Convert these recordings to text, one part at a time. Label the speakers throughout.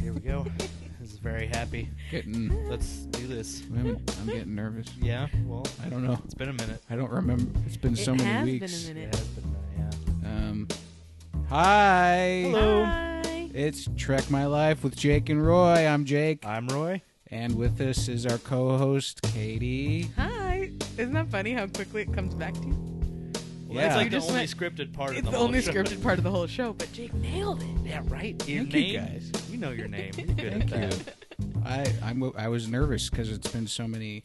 Speaker 1: Here we go. this is very happy.
Speaker 2: Getting,
Speaker 1: Let's do this.
Speaker 2: I'm, I'm getting nervous.
Speaker 1: Yeah, well,
Speaker 2: I don't know.
Speaker 1: it's been a minute.
Speaker 2: I don't remember. It's been so
Speaker 3: it
Speaker 2: many
Speaker 3: has
Speaker 2: weeks.
Speaker 3: been a
Speaker 1: It
Speaker 3: minute.
Speaker 1: has been, uh, yeah.
Speaker 2: Um, hi.
Speaker 1: Hello.
Speaker 3: Hi.
Speaker 2: It's Trek My Life with Jake and Roy. I'm Jake,
Speaker 1: I'm Roy.
Speaker 2: and with us is our co-host Katie.
Speaker 3: Hi. Isn't that funny how quickly it comes back to you?
Speaker 1: Well,
Speaker 2: Yeah.
Speaker 1: That's like
Speaker 3: You
Speaker 1: the
Speaker 3: just
Speaker 1: only
Speaker 3: went-
Speaker 1: scripted part of
Speaker 3: It's
Speaker 1: the
Speaker 3: the
Speaker 1: whole
Speaker 3: only
Speaker 1: show.
Speaker 3: scripted part of the whole show, but Jake nailed it.
Speaker 1: Yeah, right. Your
Speaker 2: Thank you,
Speaker 1: name.
Speaker 2: guys.
Speaker 1: You know your name. You're good at
Speaker 2: Thank
Speaker 1: that.
Speaker 2: you. uh, I I'm, I was nervous because it's been so many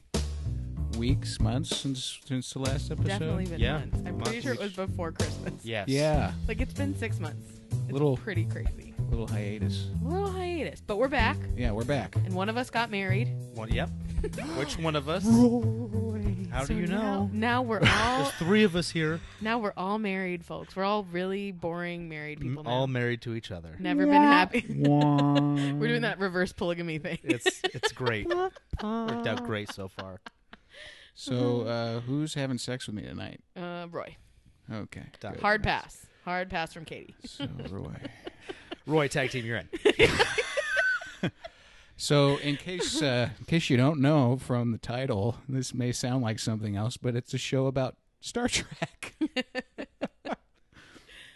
Speaker 2: weeks, months since since the last episode.
Speaker 3: Definitely been
Speaker 1: Yeah.
Speaker 3: months. I'm pretty
Speaker 1: Months.
Speaker 3: sure it was before Christmas.
Speaker 1: Yes.
Speaker 2: Yeah,
Speaker 3: Like it's been six months. It's
Speaker 2: Little-
Speaker 3: pretty crazy.
Speaker 2: little hiatus.
Speaker 3: A little hiatus, but we're back,
Speaker 2: Yeah, we're back.
Speaker 3: and one of us got married.
Speaker 1: One, yep. Which one of us? How
Speaker 3: So
Speaker 1: do you know?
Speaker 3: Now, now we're all
Speaker 1: There's three of us here,
Speaker 3: now we're all married, folks. We're all really boring married people now.
Speaker 1: all married to each other.
Speaker 3: Never been happy.
Speaker 2: Wah.
Speaker 3: we're doing that reverse polygamy thing.
Speaker 1: It's it's great. Worked out great so far.
Speaker 2: So, uh, who's having sex with me tonight?
Speaker 3: Uh, Roy,
Speaker 2: Okay.
Speaker 1: Done.
Speaker 2: good.
Speaker 3: hard pass. Hard pass from Katie.
Speaker 2: So, Roy.
Speaker 1: Roy, tag team, you're in.
Speaker 2: So, in case uh, in case you don't know from the title, this may sound like something else, but it's a show about Star Trek,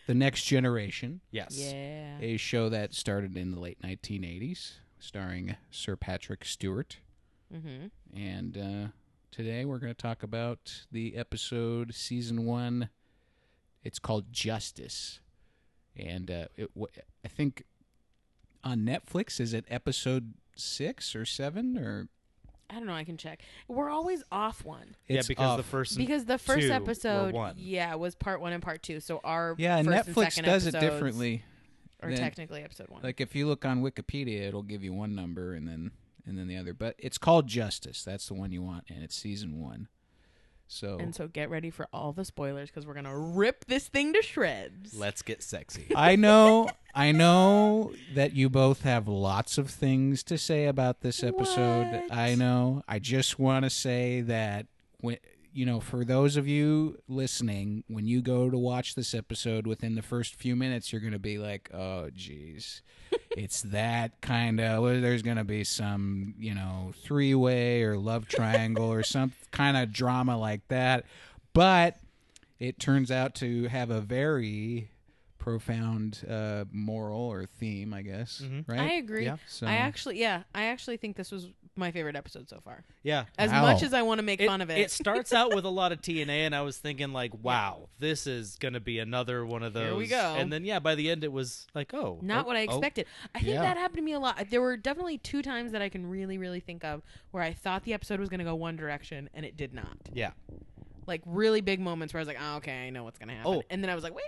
Speaker 2: the Next Generation,
Speaker 1: Yes.
Speaker 3: Yeah.
Speaker 2: a show that started in the late 1980s, starring Sir Patrick Stewart.
Speaker 3: Mm-hmm.
Speaker 2: And uh, today we're going to talk about the episode season one. It's called Justice, and uh, it, w- I think on Netflix is it episode six or seven or
Speaker 3: I don't know. I can check. We're always off one
Speaker 1: Yeah,
Speaker 2: It's
Speaker 1: because the
Speaker 2: off.
Speaker 1: first
Speaker 3: because the first
Speaker 1: two were
Speaker 3: episode,
Speaker 1: one.
Speaker 3: yeah, was part one and part two. So our
Speaker 2: yeah and
Speaker 3: first
Speaker 2: Netflix
Speaker 3: and second
Speaker 2: does it
Speaker 3: episodes
Speaker 2: differently.
Speaker 3: Or
Speaker 2: than-
Speaker 3: technically episode one.
Speaker 2: Like if you look on Wikipedia, it'll give you one number and then and then the other. But it's called Justice. That's the one you want, and it's season one. So
Speaker 3: and so get ready for all the spoilers because we're gonna rip this thing to shreds.
Speaker 1: Let's get sexy.
Speaker 2: I know, I know that you both have lots of things to say about this episode.
Speaker 3: What?
Speaker 2: I know. I just want to say that when you know, for those of you listening, when you go to watch this episode, within the first few minutes, you're going to be like, "Oh, geez." it's that kind of there's going to be some you know three way or love triangle or some kind of drama like that but it turns out to have a very profound uh, moral or theme i guess
Speaker 1: Mhm.
Speaker 2: right
Speaker 3: I agree.
Speaker 1: Yeah.
Speaker 2: so
Speaker 3: I actually, yeah, I actually think this was my favorite episode so far.
Speaker 1: Yeah.
Speaker 3: As
Speaker 2: Wow.
Speaker 3: much as I want to make fun of it,
Speaker 1: starts out with a lot of TNA, and I was thinking like, wow, this is going to be another one of those.
Speaker 3: Here we go.
Speaker 1: And then yeah, by the end it was like, oh,
Speaker 3: not
Speaker 1: oh,
Speaker 3: what I
Speaker 1: oh.
Speaker 3: expected. I think
Speaker 2: Yeah.
Speaker 3: that happened to me a lot. There were definitely two times that I can really, really think of where I thought the episode was going to go one direction and it did not.
Speaker 1: Yeah.
Speaker 3: Like really big moments where I was like, oh, "Okay, I know what's going to happen,"
Speaker 1: Oh.
Speaker 3: and then I was like, "Wait,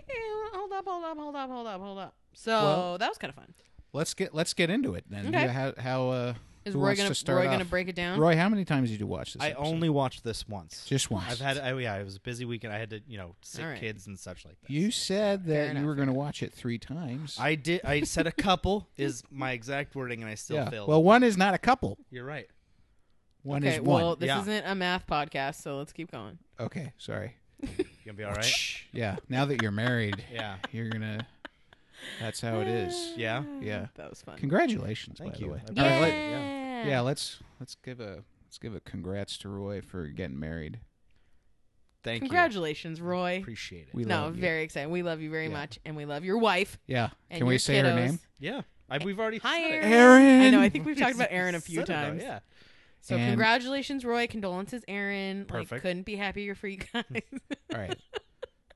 Speaker 3: hold up, hold up, hold up, hold up, hold up." So
Speaker 2: Well-
Speaker 3: that was kind of fun.
Speaker 2: let's get let's get into it then
Speaker 3: Okay.
Speaker 2: how, how uh
Speaker 3: Is
Speaker 2: who
Speaker 3: Roy
Speaker 2: wants
Speaker 3: going
Speaker 2: to
Speaker 3: to
Speaker 2: start
Speaker 3: Roy going to
Speaker 2: off?
Speaker 3: break it down?
Speaker 2: roy how many times did you watch this
Speaker 1: I
Speaker 2: episode?
Speaker 1: only watched this once.
Speaker 2: just once
Speaker 1: I've had. I, yeah, it was a busy weekend. I had to, you know, sick
Speaker 3: All right.
Speaker 1: kids and such like that.
Speaker 2: you said
Speaker 3: Fair
Speaker 2: that
Speaker 3: enough,
Speaker 2: you were
Speaker 3: fair
Speaker 2: going to watch it three times
Speaker 1: I did. I said a couple is my exact wording, and I still
Speaker 2: yeah
Speaker 1: failed.
Speaker 2: well one is not a couple
Speaker 1: you're right.
Speaker 2: one
Speaker 3: okay,
Speaker 2: is one
Speaker 3: well, this
Speaker 1: Yeah.
Speaker 3: isn't a math podcast, so let's keep going.
Speaker 2: okay sorry
Speaker 1: You gonna be all right?
Speaker 2: Yeah. Now that you're married,
Speaker 1: yeah.
Speaker 2: you're gonna. That's how Oh, it is.
Speaker 1: Yeah.
Speaker 2: Yeah.
Speaker 3: Ah, that was fun.
Speaker 2: Congratulations,
Speaker 1: Thank
Speaker 2: by
Speaker 1: you.
Speaker 2: the way.
Speaker 1: I
Speaker 3: yeah.
Speaker 2: All right, let-
Speaker 3: yeah,
Speaker 2: yeah. Let's let's give a let's give a congrats to Roy for getting married.
Speaker 1: Thank
Speaker 3: Congratulations,
Speaker 1: you.
Speaker 3: Roy.
Speaker 1: Appreciate it.
Speaker 2: We
Speaker 3: no,
Speaker 2: love you.
Speaker 3: very excited. We love you very
Speaker 2: Yeah.
Speaker 3: much, and we love your wife.
Speaker 2: Yeah. Can
Speaker 3: And your
Speaker 2: we say
Speaker 3: kiddos.
Speaker 2: her name?
Speaker 1: yeah. I, we've already.
Speaker 3: Hi,
Speaker 1: said it.
Speaker 3: Aaron. I know. I think we've talked about Aaron a few
Speaker 1: Said it all,
Speaker 3: times.
Speaker 1: Yeah.
Speaker 3: So
Speaker 2: And-
Speaker 3: congratulations, Roy. Condolences, Aaron. Like,
Speaker 1: Perfect.
Speaker 3: couldn't be happier for you guys.
Speaker 2: All right.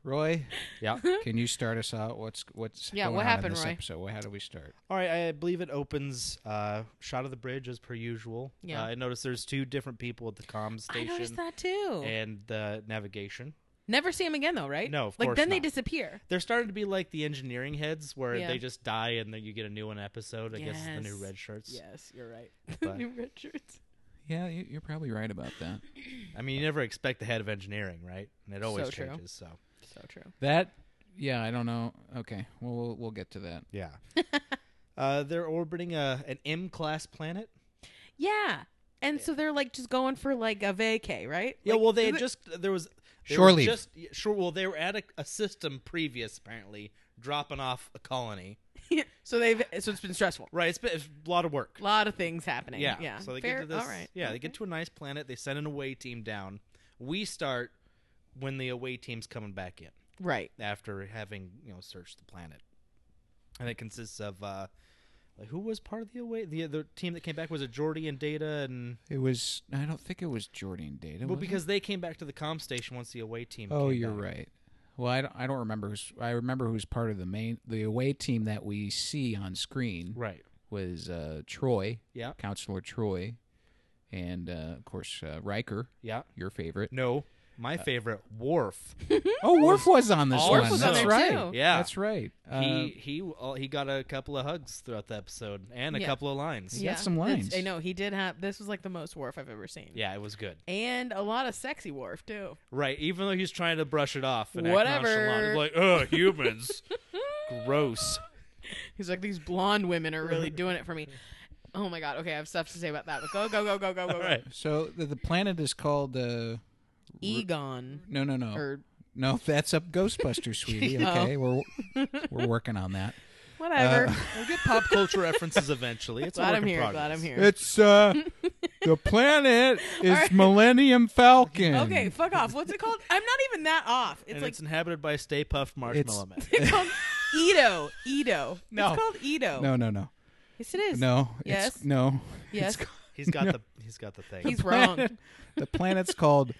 Speaker 2: Roy,
Speaker 1: Yeah.
Speaker 2: can you start us out? What's what's
Speaker 3: Yeah,
Speaker 2: going on
Speaker 3: what
Speaker 2: in
Speaker 3: happened,
Speaker 2: this
Speaker 3: Roy?
Speaker 2: episode? Well, How do we start?
Speaker 1: All right, I believe it opens uh, shot of the bridge as per usual.
Speaker 3: Yeah.
Speaker 1: Uh, I noticed there's two different people at the comm
Speaker 3: I
Speaker 1: station
Speaker 3: noticed that Oh. too.
Speaker 1: and the navigation.
Speaker 3: Never see him again, though, right?
Speaker 1: No, of
Speaker 3: like
Speaker 1: course
Speaker 3: then they
Speaker 1: not.
Speaker 3: disappear.
Speaker 1: They're starting to be like the engineering heads where
Speaker 3: Yeah.
Speaker 1: they just die and then you get a new one episode. I guess it's the new
Speaker 3: Yes.
Speaker 1: red shirts.
Speaker 3: Yes, you're right.
Speaker 1: But-
Speaker 3: New Richards.
Speaker 2: Yeah, you- you're probably right about that.
Speaker 1: I mean, you never expect the head of engineering, right? And it always
Speaker 3: So true.
Speaker 1: changes. So
Speaker 3: So true.
Speaker 2: That. Yeah, I don't know. Okay. Well, we'll we'll get to that.
Speaker 1: yeah, uh, they're orbiting a an M class planet.
Speaker 3: Yeah, and so they're like just going for like a vacay, right?
Speaker 1: Yeah,
Speaker 3: Like,
Speaker 1: well, they had
Speaker 3: is it-
Speaker 1: just there was they
Speaker 2: Shore
Speaker 1: were
Speaker 2: leave.
Speaker 1: Just, yeah, sure, well, they were at a, a system previous, apparently dropping off a colony,
Speaker 3: so they've so it's been stressful.
Speaker 1: Right, it's, been, it's a lot of work.
Speaker 3: A lot of things happening.
Speaker 1: Yeah,
Speaker 3: yeah.
Speaker 1: So they
Speaker 3: Fair-
Speaker 1: get to this.
Speaker 3: All right.
Speaker 1: Yeah, they get to a nice planet. They send an away team down. We start when the away team's coming back in
Speaker 3: right.
Speaker 1: after having you know searched the planet, and it consists of uh, like who was part of the away the the team that came back was it Jordy and Data and
Speaker 2: It was. I don't think it was Jordan Data.
Speaker 1: well
Speaker 2: was it?
Speaker 1: because they came back to the com station once the away team.
Speaker 2: Oh,
Speaker 1: came
Speaker 2: you're
Speaker 1: back.
Speaker 2: right. Well, I don't, I don't remember who's. I remember who's part of the main the away team that we see on screen
Speaker 1: Right.
Speaker 2: was uh, Troy,
Speaker 1: Yeah.
Speaker 2: Counselor Troy, and uh, of course uh, Riker,
Speaker 1: Yeah.
Speaker 2: your favorite.
Speaker 1: No, my favorite Worf.
Speaker 3: Mm.
Speaker 2: Oh, Uh, Worf was on this
Speaker 1: Worf
Speaker 2: one.
Speaker 1: was on
Speaker 2: That's
Speaker 1: there,
Speaker 2: right.
Speaker 3: too.
Speaker 1: Yeah.
Speaker 2: that's right. Uh,
Speaker 1: he he uh, he got a couple of hugs throughout the episode and a
Speaker 3: Yeah.
Speaker 1: couple of lines.
Speaker 2: He got some
Speaker 3: That's-
Speaker 2: lines.
Speaker 3: I know he did have. This was like the most wharf I've ever seen.
Speaker 1: Yeah, it was good.
Speaker 3: And a lot of sexy wharf too.
Speaker 1: Right, even though he's trying to brush it off and act
Speaker 3: Whatever.
Speaker 1: nonchalant. He's like, ugh, humans, gross.
Speaker 3: He's like these blonde women are really doing it for me. Oh my god. Okay, I have stuff to say about that. But go go go go go go.
Speaker 1: All
Speaker 3: go.
Speaker 1: right,
Speaker 2: Uh, so the, the planet is called. Uh,
Speaker 3: Egon
Speaker 2: no, no,
Speaker 1: Oh.
Speaker 2: no,
Speaker 3: or
Speaker 2: no. That's up Ghostbusters, sweetie.
Speaker 3: Oh.
Speaker 2: Okay, we're we're working on that.
Speaker 3: whatever.
Speaker 2: Uh,
Speaker 1: we'll get pop culture references eventually. It's a
Speaker 3: glad
Speaker 1: work
Speaker 3: I'm
Speaker 1: in
Speaker 3: here.
Speaker 1: progress.
Speaker 3: Glad I'm here.
Speaker 2: It's uh, the planet is
Speaker 3: right.
Speaker 2: Millennium Falcon.
Speaker 3: Okay, fuck off. What's it called? I'm not even that off. It's
Speaker 1: and
Speaker 3: like
Speaker 1: it's inhabited by Stay Puft Marshmallow Man.
Speaker 3: it's called Edo. Edo.
Speaker 2: No.
Speaker 3: It's called Edo.
Speaker 2: No, no, no,
Speaker 3: Yes, it is.
Speaker 2: no.
Speaker 3: Yes.
Speaker 2: It's, no.
Speaker 3: Yes.
Speaker 2: It's,
Speaker 1: He's got
Speaker 2: No.
Speaker 1: the he's got the thing.
Speaker 3: He's
Speaker 2: planet-
Speaker 3: wrong.
Speaker 2: the planet's called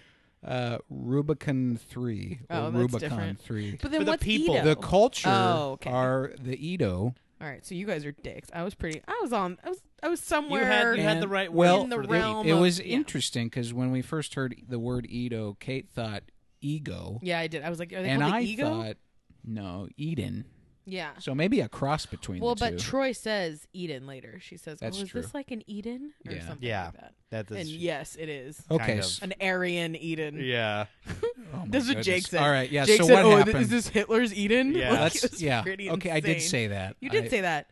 Speaker 2: uh, Rubicon Three or
Speaker 3: Oh, that's
Speaker 2: Rubicon
Speaker 3: different.
Speaker 2: Three.
Speaker 3: But then
Speaker 1: For the
Speaker 3: what's
Speaker 1: people.
Speaker 3: Edo?
Speaker 2: The culture
Speaker 3: Oh, okay.
Speaker 2: are the Edo.
Speaker 3: All right, so you guys are dicks. I was pretty. I was on. I was. I was
Speaker 1: you
Speaker 3: somewhere.
Speaker 1: had you had the
Speaker 2: And-
Speaker 1: right
Speaker 2: well,
Speaker 1: word
Speaker 3: in the
Speaker 1: for the
Speaker 3: realm-
Speaker 2: It
Speaker 3: Almost,
Speaker 2: was
Speaker 3: yeah.
Speaker 2: interesting because when we first heard the word Edo, Kate thought ego,
Speaker 3: yeah, I did. I was like, are they
Speaker 2: and
Speaker 3: called
Speaker 2: I
Speaker 3: the ego?
Speaker 2: thought no Eden.
Speaker 3: yeah.
Speaker 2: So maybe a cross between
Speaker 3: Well,
Speaker 2: the
Speaker 3: but
Speaker 2: two.
Speaker 3: Troy says Eden later. She says,
Speaker 2: That's
Speaker 3: "Oh, is
Speaker 2: true.
Speaker 3: this like an Eden or
Speaker 2: Yeah. Oh.
Speaker 3: something
Speaker 1: Yeah.
Speaker 3: like that?"
Speaker 1: That
Speaker 3: and
Speaker 1: is,
Speaker 3: yes, it is
Speaker 2: okay.
Speaker 1: kind of.
Speaker 2: s-
Speaker 3: an Aryan Eden.
Speaker 1: yeah.
Speaker 2: oh my
Speaker 3: That's what
Speaker 2: goodness.
Speaker 3: Jake said.
Speaker 2: All right. Yeah.
Speaker 3: Jake
Speaker 2: so
Speaker 3: said,
Speaker 2: what
Speaker 3: "Oh,
Speaker 2: happened?
Speaker 3: th- is this Hitler's Eden?"
Speaker 1: Yeah.
Speaker 3: Like,
Speaker 2: That's-
Speaker 3: it was
Speaker 2: yeah.
Speaker 3: pretty
Speaker 2: Okay, I did
Speaker 3: insane.
Speaker 2: say that.
Speaker 3: You did
Speaker 2: I-
Speaker 3: say that.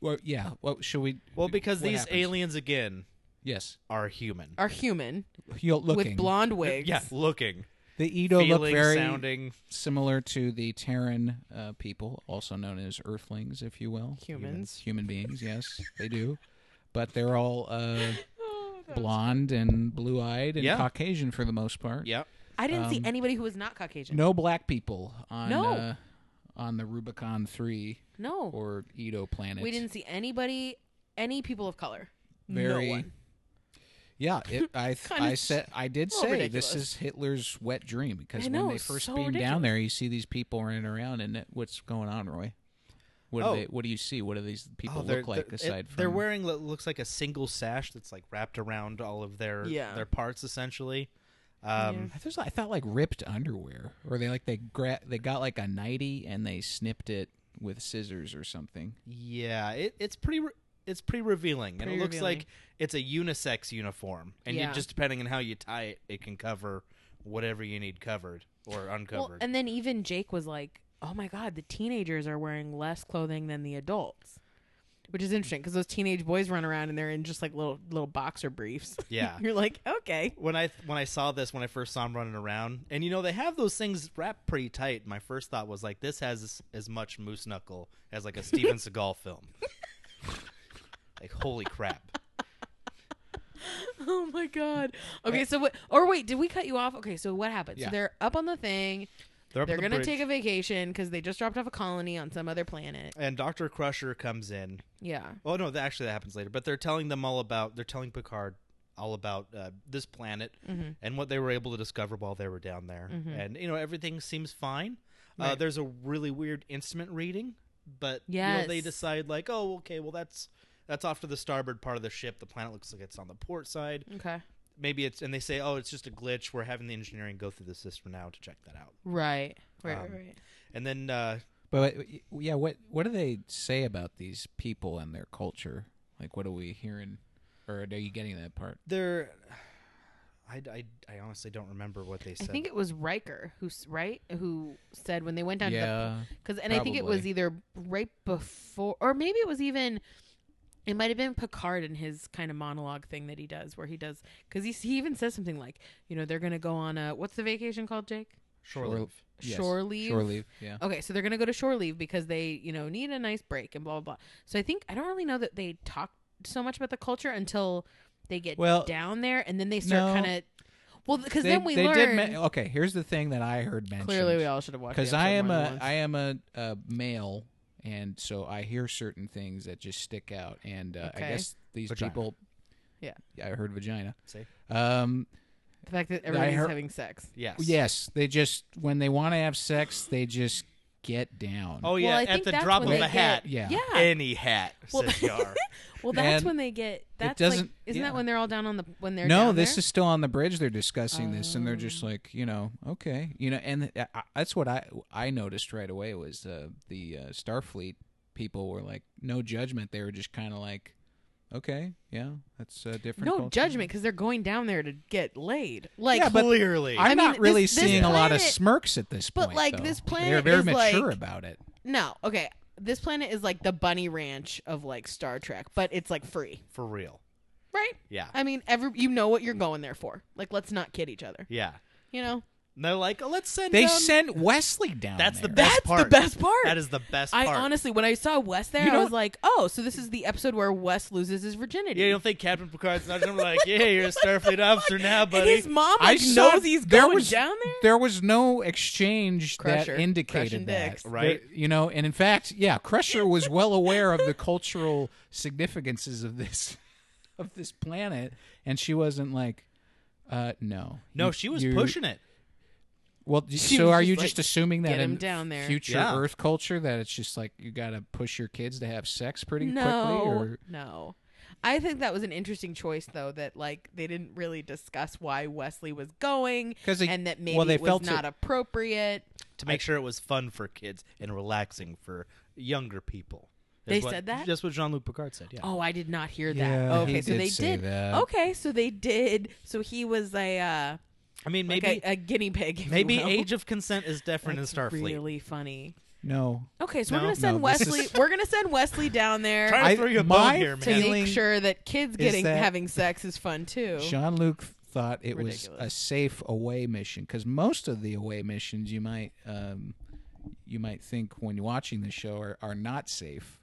Speaker 2: Well, yeah. Well, should we?
Speaker 1: Well, because
Speaker 2: what
Speaker 1: these
Speaker 2: happens?
Speaker 1: aliens again
Speaker 2: Yes.
Speaker 1: are human.
Speaker 3: Are human
Speaker 2: You're looking.
Speaker 3: with blonde wigs.
Speaker 1: Yeah, looking,
Speaker 2: the Edo look
Speaker 1: feeling,
Speaker 2: very
Speaker 1: sounding.
Speaker 2: similar to the Terran uh, people, also known as Earthlings, if you will.
Speaker 3: Humans.
Speaker 2: Human beings. Yes, they do. But they're all uh,
Speaker 3: Oh,
Speaker 2: blonde and blue-eyed and
Speaker 1: Yeah.
Speaker 2: Caucasian for the most part.
Speaker 1: Yep.
Speaker 3: I didn't see anybody who was not Caucasian.
Speaker 2: No black people on
Speaker 3: No.
Speaker 2: uh, on the Rubicon Three
Speaker 3: No.
Speaker 2: or Edo planet.
Speaker 3: we didn't see anybody, any people of color.
Speaker 2: very
Speaker 3: no one.
Speaker 2: yeah it, i
Speaker 3: Kinda
Speaker 2: i
Speaker 3: s-
Speaker 2: said i did
Speaker 3: a
Speaker 2: say
Speaker 3: little
Speaker 2: this
Speaker 3: ridiculous.
Speaker 2: is hitler's wet dream because
Speaker 3: I
Speaker 2: when
Speaker 3: know,
Speaker 2: they
Speaker 3: it's
Speaker 2: first
Speaker 3: so
Speaker 2: beam down there you see these people running around and it- what's going on roy what
Speaker 1: Oh.
Speaker 2: do they what do you see what do these people
Speaker 1: they're-
Speaker 2: look like
Speaker 1: they're- it-
Speaker 2: aside from
Speaker 1: they're wearing what looks like a single sash that's like wrapped around all of their
Speaker 3: Yeah.
Speaker 1: their parts essentially. Um,
Speaker 2: I, thought- I thought like ripped underwear or they like they gra- they got like a nightie and they snipped it with scissors or something
Speaker 1: yeah. it, it's pretty re- it's pretty revealing, and
Speaker 3: Pretty
Speaker 1: it looks
Speaker 3: revealing.
Speaker 1: like it's a unisex uniform, and
Speaker 3: Yeah.
Speaker 1: you, just depending on how you tie it, it can cover whatever you need covered or uncovered.
Speaker 3: Well, and then even Jake was like, "Oh my god, the teenagers are wearing less clothing than the adults," which is interesting because those teenage boys run around and they're in just like little little boxer briefs.
Speaker 1: Yeah.
Speaker 3: you're like, okay,
Speaker 1: when I when I saw this when I first saw him running around, and you know they have those things wrapped pretty tight. My first thought was like, this has as, as much moose knuckle as like a Steven Seagal film. like holy crap!
Speaker 3: oh my god. Okay, so what? Or wait, did we cut you off? Okay, so what happened?
Speaker 2: Yeah.
Speaker 3: So they're up on the thing.
Speaker 1: They're, up
Speaker 3: They're
Speaker 1: on the
Speaker 3: gonna
Speaker 1: bridge,
Speaker 3: take a vacation because they just dropped off a colony on some other planet.
Speaker 1: and Doctor Crusher comes in.
Speaker 3: Yeah.
Speaker 1: Oh no, that, actually that happens later. But they're telling them all about they're telling Picard all about uh, this planet
Speaker 3: Mm-hmm.
Speaker 1: and what they were able to discover while they were down there. And you know everything seems fine. Uh,
Speaker 3: Right.
Speaker 1: there's a really weird instrument reading, but you know, they
Speaker 3: Yes.
Speaker 1: decide like, oh, okay, well that's that's off to the starboard part of the ship. The planet looks like it's on the port side.
Speaker 3: Okay.
Speaker 1: Maybe it's and they say, oh, it's just a glitch. We're having the engineering go through the system now to check that out.
Speaker 3: Right. Right.
Speaker 1: Um,
Speaker 3: right.
Speaker 1: And then uh,
Speaker 2: but yeah what what do they say about these people and their culture like what are we hearing or are you getting that part
Speaker 1: they're. I, I, I honestly don't remember what they
Speaker 3: I
Speaker 1: said.
Speaker 3: think it was Riker who's right who said when they went down to
Speaker 2: Yeah,
Speaker 3: the because and I think it was
Speaker 2: probably.
Speaker 3: either right before or maybe it was even it might have been Picard in his kind of monologue thing that he does where he does because he he even says something like you know they're gonna go on a what's the vacation called Jake
Speaker 1: Shore
Speaker 2: Shore-
Speaker 1: leave.
Speaker 2: Yes.
Speaker 3: Shore leave. Oh,
Speaker 2: Shore leave. Yeah.
Speaker 3: Okay, so they're gonna go to shore leave because they, you know, need a nice break and blah blah blah. So I think I don't really know that they talk so much about the culture until they get
Speaker 2: Well,
Speaker 3: down there, and then they start
Speaker 2: no.
Speaker 3: kind of. Well, because
Speaker 2: They-
Speaker 3: then we
Speaker 2: they
Speaker 3: learn.
Speaker 2: did me- okay, here's the thing that I heard mentioned.
Speaker 3: Clearly, we all should have watched.
Speaker 2: because
Speaker 3: the
Speaker 2: I
Speaker 3: episode
Speaker 2: am
Speaker 3: more
Speaker 2: a
Speaker 3: than once.
Speaker 2: I am a, a male, and so I hear certain things that just stick out, and uh, I
Speaker 3: Okay.
Speaker 2: guess these
Speaker 1: Vagina.
Speaker 2: people.
Speaker 3: Yeah.
Speaker 2: I heard vagina.
Speaker 1: See?
Speaker 2: Um,
Speaker 3: the fact that
Speaker 2: I
Speaker 3: everybody's
Speaker 2: heard-
Speaker 3: having sex.
Speaker 1: Yes.
Speaker 2: yes, they just when they want to have sex, they just get down.
Speaker 1: Oh yeah.
Speaker 3: Well, I
Speaker 1: At
Speaker 3: think
Speaker 1: the
Speaker 3: that's
Speaker 1: drop
Speaker 3: when
Speaker 1: of a
Speaker 3: they
Speaker 1: hat.
Speaker 2: yeah.
Speaker 3: Yeah.
Speaker 1: Any hat.
Speaker 3: Well-
Speaker 1: says Yar.
Speaker 3: well, that's
Speaker 2: And
Speaker 3: when they get. That's like,
Speaker 2: doesn't-
Speaker 3: isn't
Speaker 2: yeah.
Speaker 3: that when they're all down on the when they're
Speaker 2: no,
Speaker 3: down
Speaker 2: this
Speaker 3: there? Oh.
Speaker 2: is still on the bridge. They're discussing this, and they're just like, you know, okay, you know, and I, I- that's what I I noticed right away was uh, the uh, Starfleet people were like, no judgment. They were just kind of like, okay, yeah, that's uh, different.
Speaker 3: no
Speaker 2: culture.
Speaker 3: judgment because they're going down there to get laid. Like,
Speaker 2: Yeah, but
Speaker 1: Clearly.
Speaker 2: I'm
Speaker 3: I mean,
Speaker 2: not
Speaker 3: this-
Speaker 2: really
Speaker 3: this
Speaker 2: seeing a lot of
Speaker 3: planet-
Speaker 2: smirks at this
Speaker 3: but,
Speaker 2: point.
Speaker 3: like,
Speaker 2: though.
Speaker 3: this
Speaker 2: they're
Speaker 3: planet
Speaker 2: very
Speaker 3: is,
Speaker 2: mature
Speaker 3: like-
Speaker 2: about it.
Speaker 3: no, okay. This planet is like the bunny ranch of like Star Trek, but it's like free,
Speaker 1: For real.
Speaker 3: right?
Speaker 1: Yeah.
Speaker 3: I mean, every you know what you're going there for. Like, let's not kid each other.
Speaker 1: Yeah.
Speaker 3: You know,
Speaker 1: And they're like, oh, let's send.
Speaker 3: um,
Speaker 2: They
Speaker 1: down-
Speaker 2: sent Wesley down.
Speaker 1: That's the
Speaker 2: there.
Speaker 1: best
Speaker 3: that's
Speaker 1: part.
Speaker 3: the best part.
Speaker 1: That is the best
Speaker 3: I
Speaker 1: part.
Speaker 3: honestly, when I saw Wes there,
Speaker 2: You
Speaker 3: I
Speaker 2: know
Speaker 3: was
Speaker 2: what-
Speaker 3: like, "Oh, so this is the episode where Wes loses his virginity."
Speaker 1: Yeah, you don't think Captain Picard's not just like, yeah, you're a Starfleet officer now,
Speaker 3: and
Speaker 1: buddy.
Speaker 3: his mom
Speaker 2: I
Speaker 3: like,
Speaker 2: saw
Speaker 3: knows he's
Speaker 2: there
Speaker 3: going
Speaker 2: was-
Speaker 3: down there.
Speaker 2: there was no exchange
Speaker 3: Crusher.
Speaker 2: that
Speaker 3: Crushing
Speaker 2: indicated
Speaker 3: dicks.
Speaker 2: that,
Speaker 1: Right.
Speaker 2: There- you know, and in fact, yeah, Crusher was well aware of the cultural significances of this of this planet, and she wasn't like, uh, no,
Speaker 1: no,
Speaker 2: You-
Speaker 1: she was
Speaker 2: you-
Speaker 1: pushing it.
Speaker 2: Well, d-
Speaker 3: She
Speaker 2: so
Speaker 3: was
Speaker 2: are
Speaker 3: just
Speaker 2: you
Speaker 3: like,
Speaker 2: just assuming that
Speaker 3: "Get him
Speaker 2: in
Speaker 3: down there."
Speaker 2: future
Speaker 1: Yeah.
Speaker 2: Earth culture that it's just like you got to push your kids to have sex pretty
Speaker 3: no,
Speaker 2: quickly, or
Speaker 3: no. I think that was an interesting choice, though, that like they didn't really discuss why Wesley was going,
Speaker 2: 'Cause they-
Speaker 3: and that maybe
Speaker 2: well, they
Speaker 3: it was
Speaker 2: felt it-
Speaker 3: not appropriate.
Speaker 1: to make sure it was fun for kids and relaxing for younger people.
Speaker 3: They
Speaker 1: what-
Speaker 3: said that?
Speaker 1: That's what Jean Luc Picard said. Yeah.
Speaker 3: Oh, I did not hear that.
Speaker 2: Yeah,
Speaker 3: okay,
Speaker 2: he
Speaker 3: so
Speaker 2: did
Speaker 3: they
Speaker 2: say
Speaker 3: did.
Speaker 2: that.
Speaker 3: Okay, so they did. So he was a uh,
Speaker 1: I mean,
Speaker 3: like
Speaker 1: maybe
Speaker 3: a, a guinea pig. if you
Speaker 1: maybe
Speaker 3: will.
Speaker 1: age of consent is different
Speaker 3: That's
Speaker 1: in Starfleet.
Speaker 3: Really funny.
Speaker 2: no.
Speaker 3: Okay, so
Speaker 1: No,
Speaker 3: we're gonna
Speaker 2: no,
Speaker 3: send
Speaker 2: this is-
Speaker 3: Wesley. We're gonna send Wesley down there
Speaker 1: Try to
Speaker 2: I-
Speaker 1: throw you a
Speaker 2: my
Speaker 1: bone here,
Speaker 3: to
Speaker 1: man.
Speaker 2: feeling-
Speaker 3: make sure that kids getting
Speaker 2: that-
Speaker 3: having sex is fun too.
Speaker 2: Jean Luc thought it was a
Speaker 3: Ridiculous.
Speaker 2: safe away mission because most of the away missions you might um, you might think when you're watching the show are, are not safe.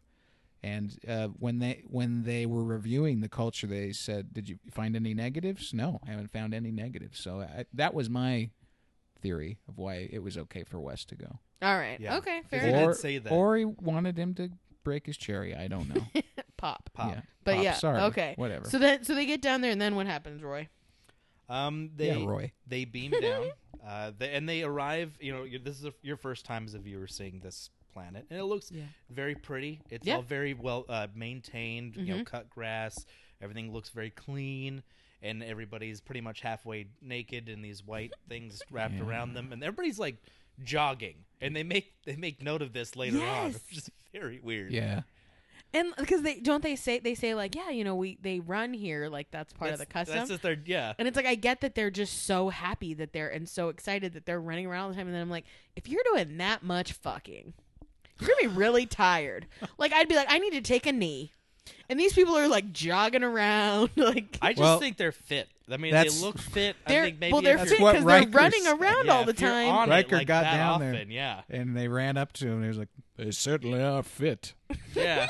Speaker 2: And uh, when they when they were reviewing the culture, they said, "Did you find any negatives?" No, I haven't found any negatives. So I, that was my theory of why it was okay for West to go.
Speaker 3: All right.
Speaker 1: Yeah.
Speaker 3: Okay.
Speaker 1: Is
Speaker 3: Fair
Speaker 1: it-
Speaker 3: enough.
Speaker 2: or,
Speaker 1: did say that.
Speaker 2: or he wanted him to break his cherry. I don't know.
Speaker 3: Pop.
Speaker 1: Pop.
Speaker 2: Yeah.
Speaker 3: But
Speaker 2: Pop,
Speaker 3: yeah.
Speaker 2: sorry.
Speaker 3: Okay.
Speaker 2: Whatever.
Speaker 3: So that so they get down there and then what happens, Roy?
Speaker 1: Um, they
Speaker 2: Yeah, Roy.
Speaker 1: they beam down, uh, they, and they arrive. You know, you- this is a, your first time as a viewer seeing this planet, and it looks
Speaker 3: Yeah.
Speaker 1: very pretty. It's
Speaker 3: Yeah. Mm-hmm.
Speaker 1: all very well uh, maintained. You know, cut grass. Everything looks very clean, and everybody's pretty much halfway naked in these white things wrapped around them, and everybody's like jogging. And they make they make note of this later on,
Speaker 3: Yes.
Speaker 1: which is very weird.
Speaker 2: yeah.
Speaker 3: And because they don't they say they say like yeah you know we they run here like that's part of the
Speaker 1: That's-
Speaker 3: custom.
Speaker 1: That's just their yeah.
Speaker 3: and it's like I get that they're just so happy that they're and so excited that they're running around all the time. And then I'm like, if you're doing that much fucking, you're gonna be really tired. Like I'd be like, I need to take a knee. And these people are like jogging around, like
Speaker 1: I just
Speaker 2: Well,
Speaker 1: think they're fit. I mean, they
Speaker 2: that's-
Speaker 1: look fit. I
Speaker 3: they're
Speaker 1: think maybe
Speaker 3: well, they're
Speaker 1: if
Speaker 3: fit
Speaker 1: you're-
Speaker 2: what
Speaker 3: because they're
Speaker 2: Riker's
Speaker 3: running
Speaker 2: saying.
Speaker 3: around
Speaker 1: Yeah,
Speaker 3: all the
Speaker 1: if you're
Speaker 3: time.
Speaker 1: on it
Speaker 2: Riker
Speaker 1: like
Speaker 2: got
Speaker 1: that
Speaker 2: down there.
Speaker 1: often, Yeah,
Speaker 2: and they ran up to him and he was like they certainly are fit
Speaker 1: yeah.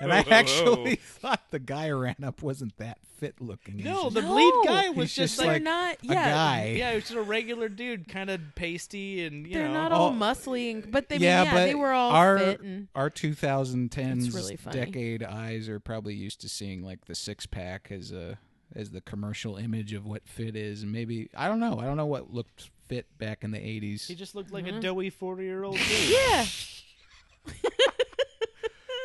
Speaker 2: and
Speaker 1: Whoa,
Speaker 2: i
Speaker 1: whoa, whoa.
Speaker 2: actually thought the guy who ran up wasn't that fit looking He's
Speaker 1: no,
Speaker 2: just
Speaker 1: the
Speaker 3: No.
Speaker 1: lead guy
Speaker 2: He's
Speaker 1: was
Speaker 2: just
Speaker 1: like,
Speaker 3: they're
Speaker 2: like
Speaker 3: not.
Speaker 2: a
Speaker 3: Yeah,
Speaker 2: guy
Speaker 1: yeah, he was just a regular dude, kind of pasty and you
Speaker 3: they're
Speaker 1: know.
Speaker 3: not all,
Speaker 2: all-
Speaker 3: muscly, and, but they
Speaker 2: yeah,
Speaker 3: yeah,
Speaker 2: but
Speaker 3: they were all
Speaker 2: our
Speaker 3: fit and
Speaker 2: our 2010s
Speaker 3: It's really funny.
Speaker 2: decade eyes are probably used to seeing like the six pack as a as the commercial image of what fit is, and maybe I don't know. I don't know what looked fit back in the 80s.
Speaker 1: he just looked like a doughy forty-year-old dude.
Speaker 3: Mm-hmm. yeah.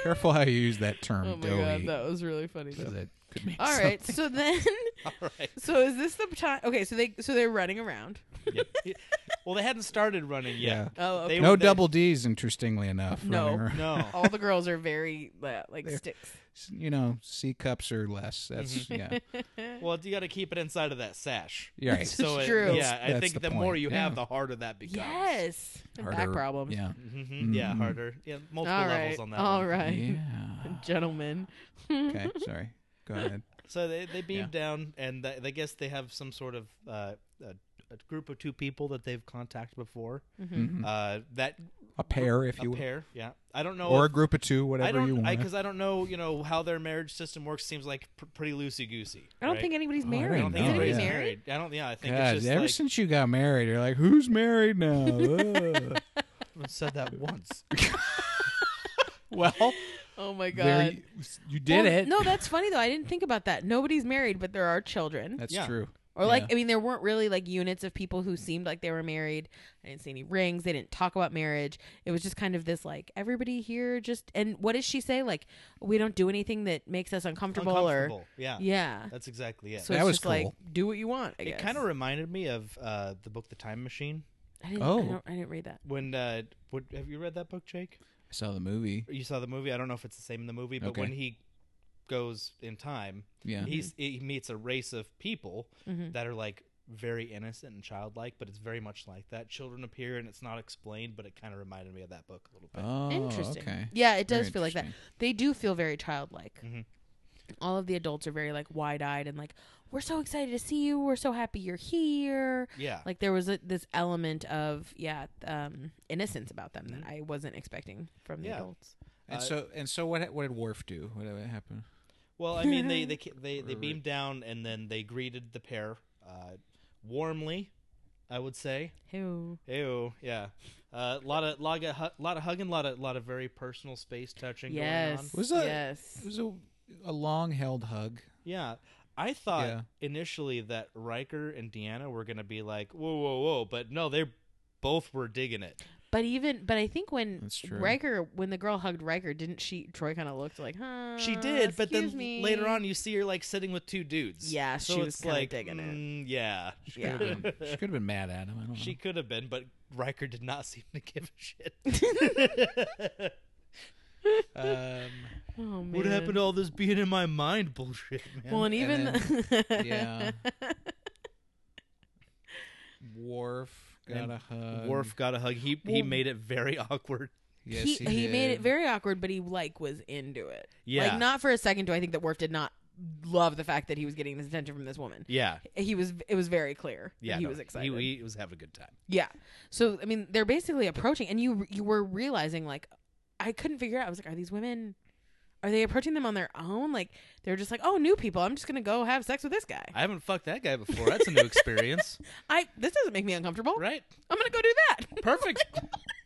Speaker 2: Careful how you use that term,
Speaker 3: Oh my god,
Speaker 2: doughy,
Speaker 3: that was really funny.
Speaker 2: 'cause
Speaker 3: Though.
Speaker 2: that could mean
Speaker 3: All right, so then,
Speaker 1: all right.
Speaker 3: so is this the time? Okay, so they so they're running around.
Speaker 1: Yeah. Well, they hadn't started running yet.
Speaker 3: Oh,
Speaker 1: They
Speaker 2: something.
Speaker 3: okay.
Speaker 2: No
Speaker 1: were- they-
Speaker 2: double D's, interestingly enough.
Speaker 3: No.
Speaker 2: running around.
Speaker 1: No.
Speaker 3: all the girls are very uh, like
Speaker 2: They're-
Speaker 3: sticks.
Speaker 2: you know, C cups or less. That's
Speaker 3: Mm-hmm.
Speaker 2: yeah.
Speaker 1: Well, you got to keep it inside of that sash.
Speaker 2: You're right.
Speaker 3: It's
Speaker 1: So it-
Speaker 3: true.
Speaker 1: yeah, I
Speaker 2: That's
Speaker 1: think
Speaker 2: the
Speaker 1: the, more
Speaker 2: point.
Speaker 1: you
Speaker 2: Yeah.
Speaker 1: have, the harder that becomes.
Speaker 3: Yes, And back
Speaker 2: Harder-
Speaker 3: problems.
Speaker 2: Yeah.
Speaker 1: hmm Yeah,
Speaker 2: Mm-hmm.
Speaker 1: harder. Yeah, multiple
Speaker 3: All
Speaker 1: levels
Speaker 3: right,
Speaker 1: on that. one.
Speaker 3: all right,
Speaker 2: Yeah.
Speaker 3: gentlemen.
Speaker 2: Okay. Sorry. Go ahead.
Speaker 1: So they they beam
Speaker 2: Yeah.
Speaker 1: down, and th- I guess they have some sort of uh, uh, a group of two people that they've contacted before.
Speaker 2: Mhm.
Speaker 1: Uh, that
Speaker 2: a pair, if
Speaker 1: a
Speaker 2: you will,
Speaker 1: pair, yeah. I don't know,
Speaker 2: or a
Speaker 1: if-
Speaker 2: group of two,
Speaker 1: I
Speaker 2: whatever you
Speaker 1: don't,
Speaker 2: want.
Speaker 1: because I, don't know, you know, how their marriage system works. Seems like pr- pretty loosey goosy.
Speaker 3: I don't
Speaker 1: right?
Speaker 3: think anybody's
Speaker 2: Oh, I don't
Speaker 3: married.
Speaker 1: I don't think
Speaker 2: No,
Speaker 3: Is anybody
Speaker 1: anybody's
Speaker 2: yeah.
Speaker 3: married?
Speaker 1: married. I don't. Yeah, I think
Speaker 2: God,
Speaker 1: it's just
Speaker 2: ever
Speaker 1: like
Speaker 2: since you got married, you're like, who's married now? Ugh.
Speaker 1: I've said that once.
Speaker 2: well,
Speaker 3: Oh my god.
Speaker 2: there you, you did
Speaker 3: Well,
Speaker 2: it.
Speaker 3: No, that's funny though. I didn't think about that. Nobody's married, but there are children.
Speaker 2: that's
Speaker 1: Yeah.
Speaker 2: true.
Speaker 3: Or like
Speaker 2: yeah.
Speaker 3: I mean there weren't really like units of people who seemed like they were married. I didn't see any rings. They didn't talk about marriage. It was just kind of this like everybody here just and what does she say like we don't do anything that makes us uncomfortable,
Speaker 1: Uncomfortable.
Speaker 3: or
Speaker 1: Yeah,
Speaker 3: yeah.
Speaker 1: that's exactly it.
Speaker 3: So
Speaker 2: That
Speaker 3: it's
Speaker 2: was
Speaker 3: just like
Speaker 2: cool.
Speaker 3: do what you want. I
Speaker 1: it kind of reminded me of uh, the book The Time Machine.
Speaker 3: I didn't,
Speaker 2: Oh.
Speaker 3: I, don't, I didn't read that.
Speaker 1: When uh, what, have you read that book, Jake?
Speaker 2: I saw the movie.
Speaker 1: You saw the movie. I don't know if it's the same in the movie, but
Speaker 2: Okay.
Speaker 1: when he goes in time,
Speaker 2: Yeah.
Speaker 1: he's he meets a race of people
Speaker 3: Mhm.
Speaker 1: that are like very innocent and childlike, but it's very much like that. Children appear and it's not explained, but it kind of reminded me of that book a little bit.
Speaker 2: Oh,
Speaker 3: interesting.
Speaker 2: okay.
Speaker 3: Yeah, it does
Speaker 2: Very
Speaker 3: feel like that.
Speaker 2: interesting.
Speaker 3: They do feel very childlike.
Speaker 1: Mhm.
Speaker 3: All of the adults are very like wide-eyed and like we're so excited to see you. We're so happy you're here.
Speaker 1: yeah,
Speaker 3: like there was a, this element of yeah um innocence about them that i wasn't expecting from the
Speaker 1: Mm-hmm. Yeah.
Speaker 3: adults
Speaker 2: And
Speaker 1: Uh,
Speaker 2: so, and so, what what did Worf do? What what happened?
Speaker 1: Well, I mean, they they ca- they they
Speaker 2: Right.
Speaker 1: beamed down and then they greeted the pair uh, warmly, I would say.
Speaker 3: who
Speaker 1: Ew, yeah. A lot of lot of hu- lot of hugging, lot of lot of very personal space touching going on.
Speaker 3: yes
Speaker 2: Was that-
Speaker 3: yes
Speaker 2: It was a, a long held hug.
Speaker 1: Yeah. I thought
Speaker 2: Yeah.
Speaker 1: initially that Riker and Deanna were going to be like, "Whoa, whoa, whoa," but no, they both were digging it.
Speaker 3: but even but i think when
Speaker 2: That's true.
Speaker 3: riker when the girl hugged riker didn't she troy kind of looked like huh
Speaker 1: She did, but then
Speaker 3: Uh, excuse me.
Speaker 1: later on you see her like sitting with two dudes.
Speaker 3: Yeah,
Speaker 1: so
Speaker 3: she was
Speaker 1: it's
Speaker 3: kinda
Speaker 1: like
Speaker 3: digging it.
Speaker 1: mm, Yeah.
Speaker 2: She
Speaker 3: Yeah.
Speaker 2: could have been, Um, she could have been mad at him. I don't know.
Speaker 1: She could have been, but Riker did not seem to give a shit.
Speaker 2: Um,
Speaker 3: oh, man.
Speaker 1: What happened to all this being in my mind bullshit, man?
Speaker 3: well and even
Speaker 2: and yeah. Worf got
Speaker 1: And
Speaker 2: a hug.
Speaker 1: Worf got a hug. He he
Speaker 3: Um, Well-
Speaker 1: made it very awkward.
Speaker 2: Yes,
Speaker 3: he,
Speaker 2: he,
Speaker 3: he, made it
Speaker 2: did.
Speaker 3: very awkward but he like was into it
Speaker 1: Yeah.
Speaker 3: like not for a second do i think that Worf did not love the fact that he was getting this attention from this woman
Speaker 1: Yeah.
Speaker 3: he was it was very clear that
Speaker 1: Yeah.
Speaker 3: he
Speaker 1: no,
Speaker 3: was excited
Speaker 1: He, he was having a good time.
Speaker 3: Yeah. So I mean, they're basically approaching, and you you were realizing like, I couldn't figure out. I was like, are these women? Are they approaching them on their own? Like they're just like, oh, new people. I'm just gonna go have sex with this guy.
Speaker 1: I haven't fucked that guy before. That's a new experience.
Speaker 3: I this doesn't make me uncomfortable.
Speaker 1: right?
Speaker 3: I'm gonna go do that.
Speaker 1: Perfect.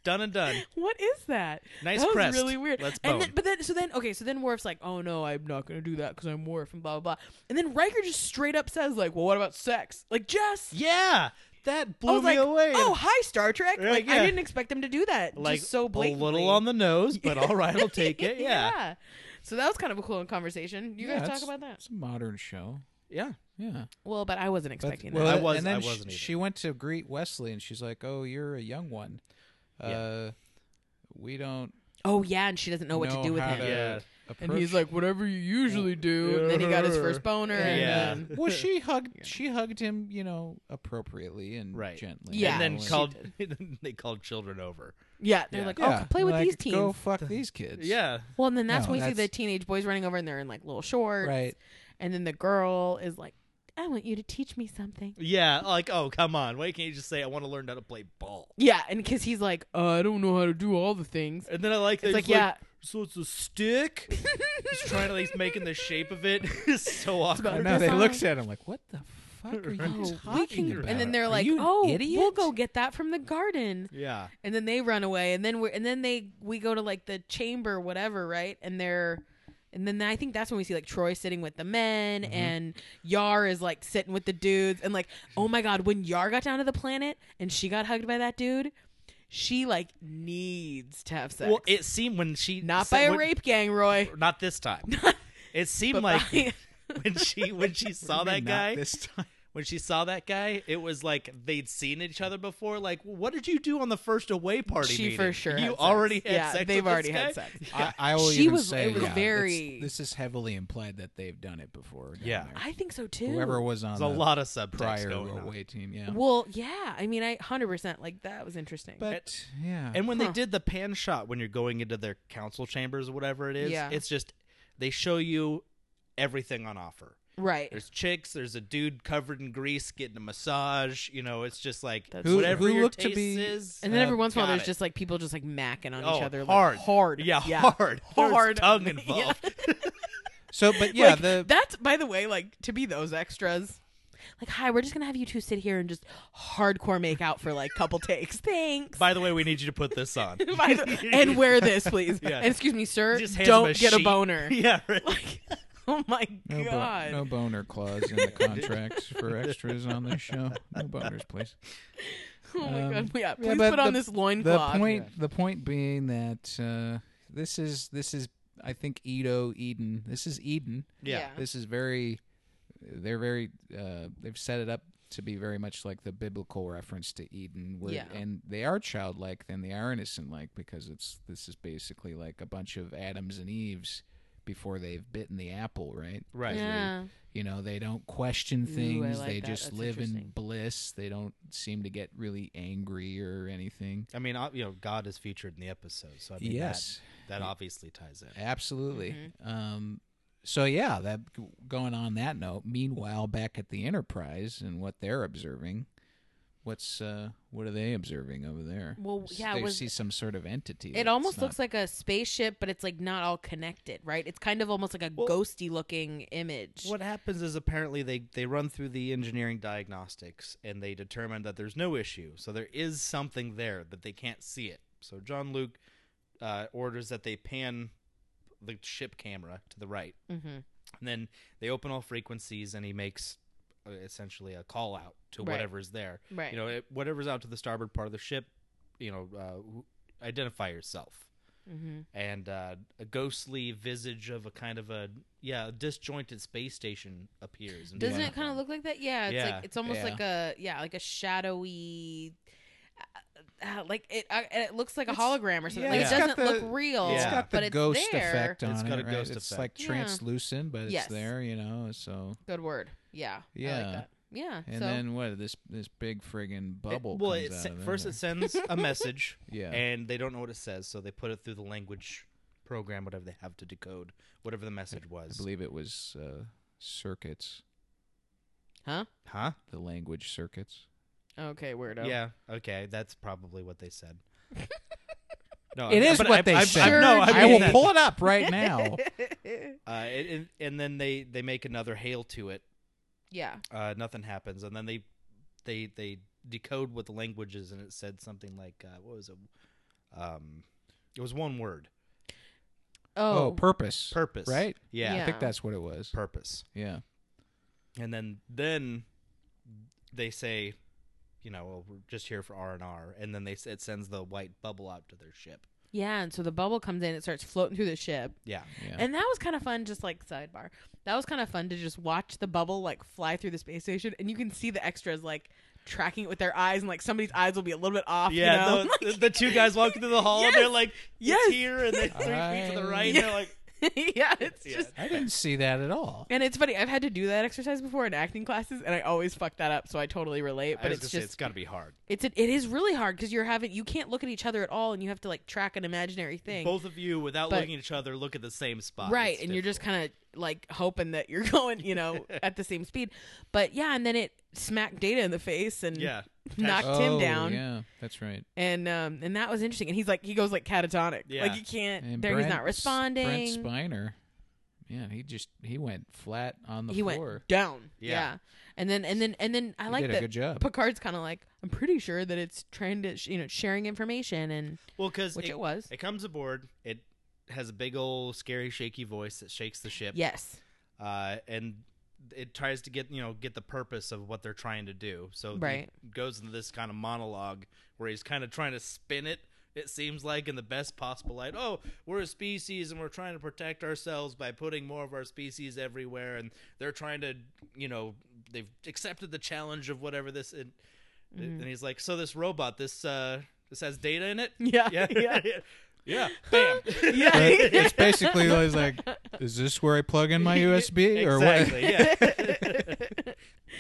Speaker 1: done and done.
Speaker 3: what is that?
Speaker 1: Nice
Speaker 3: that was
Speaker 1: press.
Speaker 3: really weird.
Speaker 1: Let's bone.
Speaker 3: and then, but then so then okay so then Worf's like, oh no, I'm not gonna do that because I'm Worf and blah blah blah. And then Riker just straight up says like, well, what about sex? Like just.
Speaker 1: yeah. That
Speaker 3: I
Speaker 1: blew
Speaker 3: was
Speaker 1: me
Speaker 3: like,
Speaker 1: away.
Speaker 3: oh hi Star Trek!
Speaker 1: Yeah,
Speaker 3: like I
Speaker 1: yeah.
Speaker 3: didn't expect them to do that.
Speaker 1: like
Speaker 3: just so blatantly.
Speaker 1: a little on the nose, but all right, I'll take it. Yeah.
Speaker 3: So that was kind of a cool conversation. You
Speaker 2: Yeah,
Speaker 3: guys
Speaker 2: it's-
Speaker 3: talk about that.
Speaker 2: It's a modern show.
Speaker 1: Yeah.
Speaker 2: Yeah.
Speaker 3: Well, but I wasn't
Speaker 2: But-
Speaker 3: expecting
Speaker 2: well,
Speaker 1: I
Speaker 3: that.
Speaker 2: that-
Speaker 1: was-
Speaker 2: And then
Speaker 1: I
Speaker 2: sh-
Speaker 1: wasn't either.
Speaker 2: she, went to greet Wesley, and she's like, "Oh, you're a young one. Uh, we don't
Speaker 3: Oh yeah, and she doesn't know what to do with
Speaker 2: how
Speaker 3: him.
Speaker 2: to
Speaker 1: Yeah. Uh,
Speaker 2: approach
Speaker 3: And he's like, whatever you usually do. And then he got his first boner. And
Speaker 1: Yeah.
Speaker 3: then,
Speaker 2: well, she hugged. She hugged him, you know, appropriately and
Speaker 1: Right.
Speaker 2: gently.
Speaker 3: Yeah.
Speaker 1: And then
Speaker 2: Well,
Speaker 1: called they called children over.
Speaker 3: yeah, they're
Speaker 1: Yeah.
Speaker 3: like,
Speaker 2: yeah,
Speaker 3: oh, play with
Speaker 2: like,
Speaker 3: these teens.
Speaker 2: Go fuck these kids.
Speaker 1: Yeah.
Speaker 3: well, and then that's
Speaker 2: No,
Speaker 3: when we see the
Speaker 2: that's-
Speaker 3: teenage boys running over, and they're in like little shorts.
Speaker 2: right.
Speaker 3: And then the girl is like, I want you to teach me something.
Speaker 1: Yeah. Like, oh come on. Why can't you just say I want to learn how to play ball?
Speaker 3: Yeah, and because he's like, uh, I don't know how to do all the things.
Speaker 1: And then I like that
Speaker 3: It's like,
Speaker 1: he's
Speaker 3: yeah,
Speaker 1: So it's a stick. He's trying to he's making the shape of it. it's so awkward.
Speaker 2: I
Speaker 3: about-
Speaker 2: know
Speaker 3: They're
Speaker 2: they
Speaker 3: fine.
Speaker 2: looked at him like, "What the fuck are you
Speaker 3: Oh, we
Speaker 2: talking
Speaker 3: can,
Speaker 2: about?"
Speaker 3: and then they're
Speaker 2: Are
Speaker 3: like,
Speaker 2: you an
Speaker 3: "Oh,
Speaker 2: idiot?
Speaker 3: we'll go get that from the garden."
Speaker 1: Yeah.
Speaker 3: And then they run away, and then we are and then they we go to like the chamber, whatever, right? And they're, and then I think that's when we see like Troy sitting with the men,
Speaker 1: Mm-hmm.
Speaker 3: and Yar is like sitting with the dudes, and like, oh my god, when Yar got down to the planet and she got hugged by that dude, she like needs to have sex,
Speaker 1: Well, it seemed when she
Speaker 3: not
Speaker 1: said-
Speaker 3: by a
Speaker 1: when-
Speaker 3: rape gang, Roy.
Speaker 1: Not this time. it seemed
Speaker 3: But
Speaker 1: like
Speaker 3: by-
Speaker 1: when she when she saw
Speaker 2: Maybe not
Speaker 1: that guy
Speaker 2: this time.
Speaker 1: when she saw that guy, it was like they'd seen each other before. Like, what did you do on the first away party?
Speaker 3: She
Speaker 1: meeting?
Speaker 3: for sure had
Speaker 1: You
Speaker 3: sex.
Speaker 1: already had
Speaker 3: Yeah,
Speaker 1: sex.
Speaker 3: they've
Speaker 1: with this
Speaker 3: already had
Speaker 1: guy?
Speaker 3: sex.
Speaker 1: Yeah.
Speaker 2: I, I will
Speaker 3: She
Speaker 2: even
Speaker 3: was-
Speaker 2: say
Speaker 3: it was
Speaker 2: yeah, it's-
Speaker 3: very-
Speaker 2: This is heavily implied that they've done it before. down
Speaker 1: Yeah.
Speaker 2: there.
Speaker 3: I think so too.
Speaker 2: whoever was on
Speaker 1: There's
Speaker 2: the
Speaker 1: a lot of subtext
Speaker 2: prior
Speaker 1: going on.
Speaker 2: away team. Yeah,
Speaker 3: Well, yeah. I mean, I hundred percent like that was interesting.
Speaker 2: but yeah,
Speaker 1: And when
Speaker 3: Huh.
Speaker 1: they did the pan shot, when you're going into their council chambers or whatever it is,
Speaker 3: Yeah.
Speaker 1: it's just they show you everything on offer.
Speaker 3: Right.
Speaker 1: There's chicks. There's a dude covered in grease getting a massage. You know, it's just like
Speaker 3: That's-
Speaker 2: Who-
Speaker 1: whatever
Speaker 2: who
Speaker 1: your
Speaker 2: looked to
Speaker 1: taste
Speaker 2: be-
Speaker 1: is.
Speaker 3: And then
Speaker 1: uh,
Speaker 3: every once in a while,
Speaker 1: got
Speaker 3: there's
Speaker 1: it.
Speaker 3: just like people just like macking on
Speaker 1: Oh,
Speaker 3: each other,
Speaker 1: hard.
Speaker 3: like hard,
Speaker 1: yeah, hard, There's
Speaker 3: hard,
Speaker 1: tongue
Speaker 3: Yeah.
Speaker 1: involved.
Speaker 2: So, but yeah,
Speaker 3: Like,
Speaker 2: the
Speaker 3: that's by the way, like to be those extras. Like, hi, we're just gonna have you two sit here and just hardcore make out for like couple takes. Thanks.
Speaker 1: By the way, we need you to put this on.
Speaker 3: By the- and wear this, please.
Speaker 1: Yeah.
Speaker 3: And excuse me, sir.
Speaker 1: Just hands him
Speaker 3: Don't
Speaker 1: a
Speaker 3: get a
Speaker 1: sheet.
Speaker 3: boner.
Speaker 1: yeah, right.
Speaker 3: Like, oh my
Speaker 2: no, bo-
Speaker 3: god.
Speaker 2: no boner clause in the contracts for extras on this show. No boners, please.
Speaker 3: Oh my
Speaker 2: Um,
Speaker 3: god. Yeah. Please
Speaker 2: but
Speaker 3: put on
Speaker 2: the-
Speaker 3: this loincloth.
Speaker 2: The point, the point being that uh, this is this is I think Edo Eden. This is Eden.
Speaker 1: Yeah.
Speaker 2: This is very. They're very. Uh, they've set it up to be very much like the biblical reference to Eden, where
Speaker 3: Yeah.
Speaker 2: and they are childlike, then they are innocent-like because it's this is basically like a bunch of Adams and Eves before they've bitten the apple, right?
Speaker 1: Right.
Speaker 3: Yeah.
Speaker 2: You know, they don't question
Speaker 3: Ooh, I
Speaker 2: things.
Speaker 3: like
Speaker 2: they
Speaker 3: that.
Speaker 2: just
Speaker 3: That's
Speaker 2: live in
Speaker 3: interesting.
Speaker 2: bliss. They don't seem to get really angry or anything.
Speaker 1: I mean, ob- you know, God is featured in the episode, so I mean,
Speaker 2: yes,
Speaker 1: that, that obviously ties in.
Speaker 2: absolutely.
Speaker 3: Mm-hmm.
Speaker 2: Um, so yeah, that going on that note. Meanwhile, back at the Enterprise and what they're observing, what's uh, what are they observing over there?
Speaker 3: Well,
Speaker 2: S-
Speaker 3: yeah,
Speaker 2: they
Speaker 3: was-
Speaker 2: see some sort of entity.
Speaker 3: It
Speaker 2: that's
Speaker 3: almost
Speaker 2: not-
Speaker 3: looks like a spaceship, but it's like not all connected, right? It's kind of almost like a
Speaker 1: Well-
Speaker 3: ghosty looking image.
Speaker 1: What happens is apparently they, they run through the engineering diagnostics and they determine that there's no issue. So there is something there, but they can't see it. So John Luke uh, orders that they pan the ship camera to the right.
Speaker 3: Mm-hmm.
Speaker 1: And then they open all frequencies and he makes uh, essentially a call out to
Speaker 3: Right.
Speaker 1: whatever's there.
Speaker 3: Right.
Speaker 1: You know, it, whatever's out to the starboard part of the ship, you know, uh, wh- identify yourself.
Speaker 3: mm-hmm.
Speaker 1: and uh, a ghostly visage of a kind of a yeah a disjointed space station appears. in
Speaker 3: Doesn't
Speaker 1: front
Speaker 3: it kind of look like that? Yeah, it's
Speaker 1: Yeah.
Speaker 3: like it's almost
Speaker 2: Yeah.
Speaker 3: like a yeah, like a shadowy, uh, uh, like it. Uh, it looks like a hologram or something.
Speaker 2: yeah,
Speaker 3: like
Speaker 1: it's
Speaker 3: it
Speaker 1: got
Speaker 3: doesn't
Speaker 2: the-
Speaker 3: look real.
Speaker 1: it's
Speaker 2: It's
Speaker 1: Yeah.
Speaker 2: got
Speaker 3: but
Speaker 2: the
Speaker 3: it's
Speaker 2: ghost
Speaker 3: there.
Speaker 2: effect on
Speaker 1: It's got
Speaker 2: it,
Speaker 1: a
Speaker 2: right?
Speaker 1: ghost
Speaker 2: it's
Speaker 1: effect.
Speaker 2: like
Speaker 3: Yeah.
Speaker 2: translucent, but it's
Speaker 3: Yes.
Speaker 2: there, you know. So
Speaker 3: Good word. Yeah. I
Speaker 2: Yeah.
Speaker 3: like that. Yeah.
Speaker 2: and
Speaker 3: so
Speaker 2: then what? This this big friggin'
Speaker 1: It-
Speaker 2: bubble.
Speaker 1: well,
Speaker 2: comes
Speaker 1: it
Speaker 2: out
Speaker 1: se-
Speaker 2: of
Speaker 1: first
Speaker 2: there.
Speaker 1: it sends a message,
Speaker 2: Yeah.
Speaker 1: and they don't know what it says, so they put it through the language program, whatever they have to decode, whatever the message
Speaker 2: I
Speaker 1: was.
Speaker 2: believe it was uh, circuits,
Speaker 3: huh?
Speaker 1: huh?
Speaker 2: the language circuits.
Speaker 3: Okay, weirdo.
Speaker 1: Yeah. Okay, that's probably what they said. No,
Speaker 2: It
Speaker 1: I-
Speaker 2: is
Speaker 1: but
Speaker 2: what
Speaker 1: I-
Speaker 2: they
Speaker 1: I- I-
Speaker 2: said.
Speaker 1: no, I,
Speaker 2: I,
Speaker 1: mean
Speaker 2: will
Speaker 1: that-
Speaker 2: pull it up right now.
Speaker 1: Uh, it, it, and then they they make another hail to it.
Speaker 3: Yeah.
Speaker 1: uh, nothing happens, and then they they they decode what the language is, and it said something like uh, what was it? Um, it was one word:
Speaker 3: Oh,
Speaker 2: oh, purpose.
Speaker 1: purpose.
Speaker 2: Right?
Speaker 1: Yeah,
Speaker 2: I
Speaker 3: Yeah.
Speaker 2: think that's what it was.
Speaker 1: purpose.
Speaker 2: yeah.
Speaker 1: And then then they say, you know, well, we're just here for R and R, and then they s- it sends the white bubble out to their ship.
Speaker 3: yeah. And so the bubble comes in. It starts floating through the ship.
Speaker 1: Yeah,
Speaker 2: Yeah.
Speaker 3: And that was kind of fun, just like sidebar. That was kind of fun to just watch the bubble like fly through the space station, and you can see the extras like tracking it with their eyes, and like somebody's eyes will be a little bit off.
Speaker 1: yeah.
Speaker 3: you know?
Speaker 1: the- the, the two guys walking through the hall, and they're
Speaker 3: Yes.
Speaker 1: like, it's
Speaker 3: Yes.
Speaker 1: here," and they're three feet to the right, and
Speaker 3: Yeah.
Speaker 1: they're like,
Speaker 3: yeah, it's
Speaker 1: Yeah.
Speaker 3: just.
Speaker 2: I didn't see that at all.
Speaker 3: And it's funny. I've had to do that exercise before in acting classes, and I always fuck that up. So I totally relate.
Speaker 1: I
Speaker 3: But
Speaker 1: was
Speaker 3: it's
Speaker 1: gonna say,
Speaker 3: just
Speaker 1: it's got to be hard.
Speaker 3: it's a, it is really hard because you're having you can't look at each other at all, and you have to like track an imaginary thing.
Speaker 1: Both of you, without
Speaker 3: But-
Speaker 1: looking at each other, look at the same spot.
Speaker 3: right
Speaker 1: It's
Speaker 3: and you're just
Speaker 1: difficult.
Speaker 3: kind of like hoping that you're going you know at the same speed but yeah and then it smacked data in the face and
Speaker 1: yeah.
Speaker 3: knocked
Speaker 2: oh,
Speaker 3: him down
Speaker 2: Yeah, that's right.
Speaker 3: and um and that was interesting and he's like he goes like catatonic
Speaker 1: Yeah.
Speaker 3: like you can't
Speaker 2: And
Speaker 3: there he's
Speaker 2: Brent-
Speaker 3: not responding
Speaker 2: Brent Spiner. Man, he just he went flat on the
Speaker 3: he
Speaker 2: floor.
Speaker 3: went down
Speaker 1: Yeah.
Speaker 3: yeah. and then and then and then i
Speaker 2: He
Speaker 3: like
Speaker 2: did a
Speaker 3: that
Speaker 2: good job.
Speaker 3: picard's kind of like i'm pretty sure that it's trying to sh- you know sharing information and
Speaker 1: Well, because
Speaker 3: which it, was
Speaker 1: It comes aboard. It has a big old scary, shaky voice that shakes the ship.
Speaker 3: yes
Speaker 1: Uh, and it tries to get you know get the purpose of what they're trying to do. So he
Speaker 3: Right.
Speaker 1: goes into this kind of monologue where he's kind of trying to spin it. It seems like in the best possible light. Oh, we're a species and we're trying to protect ourselves by putting more of our species everywhere, and they're trying to, you know, they've accepted the challenge of whatever this. And,
Speaker 3: Mm-hmm.
Speaker 1: and he's like, so this robot, this uh, this has data in it.
Speaker 3: yeah
Speaker 1: yeah, yeah, yeah. Bam.
Speaker 3: yeah,
Speaker 2: But it's basically like, is this where I plug in my USB or what?
Speaker 1: exactly. Yeah,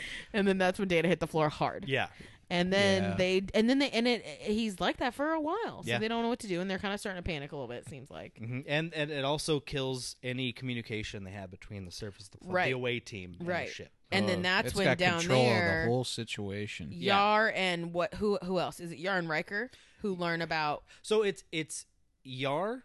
Speaker 3: and then that's when data hit the floor hard
Speaker 1: yeah.
Speaker 3: and then
Speaker 2: Yeah.
Speaker 3: they and then they and it he's like that for a while, so
Speaker 1: Yeah.
Speaker 3: they don't know what to do, and they're kind of starting to panic a little bit. It seems
Speaker 2: Mm.
Speaker 3: like
Speaker 1: hmm And and it also kills any communication they have between the surface, the, fl-
Speaker 3: Right.
Speaker 1: the away team, and
Speaker 3: Right.
Speaker 1: the ship.
Speaker 3: And then
Speaker 2: Ugh.
Speaker 3: that's
Speaker 2: Oh, It's
Speaker 3: when
Speaker 2: got
Speaker 3: down
Speaker 2: control
Speaker 3: there-
Speaker 2: of the whole situation.
Speaker 1: Yeah.
Speaker 3: Yar and what who who else is it? Yar and Riker who learn about
Speaker 1: So it's it's Yar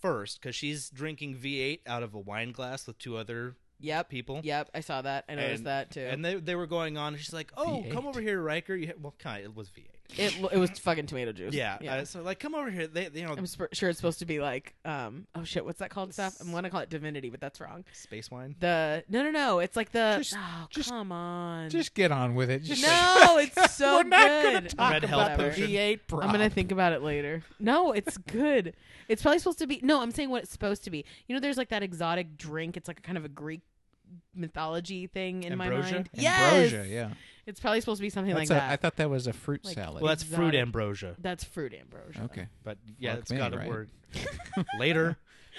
Speaker 1: first because she's drinking V8 out of a wine glass with two other
Speaker 3: yep
Speaker 1: people.
Speaker 3: yep I saw that I noticed
Speaker 1: And-
Speaker 3: that too.
Speaker 1: And they they were going on. And she's like, "Oh, come
Speaker 2: V8?
Speaker 1: over here, Riker." You ha- well, kind of, it was V8.
Speaker 3: it lo- it was fucking tomato juice.
Speaker 1: Yeah. Uh, so like, come over here. They, they you know,
Speaker 3: I'm sp- sure it's supposed to be like, um, oh shit, what's that called? Stuff. I'm gonna call it divinity, but that's wrong.
Speaker 1: space wine.
Speaker 3: The no, no, no. It's like the.
Speaker 2: Just-
Speaker 3: oh,
Speaker 2: just-
Speaker 3: come on.
Speaker 2: Just get on with it. Just
Speaker 3: no, it's so
Speaker 2: We're not gonna
Speaker 3: good.
Speaker 2: talk
Speaker 1: Red
Speaker 2: about
Speaker 1: Hell
Speaker 2: the
Speaker 1: potion.
Speaker 2: V8 prop.
Speaker 3: I'm gonna think about it later. No, it's good. It's probably supposed to be. No, I'm saying what it's supposed to be. You know, there's like that exotic drink. It's like a kind of a Greek mythology thing in my
Speaker 1: Ambrosia?
Speaker 3: mind.
Speaker 2: Ambrosia,
Speaker 3: yes,
Speaker 2: yeah.
Speaker 3: It's probably supposed to be something
Speaker 2: That's
Speaker 3: like
Speaker 2: a-
Speaker 3: that.
Speaker 2: I thought that was a fruit
Speaker 3: Like-
Speaker 2: salad.
Speaker 1: Well, that's fruit
Speaker 3: Exotic.
Speaker 1: ambrosia,
Speaker 3: That's fruit ambrosia.
Speaker 2: okay.
Speaker 1: but yeah,
Speaker 2: Fuck
Speaker 1: it's
Speaker 2: me,
Speaker 1: got a
Speaker 2: right?
Speaker 1: word later.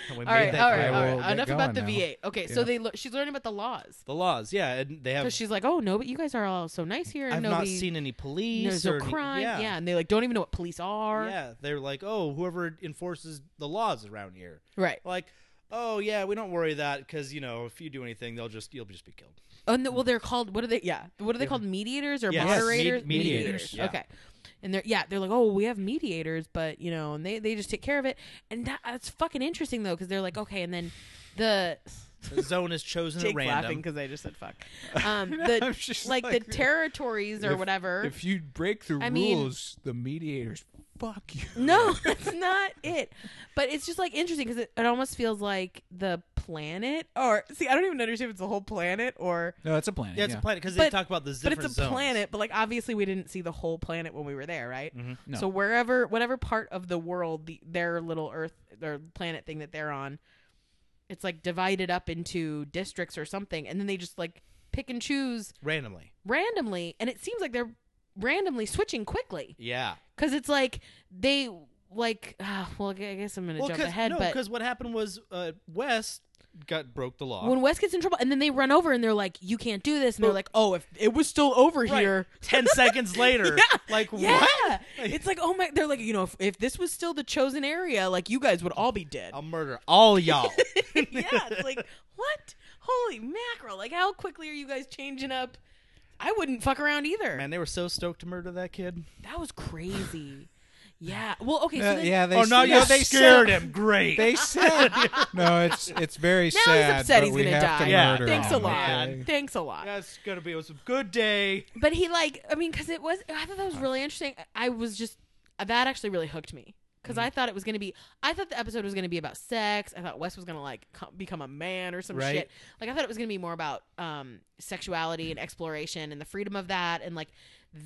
Speaker 1: And we
Speaker 3: All
Speaker 1: made
Speaker 3: right,
Speaker 1: that
Speaker 3: all
Speaker 1: clear.
Speaker 3: right,
Speaker 2: I
Speaker 3: all
Speaker 2: will
Speaker 3: right.
Speaker 2: get
Speaker 3: Enough about the
Speaker 2: going now.
Speaker 3: V8. Okay, so
Speaker 2: Yeah.
Speaker 3: they lo- she's learning about the laws.
Speaker 1: The laws, yeah, and they have.
Speaker 3: Because she's like, oh no, but you guys are all so nice here, and
Speaker 1: I've not
Speaker 3: nobody,
Speaker 1: seen any police
Speaker 3: there's no
Speaker 1: or any-
Speaker 3: crime.
Speaker 1: yeah.
Speaker 3: Yeah. and they like don't even know what police are.
Speaker 1: Yeah, they're like, oh, whoever enforces the laws around here,
Speaker 3: Right.
Speaker 1: like, oh yeah, we don't worry that because you know if you do anything, they'll just you'll just be killed.
Speaker 3: And the, Oh, well, they're called what are they? Yeah, what are they
Speaker 1: Yeah.
Speaker 3: called? Mediators or
Speaker 1: Yes. Yes,
Speaker 3: moderators?
Speaker 1: me- mediators, yeah.
Speaker 3: Okay. And they're yeah, they're like, oh, we have mediators, but you know, and they they just take care of it, and that, that's fucking interesting though, because they're like, okay, and then the
Speaker 1: The zone is chosen at
Speaker 3: Jake's laughing
Speaker 1: random.
Speaker 3: because I just said fuck. Um,
Speaker 2: No,
Speaker 3: the
Speaker 2: I'm just
Speaker 3: like,
Speaker 2: like-
Speaker 3: the territories or
Speaker 2: If-
Speaker 3: whatever.
Speaker 2: If you break the
Speaker 3: I mean-
Speaker 2: rules, the mediators fuck you.
Speaker 3: No, that's not it. But it's just like interesting because it, it almost feels like the planet, or see, I don't even understand if it's the whole planet or.
Speaker 2: No, it's a planet.
Speaker 1: Yeah, it's a planet because they
Speaker 3: But-
Speaker 1: talk about the
Speaker 3: But
Speaker 1: different
Speaker 3: it's a
Speaker 1: zones.
Speaker 3: planet, but like obviously we didn't see the whole planet when we were there, right?
Speaker 1: Mhm.
Speaker 2: No.
Speaker 3: So wherever, whatever part of the world, the, their little Earth, their planet thing that they're on, it's like divided up into districts or something, and then they just like pick and choose
Speaker 1: randomly.
Speaker 3: randomly, and it seems like they're randomly switching quickly
Speaker 1: Yeah.
Speaker 3: because it's like they like. Uh, well, I guess I'm gonna
Speaker 1: Well,
Speaker 3: jump
Speaker 1: because
Speaker 3: ahead, but
Speaker 1: what happened was uh, West got broke the law.
Speaker 3: when Wes gets in trouble, and then they run over and they're like, "You can't do this," and they're
Speaker 1: But-
Speaker 3: like, "Oh, if it was still over
Speaker 1: Right.
Speaker 3: here."
Speaker 1: Ten seconds later,
Speaker 3: Yeah.
Speaker 1: like
Speaker 3: Yeah,
Speaker 1: what?
Speaker 3: it's like oh my! They're like you know if, if this was still the chosen area, like you guys would all be dead.
Speaker 1: I'll murder all y'all.
Speaker 3: yeah, it's like what? Holy mackerel! Like how quickly are you guys changing up? I wouldn't fuck around either.
Speaker 1: Man, they were so stoked to murder that kid.
Speaker 3: That was crazy. yeah. Well, okay. So
Speaker 2: Uh,
Speaker 3: then,
Speaker 2: yeah, they
Speaker 1: oh no,
Speaker 2: said-
Speaker 1: you
Speaker 2: they
Speaker 1: scared
Speaker 2: said-
Speaker 1: him. Great.
Speaker 2: They said no. It's it's very
Speaker 3: Now
Speaker 2: sad.
Speaker 3: he's upset
Speaker 2: but
Speaker 3: he's
Speaker 2: we
Speaker 3: gonna
Speaker 2: have
Speaker 3: die.
Speaker 2: To
Speaker 1: Yeah.
Speaker 2: murder
Speaker 3: Thanks a
Speaker 2: him,
Speaker 3: lot.
Speaker 2: okay?
Speaker 3: Thanks a lot.
Speaker 1: That's gonna be a good day.
Speaker 3: But he like, I mean, because it was, I thought that was really interesting. I was just that actually really hooked me because
Speaker 1: Mm.
Speaker 3: I thought it was gonna be, I thought the episode was gonna be about sex. I thought Wes was gonna like co- become a man or some
Speaker 1: Right.
Speaker 3: shit. Like I thought it was gonna be more about um sexuality and exploration and the freedom of that and like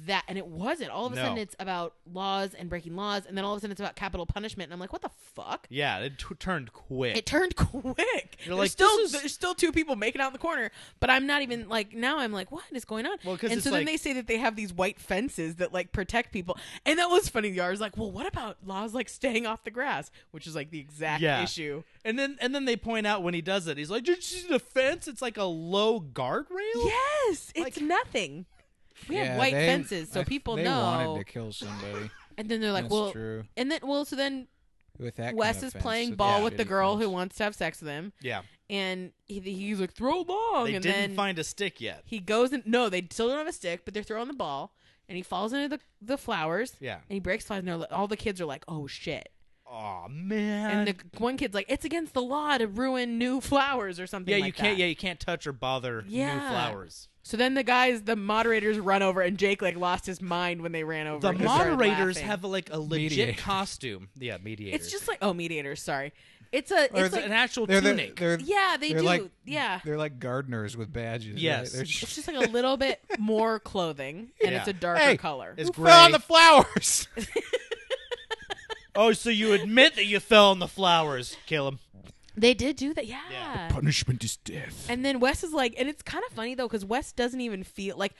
Speaker 3: that. And it wasn't. All of a
Speaker 1: No.
Speaker 3: sudden, it's about laws and breaking laws, and then all of a sudden, it's about capital punishment. And I'm like, what the fuck?
Speaker 1: Yeah, it t- turned quick.
Speaker 3: It turned quick.
Speaker 1: You're
Speaker 3: there's
Speaker 1: like,
Speaker 3: still
Speaker 1: this is-
Speaker 3: there's still two people making out in the corner, but I'm not even like now. I'm like, what is going on?
Speaker 1: Well, 'cause
Speaker 3: and
Speaker 1: it's
Speaker 3: so then
Speaker 1: like-
Speaker 3: they say that they have these white fences that like protect people, and that was funny. Yar's like, well, what about laws like staying off the grass, which is like the exact
Speaker 1: Yeah.
Speaker 3: issue.
Speaker 1: and then and then they point out when he does it, he's like, "Did you see the fence? It's like a low guardrail."
Speaker 3: Yes, it's
Speaker 1: Like-
Speaker 3: nothing. We
Speaker 2: Yeah,
Speaker 3: have white
Speaker 2: they-
Speaker 3: fences, so
Speaker 2: I-
Speaker 3: people
Speaker 2: they
Speaker 3: know.
Speaker 2: wanted to kill somebody.
Speaker 3: and then they're like,
Speaker 2: That's
Speaker 3: well,
Speaker 2: true.
Speaker 3: and then well, so then
Speaker 2: With that,
Speaker 3: Wes
Speaker 2: kind of
Speaker 3: is
Speaker 2: fence,
Speaker 3: playing
Speaker 2: it's a
Speaker 3: ball
Speaker 2: shitty
Speaker 3: with the girl
Speaker 2: fence.
Speaker 3: who wants to have sex with him,
Speaker 1: Yeah.
Speaker 3: and he, he's like, throw long,
Speaker 1: They
Speaker 3: Oh,
Speaker 1: didn't
Speaker 3: and then
Speaker 1: find a stick yet.
Speaker 3: He goes and no, they still don't have a stick, but they're throwing the ball, and he falls into the the flowers,
Speaker 1: Yeah.
Speaker 3: and he breaks flowers, and they're, li- all the kids are like, "Oh shit!"
Speaker 1: Oh man.
Speaker 3: And the one kid's like, "It's against the law to ruin new flowers or something."
Speaker 1: yeah, you
Speaker 3: like
Speaker 1: can't.
Speaker 3: that."
Speaker 1: Yeah, you can't touch or bother new
Speaker 3: Yeah.
Speaker 1: flowers.
Speaker 3: So then the guys, the moderators, run over, and Jake like lost his mind when they ran over.
Speaker 1: The
Speaker 3: and he started
Speaker 1: moderators
Speaker 3: laughing.
Speaker 1: have like a legit
Speaker 2: Mediators.
Speaker 1: costume. Yeah, mediators.
Speaker 3: It's just like oh, mediators. Sorry, it's a
Speaker 2: Or
Speaker 3: it's
Speaker 1: It's
Speaker 3: like
Speaker 1: an actual
Speaker 2: They're the-
Speaker 1: tunic.
Speaker 2: they're-
Speaker 3: yeah, they
Speaker 2: they're
Speaker 3: do
Speaker 2: like-
Speaker 3: yeah.
Speaker 2: They're like gardeners with badges.
Speaker 1: Yes.
Speaker 2: right? They're just-
Speaker 3: It's just like a little bit more clothing, and
Speaker 1: Yeah.
Speaker 3: it's a darker
Speaker 2: Hey,
Speaker 3: color.
Speaker 1: it's
Speaker 2: Who fell on
Speaker 1: gray.
Speaker 2: the flowers.
Speaker 1: oh, so you admit that you fell on the flowers? Kill him.
Speaker 3: They did do that,
Speaker 1: Yeah.
Speaker 3: yeah.
Speaker 2: Punishment is death.
Speaker 3: And then Wes is like, and it's kind of funny though, because Wes doesn't even feel like.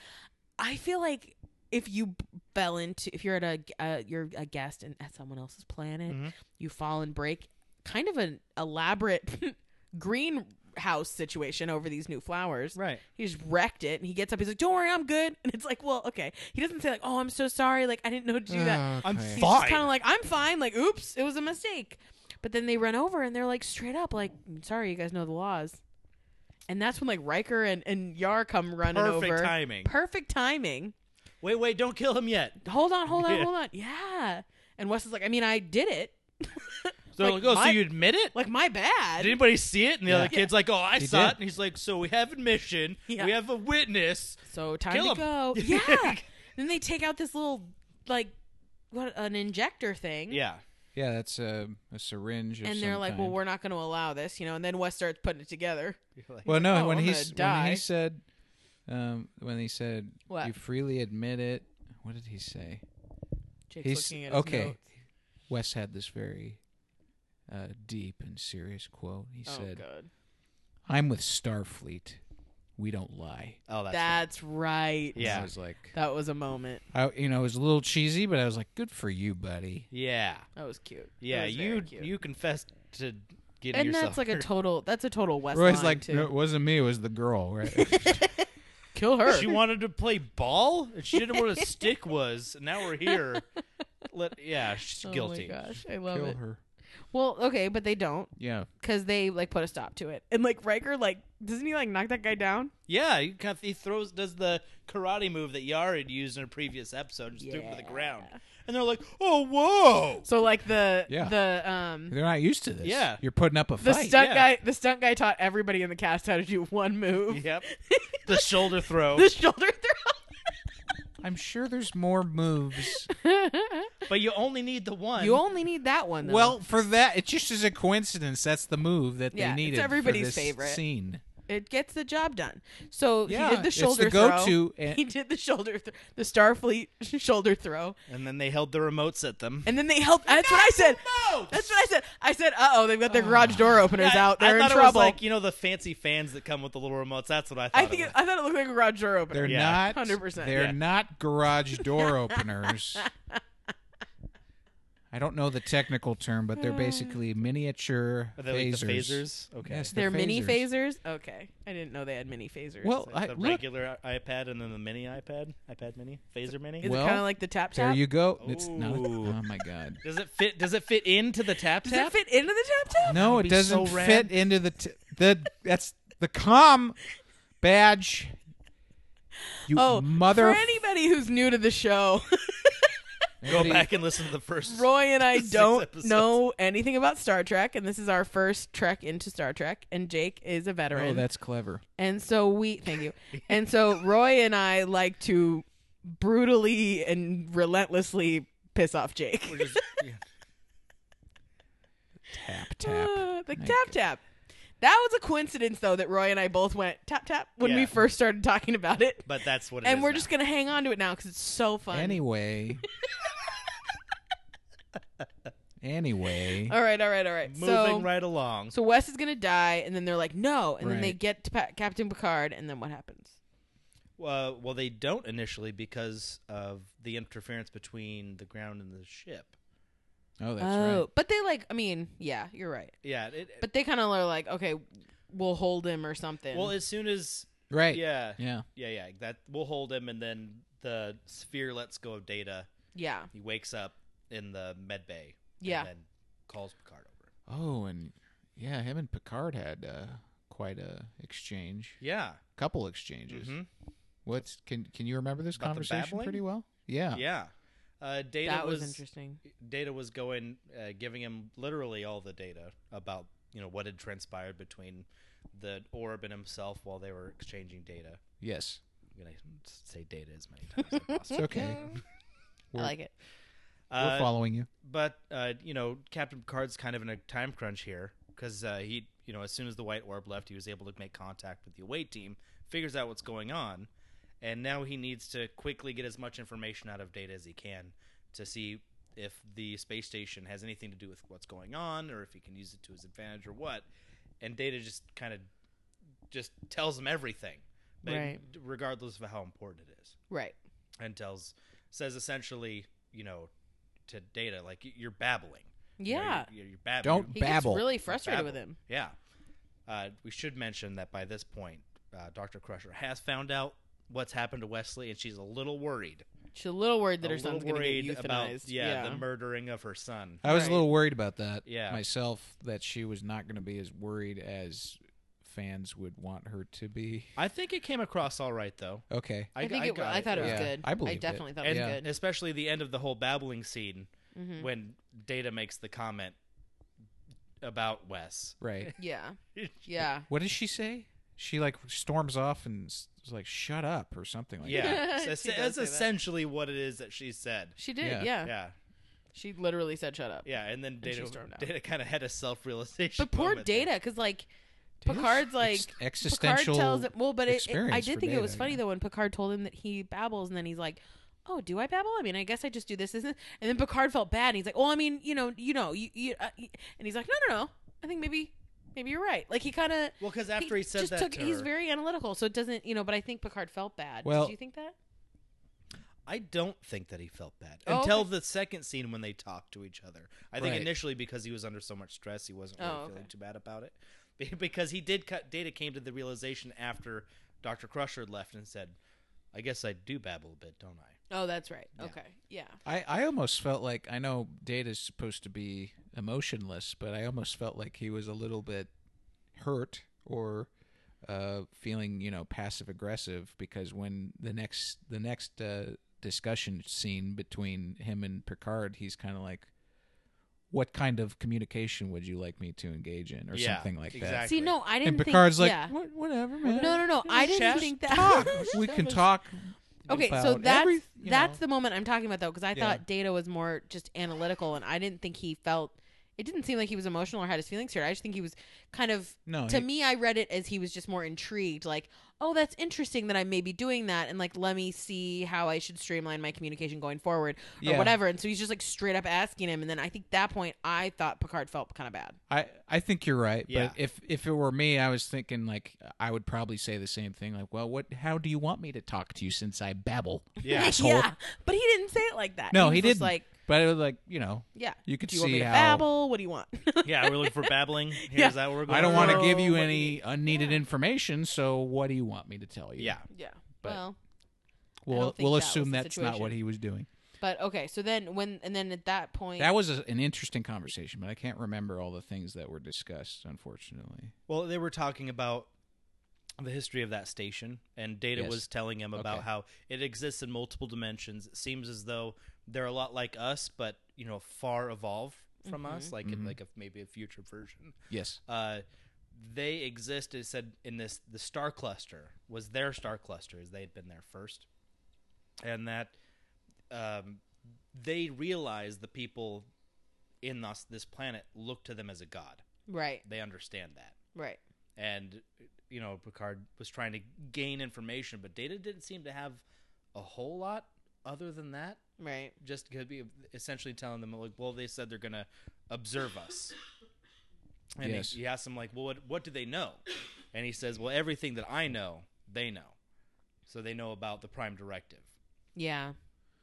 Speaker 3: I feel like if you b- fell into, if you're at a, uh, you're a guest and at someone else's planet,
Speaker 1: Mhm.
Speaker 3: you fall and break kind of an elaborate green house situation over these new flowers.
Speaker 1: Right.
Speaker 3: He just wrecked it, and he gets up. He's like, "Don't worry, I'm good." And it's like, "Well, okay." He doesn't say like, "Oh, I'm so sorry. Like, I didn't know to do that."
Speaker 1: I'm
Speaker 2: Okay.
Speaker 1: fucked. Fine.
Speaker 3: Kind of like, "I'm fine." Like, "Oops, it was a mistake." But then they run over, and they're like, straight up, like, "Sorry, you guys know the laws." And that's when like Riker and and Yar come running
Speaker 1: Perfect
Speaker 3: over.
Speaker 1: timing.
Speaker 3: Perfect timing.
Speaker 1: Wait, wait, don't kill him yet.
Speaker 3: Hold on, hold on,
Speaker 1: Yeah.
Speaker 3: hold on. Yeah. And Wes is like, "I mean, I did it.
Speaker 1: So,
Speaker 3: Like,
Speaker 1: oh, so
Speaker 3: my-
Speaker 1: you admit it?
Speaker 3: Like, my bad."
Speaker 1: Did anybody see it? And the
Speaker 2: Yeah.
Speaker 1: other kid's like, "Oh, I
Speaker 2: He
Speaker 1: saw
Speaker 2: did.
Speaker 1: it." And he's like, "So we have admission.
Speaker 3: Yeah.
Speaker 1: We have a witness.
Speaker 3: So time
Speaker 1: Kill
Speaker 3: to
Speaker 1: him.
Speaker 3: go. Yeah. then they take out this little like what an injector thing.
Speaker 1: Yeah,
Speaker 2: Yeah, that's a, a syringe. Of
Speaker 3: And
Speaker 2: some
Speaker 3: they're like, well,
Speaker 2: kind.
Speaker 3: we're not going to allow this, you know. And then Wes starts putting it together.
Speaker 2: Well, no.
Speaker 3: "Oh,
Speaker 2: when
Speaker 3: I'm
Speaker 2: he
Speaker 3: gonna
Speaker 2: s- when
Speaker 3: die."
Speaker 2: he said, um, when he said,
Speaker 3: What?
Speaker 2: you freely admit it. What did he say?
Speaker 3: Jake's
Speaker 2: He's-
Speaker 3: looking at his
Speaker 2: okay.
Speaker 3: notes.
Speaker 2: Wes had this very uh, deep and serious quote. He
Speaker 3: Oh
Speaker 2: said,
Speaker 3: god,
Speaker 2: "I'm with Starfleet. We don't lie."
Speaker 1: Oh, that's
Speaker 3: that's right.
Speaker 2: And
Speaker 1: Yeah.
Speaker 2: I was like,
Speaker 3: that was a moment.
Speaker 2: I, you know, it was a little cheesy, but I was like, "Good for you, buddy."
Speaker 1: yeah,
Speaker 3: That was cute. That
Speaker 1: yeah.
Speaker 3: was
Speaker 1: You
Speaker 3: very cute.
Speaker 1: you confessed to getting
Speaker 3: and
Speaker 1: yourself
Speaker 3: that's like a
Speaker 1: hurt.
Speaker 3: total. That's a total Wes
Speaker 2: Roy's
Speaker 3: line,
Speaker 2: like,
Speaker 3: too.
Speaker 2: "No, it wasn't me. It was the girl." Right?
Speaker 3: Kill her.
Speaker 1: She wanted to play ball, and she didn't know what a stick was. And now we're here. Let yeah, she's
Speaker 3: oh
Speaker 1: guilty.
Speaker 3: my gosh, I love
Speaker 2: Kill
Speaker 3: it.
Speaker 2: her.
Speaker 3: Well, okay, but they don't
Speaker 2: Yeah.
Speaker 3: because they like put a stop to it. And like Riker, like doesn't he like knock that guy down?
Speaker 1: Yeah, he, kind of, he throws does the karate move that Yara had used in a previous episode, just threw him to the
Speaker 3: Yeah.
Speaker 1: ground, and they're like, "Oh, whoa!"
Speaker 3: So like the
Speaker 2: Yeah.
Speaker 3: the um
Speaker 2: They're not used to this.
Speaker 1: Yeah.
Speaker 2: You're putting up a
Speaker 3: The
Speaker 2: fight.
Speaker 3: stunt
Speaker 1: yeah.
Speaker 3: guy, the stunt guy taught everybody in the cast how to do one move:
Speaker 1: Yep, the shoulder throw.
Speaker 3: the shoulder throw.
Speaker 2: I'm sure there's more moves.
Speaker 1: But you only need the one.
Speaker 3: you only need that one. Though.
Speaker 2: Well, for that, it just is a coincidence. That's the move that
Speaker 3: Yeah,
Speaker 2: they
Speaker 3: it's
Speaker 2: needed.
Speaker 3: everybody's
Speaker 2: for this
Speaker 3: favorite.
Speaker 2: scene.
Speaker 3: it gets the job done. So
Speaker 2: Yeah,
Speaker 3: he did the
Speaker 2: it's the
Speaker 3: shoulder
Speaker 2: go-to,
Speaker 3: throw.
Speaker 2: and-
Speaker 3: He did the shoulder, th- the Starfleet shoulder throw,
Speaker 1: and then they held the remotes at them.
Speaker 3: and then they helped. That's what I said.
Speaker 1: remotes!
Speaker 3: That's what I said. I said, "Uh oh, they've got their garage door openers out. They're
Speaker 1: I
Speaker 3: in
Speaker 1: thought
Speaker 3: trouble."
Speaker 1: It was like you know the fancy fans that come with the little remotes. That's what I thought.
Speaker 3: I think
Speaker 1: it
Speaker 3: it,
Speaker 1: was.
Speaker 3: I thought it looked like a garage door opener.
Speaker 2: They're
Speaker 1: Yeah.
Speaker 2: not.
Speaker 3: 100%,
Speaker 2: They're
Speaker 1: yeah.
Speaker 2: not garage door openers. I don't know the technical term, but they're
Speaker 3: Uh.
Speaker 2: basically miniature
Speaker 1: Are they like
Speaker 2: phasers.
Speaker 1: the phasers? Okay.
Speaker 2: Yes,
Speaker 3: They're
Speaker 2: the
Speaker 3: mini
Speaker 2: phasers.
Speaker 3: phasers. Okay, I didn't know they had mini phasers.
Speaker 2: Well,
Speaker 1: Like
Speaker 2: I,
Speaker 1: the
Speaker 2: look,
Speaker 1: regular i- iPad and then the mini iPad, iPad mini, phaser mini.
Speaker 3: is
Speaker 2: well,
Speaker 3: it kind of like the tap
Speaker 2: there
Speaker 3: tap?
Speaker 2: you go. It's not.
Speaker 1: Ooh.
Speaker 2: Oh my god.
Speaker 1: does it fit? Does it fit into the tap
Speaker 3: Does
Speaker 1: tap?
Speaker 3: it fit into the tap tap?
Speaker 2: No,
Speaker 1: would
Speaker 2: it
Speaker 1: be so
Speaker 2: doesn't
Speaker 1: rad.
Speaker 2: fit into the t- the. That's the com badge. You
Speaker 3: Oh,
Speaker 2: mother.
Speaker 3: for anybody who's new to the show,
Speaker 1: Go
Speaker 2: Nobody-
Speaker 1: back and listen to the first.
Speaker 3: Roy and I
Speaker 1: Six
Speaker 3: don't
Speaker 1: episodes.
Speaker 3: know anything about Star Trek, and this is our first trek into Star Trek. And Jake is a veteran,
Speaker 2: Oh, that's clever.
Speaker 3: and so we thank you. and so Roy and I like to brutally and relentlessly piss off Jake.
Speaker 1: We're just- yeah.
Speaker 2: Tap tap.
Speaker 3: Uh, the
Speaker 2: Like-
Speaker 3: tap tap. That was a coincidence, though, that Roy and I both went tap tap when we
Speaker 1: Yeah.
Speaker 3: first started talking about it.
Speaker 1: But that's what. it
Speaker 3: And
Speaker 1: is
Speaker 3: we're
Speaker 1: now.
Speaker 3: just gonna hang on to it now because it's so fun.
Speaker 2: Anyway. anyway.
Speaker 3: All right, all right, all right.
Speaker 1: moving
Speaker 3: so,
Speaker 1: right along.
Speaker 3: So Wes is gonna die, and then they're like, no, and then they
Speaker 2: Right.
Speaker 3: get to pa- Captain Picard, and then what happens?
Speaker 1: Uh, well, they don't initially because of the interference between the ground and the ship.
Speaker 2: Oh, that's right.
Speaker 3: but they like, I mean, yeah, you're right.
Speaker 1: Yeah. It,
Speaker 3: But they kind of are like, okay, we'll hold him or something.
Speaker 1: well, as soon as
Speaker 2: Right.
Speaker 1: yeah,
Speaker 2: Yeah.
Speaker 1: yeah, yeah, that we'll hold him, and then the sphere lets go of Data.
Speaker 3: yeah,
Speaker 1: He wakes up in the med bay.
Speaker 3: Yeah.
Speaker 1: And then calls Picard over.
Speaker 2: Oh, and yeah, him and Picard had uh, quite a exchange.
Speaker 1: Yeah.
Speaker 2: Couple exchanges.
Speaker 1: Mhm.
Speaker 2: What's can can you remember this
Speaker 1: About the
Speaker 2: conversation
Speaker 1: babbling?
Speaker 2: pretty well? Yeah.
Speaker 1: Yeah. Uh, data
Speaker 3: Oh. that was,
Speaker 1: was,
Speaker 3: interesting.
Speaker 1: data was going, uh, giving him literally all the data about you know what had transpired between the orb and himself while they were exchanging data.
Speaker 2: Yes.
Speaker 1: I'm gonna say data as many times as
Speaker 2: It's
Speaker 1: possible.
Speaker 2: okay.
Speaker 3: I
Speaker 2: We're-
Speaker 3: like it.
Speaker 2: We're
Speaker 1: Uh,
Speaker 2: following you.
Speaker 1: but uh, you know, Captain Picard's kind of in a time crunch here because uh, he, you know, as soon as the white orb left, he was able to make contact with the away team, figures out what's going on, and now he needs to quickly get as much information out of Data as he can to see if the space station has anything to do with what's going on, or if he can use it to his advantage, or what. And Data just kind of just tells him everything, but
Speaker 3: Right.
Speaker 1: regardless of how important it is
Speaker 3: Right.
Speaker 1: and tells says essentially, you know, to Data like y- you're babbling. You know,
Speaker 3: Yeah,
Speaker 1: you're, you're babbling.
Speaker 2: Don't
Speaker 3: he
Speaker 2: babble.
Speaker 3: gets really frustrated with
Speaker 1: Babble.
Speaker 3: him.
Speaker 1: Yeah, Uh, we should mention that by this point, uh, Dr. Crusher has found out what's happened to Wesley, and she's a little worried.
Speaker 3: She's a little worried that
Speaker 1: a
Speaker 3: her son's
Speaker 1: little
Speaker 3: going to
Speaker 1: worried
Speaker 3: get euthanized.
Speaker 1: about yeah, the murdering of her son.
Speaker 2: I was
Speaker 3: Right.
Speaker 2: a little worried about that
Speaker 1: Yeah.
Speaker 2: myself, that she was not going to be as worried as fans would want her to be.
Speaker 1: I think it came across all right though.
Speaker 2: Okay.
Speaker 3: I, think it, wa-
Speaker 1: got
Speaker 3: I thought it was
Speaker 2: Yeah,
Speaker 3: good.
Speaker 2: I believed it.
Speaker 3: definitely thought it
Speaker 1: and
Speaker 3: was
Speaker 2: Yeah.
Speaker 3: good.
Speaker 1: especially the end of the whole babbling scene
Speaker 3: Mhm.
Speaker 1: when Data makes the comment about Wes.
Speaker 2: Right.
Speaker 3: Yeah. Yeah.
Speaker 2: What does she say? She like storms off and s- is like, shut up or something like that.
Speaker 1: Yeah,
Speaker 3: She
Speaker 1: that's,
Speaker 3: does
Speaker 1: that's
Speaker 3: say that.
Speaker 1: essentially what it is that she said.
Speaker 3: She did.
Speaker 2: Yeah.
Speaker 3: Yeah.
Speaker 1: Yeah,
Speaker 3: She literally said, shut up.
Speaker 1: yeah, and then
Speaker 3: she
Speaker 1: Data
Speaker 3: stormed out.
Speaker 1: Data kind of had a self realization.
Speaker 3: But poor Data, because, like,
Speaker 2: Dude,
Speaker 3: Picard's like.
Speaker 2: ex- existential.
Speaker 3: Picard tells it. Well, but it, it- I
Speaker 2: experience
Speaker 3: did
Speaker 2: for
Speaker 3: think it
Speaker 2: Data,
Speaker 3: was funny,
Speaker 2: yeah.
Speaker 3: though, when Picard told him that he babbles, and then he's like, Oh, do I babble? I mean, I guess I just do this, isn't? And then Picard felt bad, and he's like, "Well, I mean, you know, you know, you, you uh, y-" and he's like, "No, no, no. I think maybe, maybe you're right." Like he kind of
Speaker 1: Well, because after he, said
Speaker 3: just
Speaker 1: that,
Speaker 3: took,
Speaker 1: to
Speaker 3: he's
Speaker 1: her-
Speaker 3: very analytical, so it doesn't, you know. But I think Picard felt bad.
Speaker 2: Well-
Speaker 3: Did you think that?
Speaker 1: I don't think that he felt bad
Speaker 3: Oh,
Speaker 1: until
Speaker 3: okay.
Speaker 1: the second scene when they talked to each other. I think
Speaker 2: Right.
Speaker 1: initially because he was under so much stress, he wasn't really
Speaker 3: Oh, okay.
Speaker 1: feeling too bad about it. Be- Because he did cut data came to the realization after Doctor Crusher left and said, "I guess I do babble a bit, don't I?"
Speaker 3: Oh, that's right.
Speaker 1: Yeah.
Speaker 3: Okay, yeah.
Speaker 2: I, I almost felt like I know Data's supposed to be emotionless, but I almost felt like he was a little bit hurt or uh, feeling you know passive aggressive because when the next the next uh, discussion scene between him and Picard, he's kind of like, "What kind of communication would you like me to engage in?" or
Speaker 1: Yeah,
Speaker 2: something like
Speaker 1: exactly.
Speaker 3: See, no,
Speaker 2: that.
Speaker 3: I didn't.
Speaker 2: And Picard's
Speaker 3: think,
Speaker 2: like,
Speaker 3: yeah.
Speaker 2: "What- "Whatever, man.
Speaker 3: no, no, no. I didn't
Speaker 1: Just
Speaker 3: think that.
Speaker 2: Talk. we can talk."
Speaker 3: okay, so
Speaker 2: about
Speaker 3: that's
Speaker 2: every- you
Speaker 3: that's
Speaker 2: know."
Speaker 3: the moment I'm talking about though, because I
Speaker 2: Yeah.
Speaker 3: thought Data was more just analytical, and I didn't think he felt. It didn't seem like he was emotional or had his feelings hurt. I just think he was kind of.
Speaker 2: no
Speaker 3: To
Speaker 2: Oh, he-
Speaker 3: me, I read it as he was just more intrigued, like, "Oh, that's interesting that I may be doing that," and like, "Let me see how I should streamline my communication going forward, or
Speaker 2: Yeah.
Speaker 3: whatever." And so he's just like straight up asking him, and then I think that point I thought Picard felt kind of bad.
Speaker 2: I, I think you're right,
Speaker 1: Yeah.
Speaker 2: but if if it were me, I was thinking like I would probably say the same thing. Like, well, what? How do you want me to talk to you since I babble?
Speaker 1: Yeah.
Speaker 2: asshole.
Speaker 3: Yeah, but he didn't say it like that.
Speaker 2: No,
Speaker 3: was
Speaker 2: he
Speaker 3: just
Speaker 2: didn't.
Speaker 3: Like,
Speaker 2: But it was like you know,
Speaker 3: yeah.
Speaker 2: you could
Speaker 3: Do you
Speaker 2: see
Speaker 3: want me to
Speaker 2: how
Speaker 3: babble? What do you want?
Speaker 1: yeah, we're looking for babbling. Here's
Speaker 3: Yeah.
Speaker 1: that we're going.
Speaker 2: I don't want to
Speaker 1: for.
Speaker 2: give you
Speaker 3: what
Speaker 2: any unneeded information. So what do you want me to tell you?
Speaker 1: Yeah,
Speaker 3: yeah.
Speaker 2: But-
Speaker 3: well,
Speaker 2: we'll
Speaker 3: don't think
Speaker 2: we'll
Speaker 3: that
Speaker 2: assume
Speaker 3: was the
Speaker 2: that's not what
Speaker 3: situation.
Speaker 2: he was doing.
Speaker 3: but okay. So then when and then at that point,
Speaker 2: That was a, an interesting conversation, but I can't remember all the things that were discussed. Unfortunately,
Speaker 1: Well, they were talking about the history of that station, and Data
Speaker 2: Yes.
Speaker 1: was telling him about
Speaker 2: Okay.
Speaker 1: how it exists in multiple dimensions. It seems as though they're a lot like us, but you know, far evolved from us, like in
Speaker 2: Mhm.
Speaker 1: like a, maybe a future version.
Speaker 2: yes,
Speaker 1: Uh, they exist. It said in this the star cluster was their star cluster, as they had been there first, and that um, they realized the people in this this planet look to them as a god.
Speaker 3: right,
Speaker 1: They understand that
Speaker 3: right.
Speaker 1: and you know Picard was trying to gain information, but Data didn't seem to have a whole lot other than that.
Speaker 3: Right.
Speaker 1: Just could be essentially telling them like, well, they said they're gonna observe us. And he-
Speaker 2: Yes.
Speaker 1: he, asks him like, well, what, what do they know? And he says, well, everything that I know, they know. So they know about the Prime Directive.
Speaker 3: Yeah.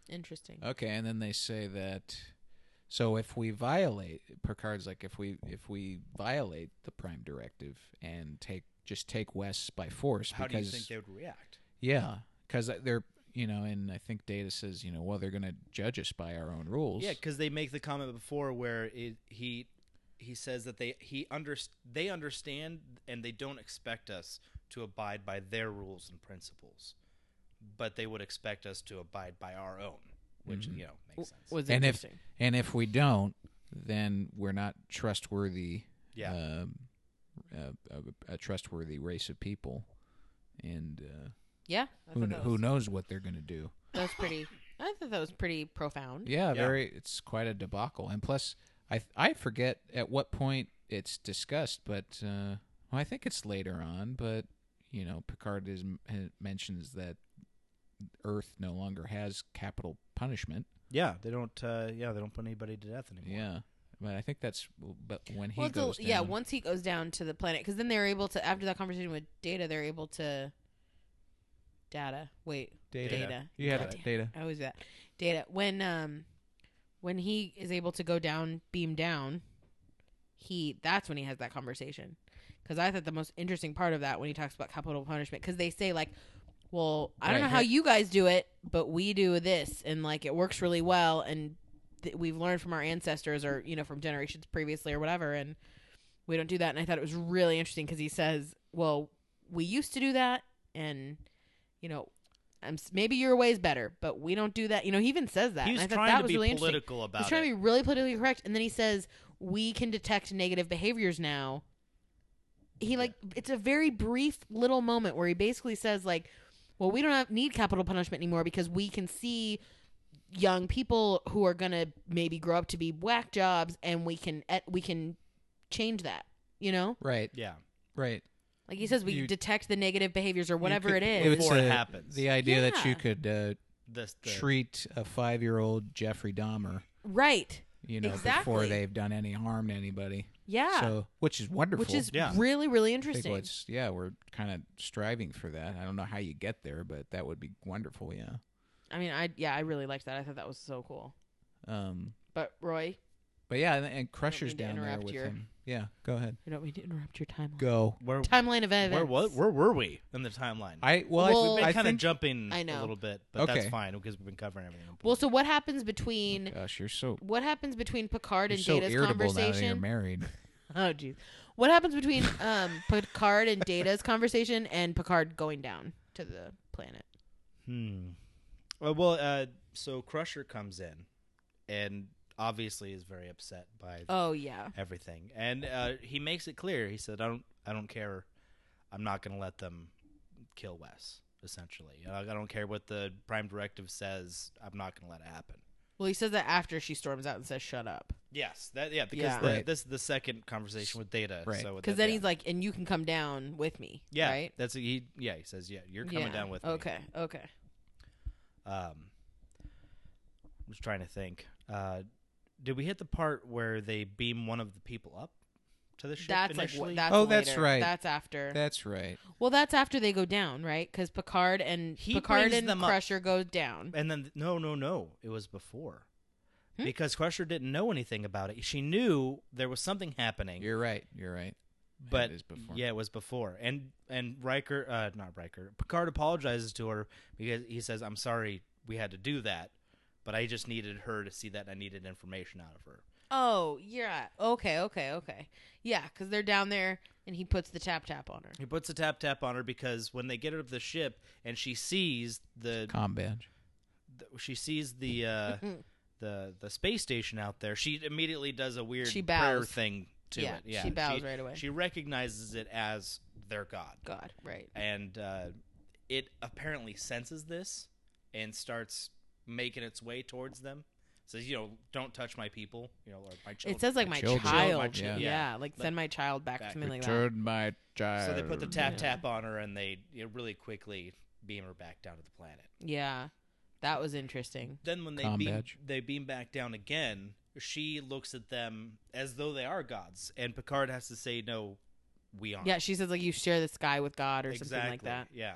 Speaker 3: Interesting.
Speaker 2: Okay, and then they say that. So if we violate, Picard's like, if we if we violate the Prime Directive and take just take West by force,
Speaker 1: How
Speaker 2: because
Speaker 1: do you think they would react?
Speaker 2: yeah, because they're you know, and I think Data says you know, well, they're going to judge us by our own rules.
Speaker 1: Yeah, because they make the comment before where it, he he says that they he under they understand and they don't expect us to abide by their rules and principles, but they would expect us to abide by our own, which
Speaker 2: Mm-hmm.
Speaker 1: you know makes sense.
Speaker 3: Was
Speaker 2: and if
Speaker 3: interesting.
Speaker 2: and if we don't, then we're not trustworthy.
Speaker 1: Yeah.
Speaker 2: um, uh, a, a trustworthy race of people, and uh,
Speaker 3: yeah. I
Speaker 2: who
Speaker 3: thought
Speaker 2: kn-
Speaker 3: that
Speaker 2: who
Speaker 3: was-
Speaker 2: knows what they're going to do.
Speaker 3: That was pretty. I thought that was pretty profound.
Speaker 2: Yeah,
Speaker 1: Yeah.
Speaker 2: very. It's quite a debacle, and plus, I I forget at what point it's discussed, but uh, well, I think it's later on. But you know, Picard is ha- mentions that Earth no longer has capital punishment.
Speaker 1: yeah, they don't. Uh, yeah, they don't put anybody to death
Speaker 2: Yeah, but I think that's but when he
Speaker 3: Well,
Speaker 2: goes,
Speaker 3: it's a- yeah.
Speaker 2: down-
Speaker 3: Once he goes down to the planet, because then they're able to after that conversation with Data, they're able to. Data. Wait.
Speaker 2: Data.
Speaker 3: Data.
Speaker 2: you had
Speaker 3: God
Speaker 2: it, data.
Speaker 3: I always do that. Data when um when he is able to go down beam down, he that's when he has that conversation. because I thought the most interesting part of that when he talks about capital punishment because they say like, well, I don't
Speaker 2: Right,
Speaker 3: know how
Speaker 2: here-
Speaker 3: you guys do it, but we do this and like it works really well and th- we've learned from our ancestors or you know from generations previously or whatever and we don't do that. And I thought it was really interesting because he says, well, we used to do that and you know. I'm, s- maybe your way's better, but we don't do that. You know, he even says that.
Speaker 1: He
Speaker 3: and
Speaker 1: was
Speaker 3: I thought
Speaker 1: trying
Speaker 3: that
Speaker 1: to
Speaker 3: was
Speaker 1: be
Speaker 3: really interesting.
Speaker 1: political about
Speaker 3: He's trying
Speaker 1: it.
Speaker 3: to be really politically correct, and then he says we can detect negative behaviors now. He like it's a very brief little moment where he basically says like, well, we don't have, need capital punishment anymore because we can see young people who are gonna maybe grow up to be whack jobs, and we can eh, we can change that. You know,
Speaker 2: Right.
Speaker 1: yeah.
Speaker 2: Right.
Speaker 3: like he says, we
Speaker 2: You-
Speaker 3: detect the negative behaviors or whatever
Speaker 2: could-
Speaker 3: it is.
Speaker 1: Before
Speaker 2: was
Speaker 1: it
Speaker 2: the-
Speaker 1: happens.
Speaker 2: uh, The idea that you
Speaker 3: Yeah.
Speaker 2: could uh,
Speaker 1: This the,
Speaker 2: treat a five-year-old Jeffrey Dahmer,
Speaker 3: right?
Speaker 2: you know, before
Speaker 3: Exactly.
Speaker 2: they've done any harm to anybody.
Speaker 3: Yeah,
Speaker 2: So, which is wonderful.
Speaker 3: which is
Speaker 1: Yeah.
Speaker 3: really really
Speaker 2: I think
Speaker 3: interesting.
Speaker 2: what's yeah, we're kind of striving for that. I don't know how you get there, but that would be wonderful. Yeah.
Speaker 3: I mean, I yeah, I really liked that. I thought that was so cool.
Speaker 2: Um.
Speaker 3: But Roy,
Speaker 2: But yeah, and, and Crusher's
Speaker 3: mean to
Speaker 2: down there
Speaker 3: interrupt
Speaker 2: with
Speaker 3: your-
Speaker 2: him. Yeah. Go ahead.
Speaker 3: I don't mean to interrupt your timeline.
Speaker 2: Go.
Speaker 1: where
Speaker 3: Timeline of events.
Speaker 1: where what where were we in the timeline?
Speaker 2: I well, I-
Speaker 3: Well-
Speaker 1: We've
Speaker 2: I,
Speaker 1: been kind of
Speaker 2: think.
Speaker 1: jumping
Speaker 3: I know.
Speaker 1: a little bit, but that's
Speaker 2: Okay.
Speaker 1: fine because we've been covering everything.
Speaker 3: Well, so what happens between
Speaker 2: Gosh, you're so
Speaker 3: what happens between Picard
Speaker 2: you're
Speaker 3: and
Speaker 2: so
Speaker 3: Data's
Speaker 2: irritable now that you're
Speaker 3: conversation?
Speaker 2: married.
Speaker 3: Oh, jeez. What happens between um, Picard and Data's conversation and Picard going down to the planet?
Speaker 1: hmm. Uh, well, uh, so Crusher comes in, and obviously is very upset by
Speaker 3: Oh yeah,
Speaker 1: everything, and uh, he makes it clear. He said, "I don't, I don't care. I'm not going to let them kill Wes. Essentially, I I don't care what the Prime Directive says. I'm not going to let it happen."
Speaker 3: Well, he says that after she storms out and says "shut up,"
Speaker 1: Yes, that yeah, because
Speaker 3: Yeah.
Speaker 1: the,
Speaker 2: Right.
Speaker 1: this is the second conversation with Data.
Speaker 2: Right.
Speaker 1: So
Speaker 3: because then
Speaker 1: yeah.
Speaker 3: he's like, "And you can come down with me."
Speaker 1: yeah,
Speaker 3: right.
Speaker 1: that's he. Yeah, he says, yeah, you're coming
Speaker 3: Yeah.
Speaker 1: down with me.
Speaker 3: Okay, okay.
Speaker 1: Um, I'm just trying to think. Uh, did we hit the part where they beam one of the people up to the ship?
Speaker 3: That's like
Speaker 1: initially?
Speaker 3: wh- that's
Speaker 2: Oh, that's
Speaker 3: later.
Speaker 2: right.
Speaker 3: That's after.
Speaker 2: That's right.
Speaker 3: well, that's after they go down, right? Because Picard and
Speaker 1: He
Speaker 3: Picard
Speaker 1: brings
Speaker 3: and
Speaker 1: them up.
Speaker 3: Crusher go down.
Speaker 1: And then no, no, no. It was before.
Speaker 3: Hmm?
Speaker 1: Because Crusher didn't know anything about it. She knew there was something happening,
Speaker 2: You're right. You're right.
Speaker 1: but
Speaker 2: it is before.
Speaker 1: yeah, it was before. And and Riker, uh, not Riker, Picard apologizes to her because he says, "I'm sorry, we had to do that, but I just needed her to see that I needed information out of her."
Speaker 3: Oh, yeah. Okay, okay, okay. Yeah, because they're down there and he puts the tap tap on her.
Speaker 1: He puts a tap tap on her because when they get her to the ship and she sees the
Speaker 2: Com badge.
Speaker 1: th- she sees the uh,
Speaker 3: Mm-hmm.
Speaker 1: the the space station out there, she immediately does a weird
Speaker 3: She
Speaker 1: prayer
Speaker 3: bows.
Speaker 1: thing to
Speaker 3: Yeah,
Speaker 1: it. Yeah,
Speaker 3: she bows right away.
Speaker 1: She recognizes it as their god,
Speaker 3: God, right.
Speaker 1: and uh, it apparently senses this and starts making its way towards them. Says, you know, don't touch my people, you know, or my children.
Speaker 3: It says like my
Speaker 2: Children.
Speaker 3: child.
Speaker 1: My
Speaker 3: yeah.
Speaker 1: children,
Speaker 3: like
Speaker 1: Like,
Speaker 3: send my child back, or
Speaker 1: back.
Speaker 3: something like that.
Speaker 2: Turn my child.
Speaker 1: so they put the tap
Speaker 3: Yeah.
Speaker 1: tap on her, and they you know, really quickly beam her back down to the planet.
Speaker 3: Yeah. That was interesting.
Speaker 1: then when they
Speaker 2: Com
Speaker 1: beam,
Speaker 2: badge.
Speaker 1: they beam back down again, she looks at them as though they are gods, and Picard has to say, "No, we aren't."
Speaker 3: Yeah, she says like you share the sky with God or something like that.
Speaker 1: Yeah.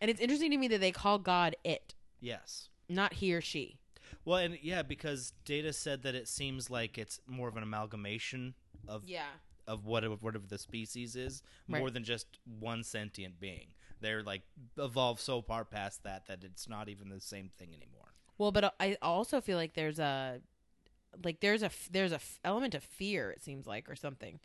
Speaker 3: And it's interesting to me that they call God it,
Speaker 1: Yes.
Speaker 3: not he or she.
Speaker 1: Well, and yeah, because Data said that it seems like it's more of an amalgamation of
Speaker 3: Yeah.
Speaker 1: of whatever whatever the species is,
Speaker 3: Right.
Speaker 1: more than just one sentient being. They're like evolved so far past that that it's not even the same thing anymore.
Speaker 3: Well, but uh, I also feel like there's a like there's a f- there's a f- element of fear it seems like or something.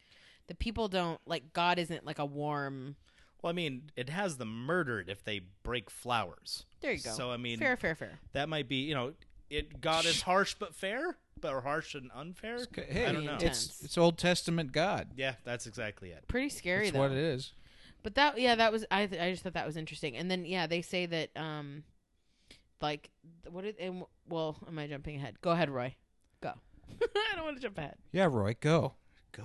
Speaker 3: The people don't like God isn't like a warm
Speaker 1: Well, I mean, it has them murdered if they break flowers.
Speaker 3: There you go.
Speaker 1: So I mean,
Speaker 3: fair, fair, fair.
Speaker 1: that might be you know it god is harsh but fair but or harsh and unfair
Speaker 2: Hey,
Speaker 1: i don't know
Speaker 2: it's
Speaker 3: Intense.
Speaker 2: it's Old Testament God.
Speaker 1: yeah that's exactly it
Speaker 3: Pretty scary
Speaker 2: That's
Speaker 3: though.
Speaker 2: what it is.
Speaker 3: But that, yeah, that was. I, th- I just thought that was interesting. And then, yeah, they say that, um, like, what did? And, well, am I jumping ahead? Go ahead, Roy. Go. I don't want to jump ahead.
Speaker 2: Yeah, Roy, go.
Speaker 1: go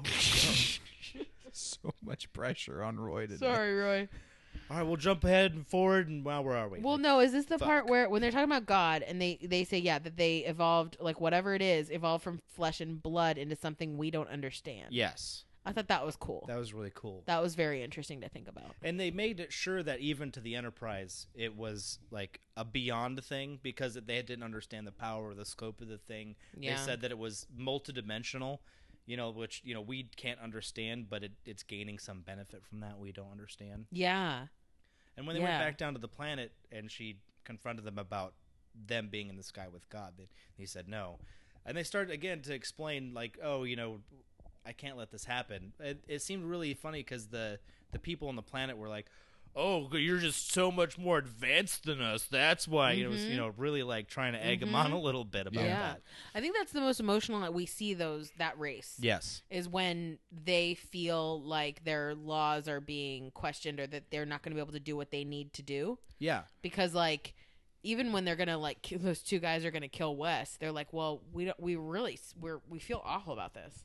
Speaker 2: so much pressure on Roy today.
Speaker 3: Sorry, Roy.
Speaker 1: all right we'll jump ahead and forward and wow where are we
Speaker 3: Well,
Speaker 1: Like,
Speaker 3: no, is this the part
Speaker 1: Fuck.
Speaker 3: where when they're talking about God and they they say, yeah, that they evolved like whatever it is evolved from flesh and blood into something we don't understand.
Speaker 1: yes
Speaker 3: I thought that was cool.
Speaker 1: that was really cool
Speaker 3: that was very interesting to think about.
Speaker 1: and they made it sure that even to the enterprise it was like a beyond thing because they didn't understand the power or the scope of the thing
Speaker 3: Yeah.
Speaker 1: they said that it was multidimensional you know, which you know we can't understand, but it, it's gaining some benefit from that we don't understand.
Speaker 3: Yeah.
Speaker 1: And when they
Speaker 3: Yeah.
Speaker 1: went back down to the planet, and she confronted them about them being in the sky with God, they, he said no, and they started again to explain like, oh, you know, I can't let this happen. It, it seemed really funny because the the people on the planet were like. Oh, you're just so much more advanced than us. That's why you know, it was, you know, really like trying to egg him on a little bit about
Speaker 3: Mm-hmm. Yeah.
Speaker 1: that.
Speaker 3: I think that's the most emotional that we see those that race.
Speaker 1: Yes.
Speaker 3: Is when they feel like their laws are being questioned or that they're not going to be able to do what they need to do.
Speaker 1: Yeah.
Speaker 3: because like even when they're gonna like kill, those two guys are gonna kill Wes, they're like, well, we don't, we really s- we're we feel awful about this,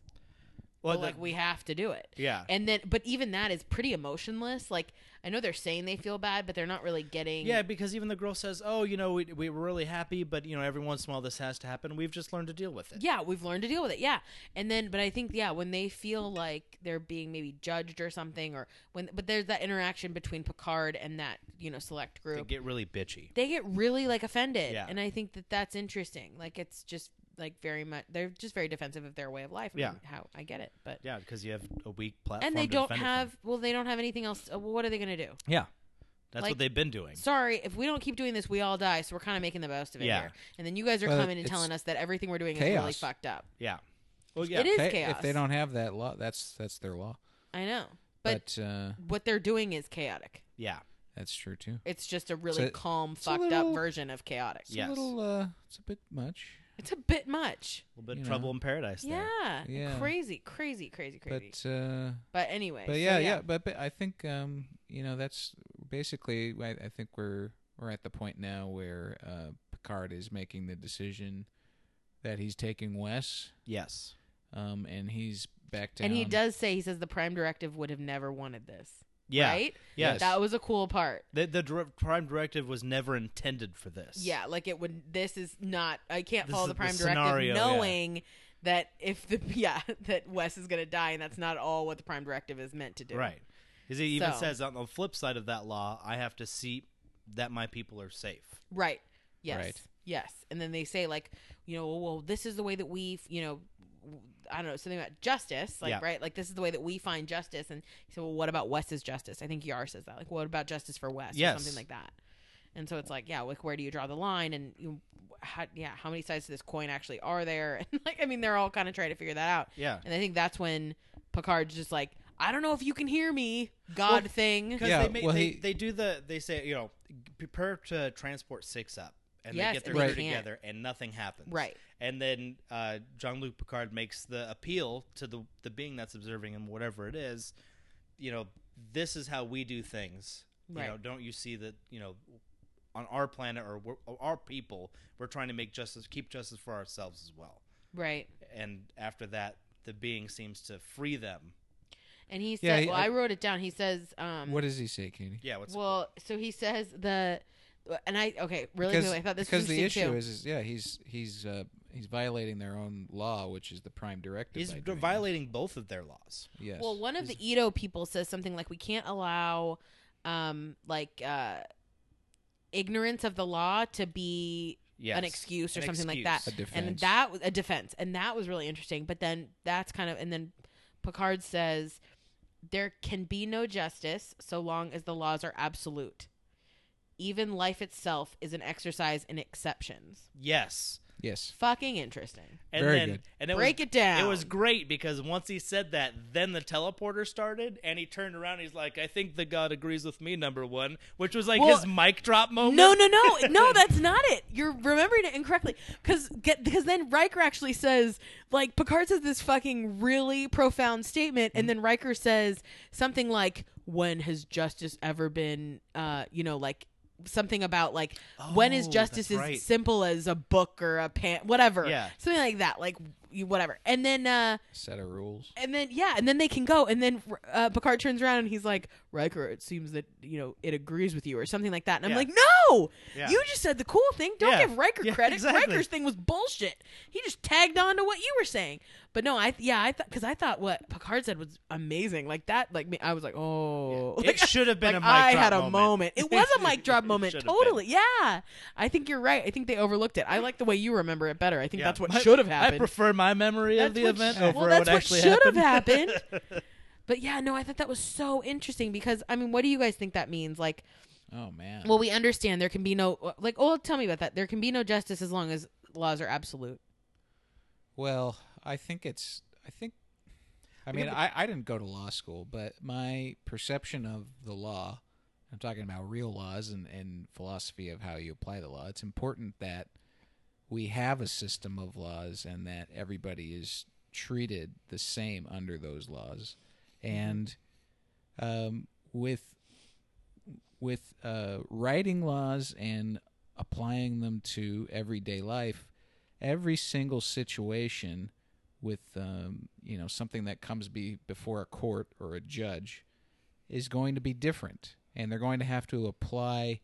Speaker 1: Well,
Speaker 3: but like we have to do it.
Speaker 1: Yeah.
Speaker 3: And then, but even that is pretty emotionless. Like I know they're saying they feel bad, but they're not really getting.
Speaker 1: Yeah, because even the girl says, "Oh, you know, we we were really happy, but you know, every once in a while this has to happen. We've just learned to deal with it."
Speaker 3: yeah, we've learned to deal with it. Yeah, and then, but I think yeah, when they feel like they're being maybe judged or something, or when but there's that interaction between Picard and that you know select
Speaker 1: They
Speaker 3: group,
Speaker 1: get really bitchy.
Speaker 3: they get really like offended
Speaker 1: Yeah.
Speaker 3: and i think that that's interesting like it's just like very much they're just very defensive of their way of life I
Speaker 1: Yeah.
Speaker 3: mean, how i get it but
Speaker 1: Yeah, because you have a weak platform.
Speaker 3: and they
Speaker 1: to
Speaker 3: don't
Speaker 1: defend it
Speaker 3: have well they don't have anything else uh, well, what are they going to do
Speaker 1: from. Yeah, that's
Speaker 3: like-
Speaker 1: what they've been doing.
Speaker 3: sorry if we don't keep doing this we all die so we're kind of making the best of it
Speaker 1: Yeah.
Speaker 3: here and then you guys are
Speaker 2: Well,
Speaker 3: coming and
Speaker 2: it's
Speaker 3: telling us that everything we're doing is really
Speaker 2: chaos.
Speaker 3: fucked up
Speaker 1: Yeah. Well, yeah.
Speaker 3: it is
Speaker 2: They-
Speaker 3: chaos
Speaker 2: If they don't have that law, that's that's their law.
Speaker 3: i know but,
Speaker 2: But, uh,
Speaker 3: what they're doing is chaotic
Speaker 1: Yeah.
Speaker 2: that's true too.
Speaker 3: it's just a really
Speaker 2: a-
Speaker 3: calm
Speaker 2: a
Speaker 3: fucked up
Speaker 2: little-
Speaker 3: version of chaotic
Speaker 2: It's
Speaker 1: Yes.
Speaker 2: a little. Uh, it's a bit much.
Speaker 3: it's a bit much
Speaker 1: A little bit
Speaker 2: You
Speaker 1: of trouble
Speaker 2: know.
Speaker 1: in paradise. There.
Speaker 3: yeah.
Speaker 2: Yeah.
Speaker 3: crazy crazy crazy crazy
Speaker 2: But uh,
Speaker 3: but anyway
Speaker 2: but
Speaker 3: so
Speaker 2: yeah, yeah, But, but I think um, you know that's basically. I, I think we're we're at the point now where uh, Picard is making the decision that he's taking Wes,
Speaker 1: Yes.
Speaker 2: um, and he's back down.
Speaker 3: And he does say he says the prime directive would have never wanted this.
Speaker 1: Yeah.
Speaker 3: Right?
Speaker 1: Yes.
Speaker 3: That was a cool part.
Speaker 1: The the dir- prime directive was never intended for this.
Speaker 3: Yeah, like it would this is not I can't
Speaker 1: This
Speaker 3: follow
Speaker 1: is
Speaker 3: the
Speaker 1: the
Speaker 3: prime directive
Speaker 1: scenario, yeah.
Speaker 3: knowing that if the yeah, that Wes is gonna die and that's not all what the prime directive is meant to do.
Speaker 1: Right. Because he even
Speaker 3: So-
Speaker 1: says on the flip side of that law, I have to see that my people are safe.
Speaker 3: Right. Yes.
Speaker 2: Right.
Speaker 3: Yes. And then they say like, you know, well, this is the way that we, you know, w- I don't know something about justice, like
Speaker 1: Yeah.
Speaker 3: right, like this is the way that we find justice. And he said, well, what about Wes's justice? I think Yar says that, like, what about justice for Wes or
Speaker 1: Yes.
Speaker 3: something like that. And so it's like, yeah, like where do you draw the line? And you, how, yeah, how many sides to this coin actually are there? And like, I mean, they're all kind of trying to figure that out.
Speaker 1: Yeah.
Speaker 3: And I think that's when Picard's just like, I don't know if you can hear me, God
Speaker 1: Well,
Speaker 3: thing.
Speaker 1: Because
Speaker 2: Yeah,
Speaker 1: they, make,
Speaker 2: well,
Speaker 1: they,
Speaker 2: he-
Speaker 1: they do the they say you know prepare to transport six up and
Speaker 3: Yes,
Speaker 1: they get their
Speaker 3: and they
Speaker 1: crew
Speaker 3: can't.
Speaker 1: together and nothing happens
Speaker 3: Right.
Speaker 1: and then uh, Jean Luc Picard makes the appeal to the the being that's observing him whatever it is you know this is how we do things
Speaker 3: Right.
Speaker 1: you know don't you see that you know on our planet or we're, or our people we're trying to make justice keep justice for ourselves as well
Speaker 3: Right.
Speaker 1: and after that the being seems to free them
Speaker 3: And he said,
Speaker 2: Yeah, he-
Speaker 3: well, I, wrote it down. He says, um,
Speaker 2: What does he say, Katie?
Speaker 1: yeah what's
Speaker 3: Well, so he says the, and I okay really
Speaker 2: because,
Speaker 3: quickly, I thought this
Speaker 2: because
Speaker 3: was
Speaker 2: the
Speaker 3: interesting,
Speaker 2: issue
Speaker 3: too.
Speaker 2: is, is yeah he's he's uh, he's violating their own law, which is the prime directive.
Speaker 1: he's
Speaker 2: by doing
Speaker 1: violating both of their laws
Speaker 2: this. Yes.
Speaker 3: well, one of the Edo people says something like we can't allow, um, like uh, ignorance of the law to be
Speaker 1: yes
Speaker 3: an excuse or
Speaker 1: An
Speaker 3: something like
Speaker 1: excuse.
Speaker 3: that.
Speaker 2: A
Speaker 3: And
Speaker 2: defense.
Speaker 3: that was a defense, and that was really interesting. But then that's kind of, and then Picard says there can be no justice so long as the laws are absolute. Even life itself is an exercise in exceptions.
Speaker 1: Yes.
Speaker 2: yes.
Speaker 3: Fucking interesting.
Speaker 1: And
Speaker 2: Very
Speaker 1: then
Speaker 2: good.
Speaker 1: and it
Speaker 3: Break
Speaker 1: was,
Speaker 3: it down.
Speaker 1: It was great because once he said that, then the teleporter started and he turned around and he's like, I think the god agrees with me, number one, which was like
Speaker 3: Well,
Speaker 1: his mic drop moment.
Speaker 3: no, no, no, no. That's not it. You're remembering it incorrectly. Because because then Riker actually says like Picard says this fucking really profound statement,
Speaker 1: Mm.
Speaker 3: and then Riker says something like, "When has justice ever been, uh, you know, like." Something about like when is
Speaker 1: Oh,
Speaker 3: justice
Speaker 1: that's
Speaker 3: as
Speaker 1: right.
Speaker 3: simple as a book or a pant, whatever,
Speaker 1: Yeah.
Speaker 3: something like that, like you- whatever. And then uh,
Speaker 2: Set of rules.
Speaker 3: And then yeah, and then they can go, and then uh, Picard turns around and he's like, "Riker, it seems that you know it agrees with you, or something like that." And I'm
Speaker 1: Yeah.
Speaker 3: like, "No,
Speaker 1: Yeah.
Speaker 3: you just said the cool thing. Don't
Speaker 1: Yeah.
Speaker 3: give Riker
Speaker 1: Yeah,
Speaker 3: credit.
Speaker 1: exactly.
Speaker 3: Riker's thing was bullshit. He just tagged on to what you were saying." But no, I yeah, I thought because I thought what Picard said was amazing. Like that, like me, I was like, oh,
Speaker 1: it should have been
Speaker 3: like,
Speaker 1: a mic
Speaker 3: I
Speaker 1: drop
Speaker 3: had a
Speaker 1: moment.
Speaker 3: moment. It was a mic drop
Speaker 1: It
Speaker 3: moment.
Speaker 1: should have been.
Speaker 3: totally. Yeah. I think you're right. I think they overlooked it. I like the way you remember it better. I think
Speaker 1: Yeah.
Speaker 3: that's what
Speaker 1: My-
Speaker 3: should have
Speaker 1: I
Speaker 3: happened.
Speaker 1: prefer my memory
Speaker 3: That's
Speaker 1: of the
Speaker 3: what
Speaker 1: event
Speaker 3: sh-
Speaker 1: over
Speaker 3: well,
Speaker 1: what
Speaker 3: that's what
Speaker 1: actually
Speaker 3: should have
Speaker 1: happened.
Speaker 3: but yeah, no, I thought that was so interesting because I mean, what do you guys think that means? Like,
Speaker 2: Oh man.
Speaker 3: well, we understand there can be no like. Oh, tell me about that. There can be no justice as long as laws are absolute.
Speaker 2: Well, I think it's. I think. I mean, I, I didn't go to law school, but my perception of the law, I'm talking about real laws and, and philosophy of how you apply the law, it's important that we have a system of laws and that everybody is treated the same under those laws. And um, with with uh, writing laws and applying them to everyday life, every single situation with um, you know something that comes be before a court or a judge is going to be different, and they're going to have to apply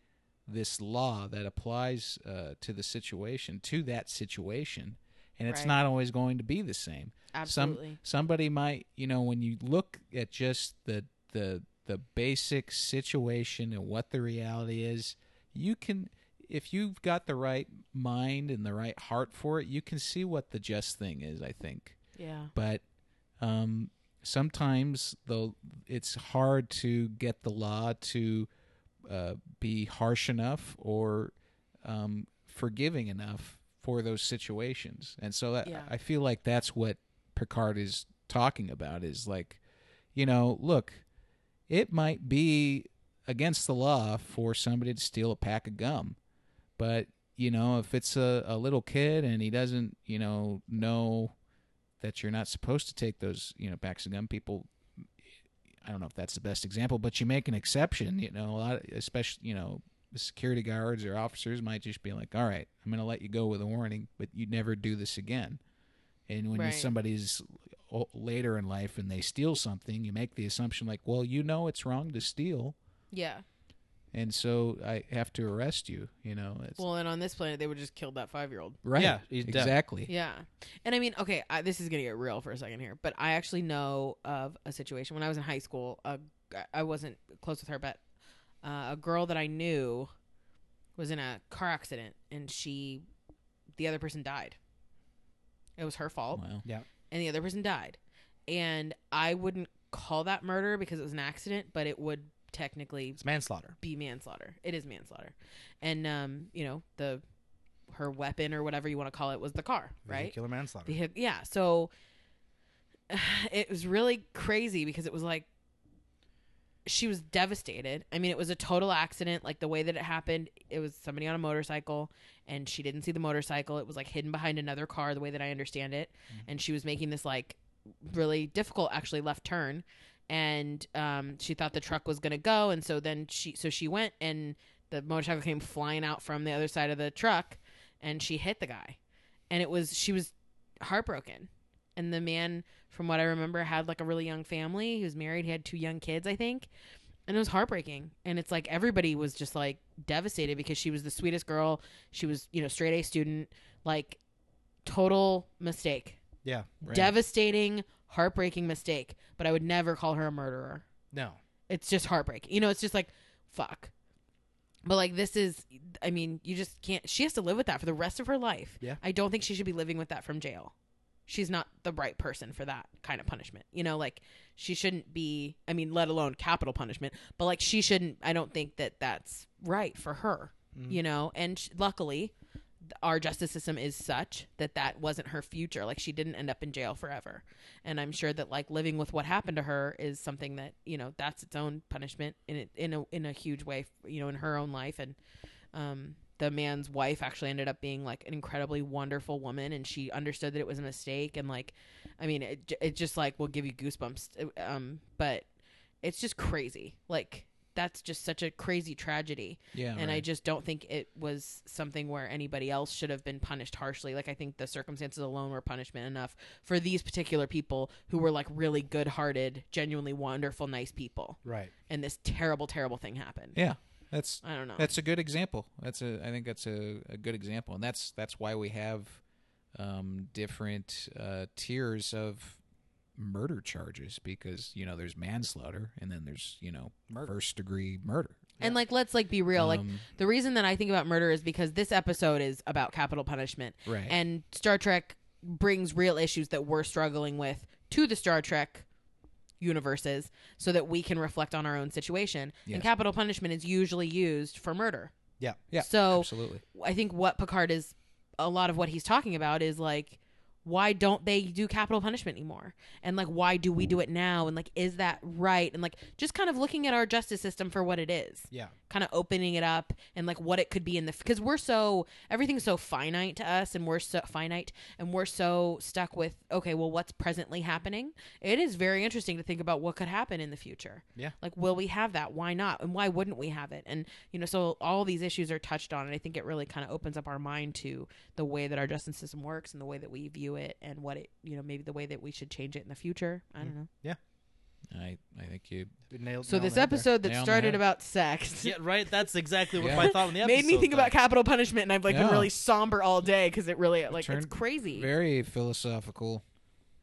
Speaker 2: this law that applies uh, to the situation to that situation, and it's
Speaker 3: Right.
Speaker 2: not always going to be the same. Some,
Speaker 3: Absolutely.
Speaker 2: somebody might, you know, when you look at just the the the basic situation and what the reality is, you can if you've got the right mind and the right heart for it, you can see what the just thing is, I think.
Speaker 3: yeah.
Speaker 2: But um sometimes though it's hard to get the law to uh, be harsh enough or um, forgiving enough for those situations. And so that,
Speaker 3: Yeah.
Speaker 2: I feel like that's what Picard is talking about is like, you know, look, it might be against the law for somebody to steal a pack of gum, but you know, if it's a, a little kid and he doesn't, you know, know that you're not supposed to take those, you know, packs of gum, people I don't know if that's the best example, but you make an exception. You know, a lot, of- especially you know, the security guards or officers might just be like, "All right, I'm going to let you go with a warning, but you never do this again." And when you-
Speaker 3: Right.
Speaker 2: somebody's o- later in life and they steal something, you make the assumption like, "Well, you know it's wrong to steal,
Speaker 3: Yeah.
Speaker 2: and so I have to arrest you." You know, it's,
Speaker 3: Well, and on this planet, they would just kill that five year old.
Speaker 2: right?
Speaker 1: yeah, he's dead.
Speaker 2: exactly.
Speaker 3: Yeah. And I mean, okay, I, this is going to get real for a second here, but I actually know of a situation when I was in high school. A, I wasn't close with her, but uh, a girl that I knew was in a car accident and she, the other person died. It was her fault
Speaker 2: Wow.
Speaker 3: and the other person died. And I wouldn't call that murder because it was an accident, but it would technically
Speaker 1: It's manslaughter.
Speaker 3: be manslaughter. It is manslaughter. And um, you know, the her weapon or whatever you want to call it was the car, right?
Speaker 1: Vehicular manslaughter.
Speaker 3: Vehi- yeah. So it was really crazy because it was like she was devastated. I mean, it was a total accident. Like the way that it happened, it was somebody on a motorcycle and she didn't see the motorcycle. It was like hidden behind another car, the way that I understand it. And she was making this like really difficult, actually, left turn. And um, she thought the truck was going to go. And so then she, so she went and the motorcycle came flying out from the other side of the truck and she hit the guy. And it was, she was heartbroken. And the man, from what I remember, had like a really young family. He was married. He had two young kids, I think. And it was heartbreaking. And it's like everybody was just like devastated because she was the sweetest girl. She was, you know, straight A student. Like, total mistake.
Speaker 1: yeah.
Speaker 2: Right.
Speaker 3: Devastating, heartbreaking mistake. But I would never call her a murderer.
Speaker 1: No.
Speaker 3: It's just heartbreaking. You know, it's just like, fuck. But like, this is, I mean, you just can't, she has to live with that for the rest of her life.
Speaker 1: Yeah.
Speaker 3: I don't think she should be living with that from jail. She's not the right person for that kind of punishment. You know, like she shouldn't be, I mean, let alone capital punishment, but like she shouldn't, I don't think that that's right for her, you know? And sh- luckily, th- our justice system is such that that wasn't her future. Like she didn't end up in jail forever. And I'm sure that like living with what happened to her is something that, you know, that's its own punishment in it, in a, in a huge way, you know, in her own life. And, um, the man's wife actually ended up being like an incredibly wonderful woman and she understood that it was a mistake and like i mean it, j- it just like will give you goosebumps um but it's just crazy like that's just such a crazy tragedy
Speaker 2: Yeah.
Speaker 3: and
Speaker 2: Oh,
Speaker 3: i
Speaker 2: right.
Speaker 3: just don't think it was something where anybody else should have been punished harshly like i think the circumstances alone were punishment enough for these particular people who were like really good-hearted genuinely wonderful nice people
Speaker 1: Right.
Speaker 3: and this terrible terrible thing happened
Speaker 2: yeah. That's
Speaker 3: i don't know
Speaker 2: That's a good example. That's a I think that's a, a good example, and that's that's why we have um, different uh, tiers of murder charges because you know there's manslaughter and then there's you know first degree murder.
Speaker 3: And like let's like be real. like
Speaker 2: Um,
Speaker 3: the reason that I think about murder is because this episode is about capital punishment.
Speaker 2: Right.
Speaker 3: And Star Trek brings real issues that we're struggling with to the Star Trek universes so that we can reflect on our own situation.
Speaker 2: Yes.
Speaker 3: And capital punishment is usually used for murder.
Speaker 1: Yeah.
Speaker 2: Yeah,
Speaker 3: So
Speaker 2: absolutely.
Speaker 3: I think what Picard is a lot of what he's talking about is like why don't they do capital punishment anymore? And like why do we do it now? And like is that right? And like just kind of looking at our justice system for what it is
Speaker 1: Yeah.
Speaker 3: kind of opening it up and like what it could be in the because we're so everything's so finite to us and we're so finite and we're so stuck with okay well what's presently happening it is very interesting to think about what could happen in the future
Speaker 1: Yeah.
Speaker 3: like will we have that why not and why wouldn't we have it and you know so all these issues are touched on and i think it really kind of opens up our mind to the way that our justice system works and the way that we view it and what it you know maybe the way that we should change it in the future i don't know
Speaker 2: I I think you
Speaker 1: Nailed,
Speaker 3: so
Speaker 1: Hmm. nailed
Speaker 3: this
Speaker 1: that there.
Speaker 3: episode
Speaker 2: Nail
Speaker 3: that
Speaker 2: on the head.
Speaker 3: started about sex
Speaker 1: Yeah, right. That's exactly what
Speaker 2: Yeah.
Speaker 1: my thought on the episode
Speaker 3: made me think about
Speaker 1: though.
Speaker 3: capital punishment, and I've like
Speaker 2: Yeah.
Speaker 3: been really somber all day because it really like it's
Speaker 2: turned
Speaker 3: crazy.
Speaker 2: very philosophical.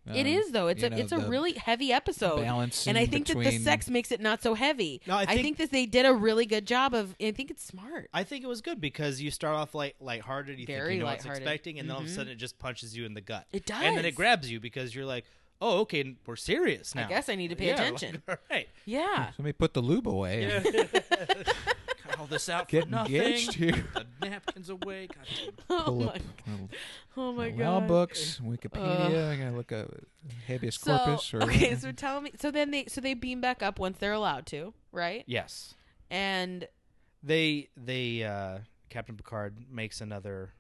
Speaker 2: um,
Speaker 3: it is though. It's
Speaker 2: you
Speaker 3: a
Speaker 2: know,
Speaker 3: it's a
Speaker 2: the
Speaker 3: really heavy episode,
Speaker 2: balance
Speaker 3: and I
Speaker 2: in
Speaker 3: think that the
Speaker 2: between-
Speaker 3: sex makes it not so heavy.
Speaker 1: No, I
Speaker 3: I think,
Speaker 1: think-
Speaker 3: that they did a really good job of. I think it's smart.
Speaker 1: I think it was good because you start off like lighthearted, you
Speaker 3: Very
Speaker 1: think you know what's
Speaker 3: lighthearted.
Speaker 1: expecting, and then all of a
Speaker 3: Mhm.
Speaker 1: sudden it just punches you in the gut.
Speaker 3: It does.
Speaker 1: And then it grabs you because you're like, oh, okay, n- we're serious
Speaker 3: I
Speaker 1: now.
Speaker 3: guess I need to pay
Speaker 1: Yeah,
Speaker 3: attention.
Speaker 1: Like, all right.
Speaker 3: yeah,
Speaker 2: Somebody put the lube away. and
Speaker 1: Got all this out
Speaker 2: Get
Speaker 1: for nothing.
Speaker 2: engaged here.
Speaker 1: The napkins away. God damn.
Speaker 3: oh
Speaker 2: Pull
Speaker 3: my,
Speaker 2: up my-
Speaker 3: oh my
Speaker 2: my law
Speaker 3: god.
Speaker 2: books, Wikipedia. I gotta look up habeas
Speaker 3: so
Speaker 2: corpus. Or
Speaker 3: okay, so tell me. So then they so they beam back up once they're allowed to, right?
Speaker 1: Yes.
Speaker 3: And
Speaker 1: They they uh, Captain Picard makes another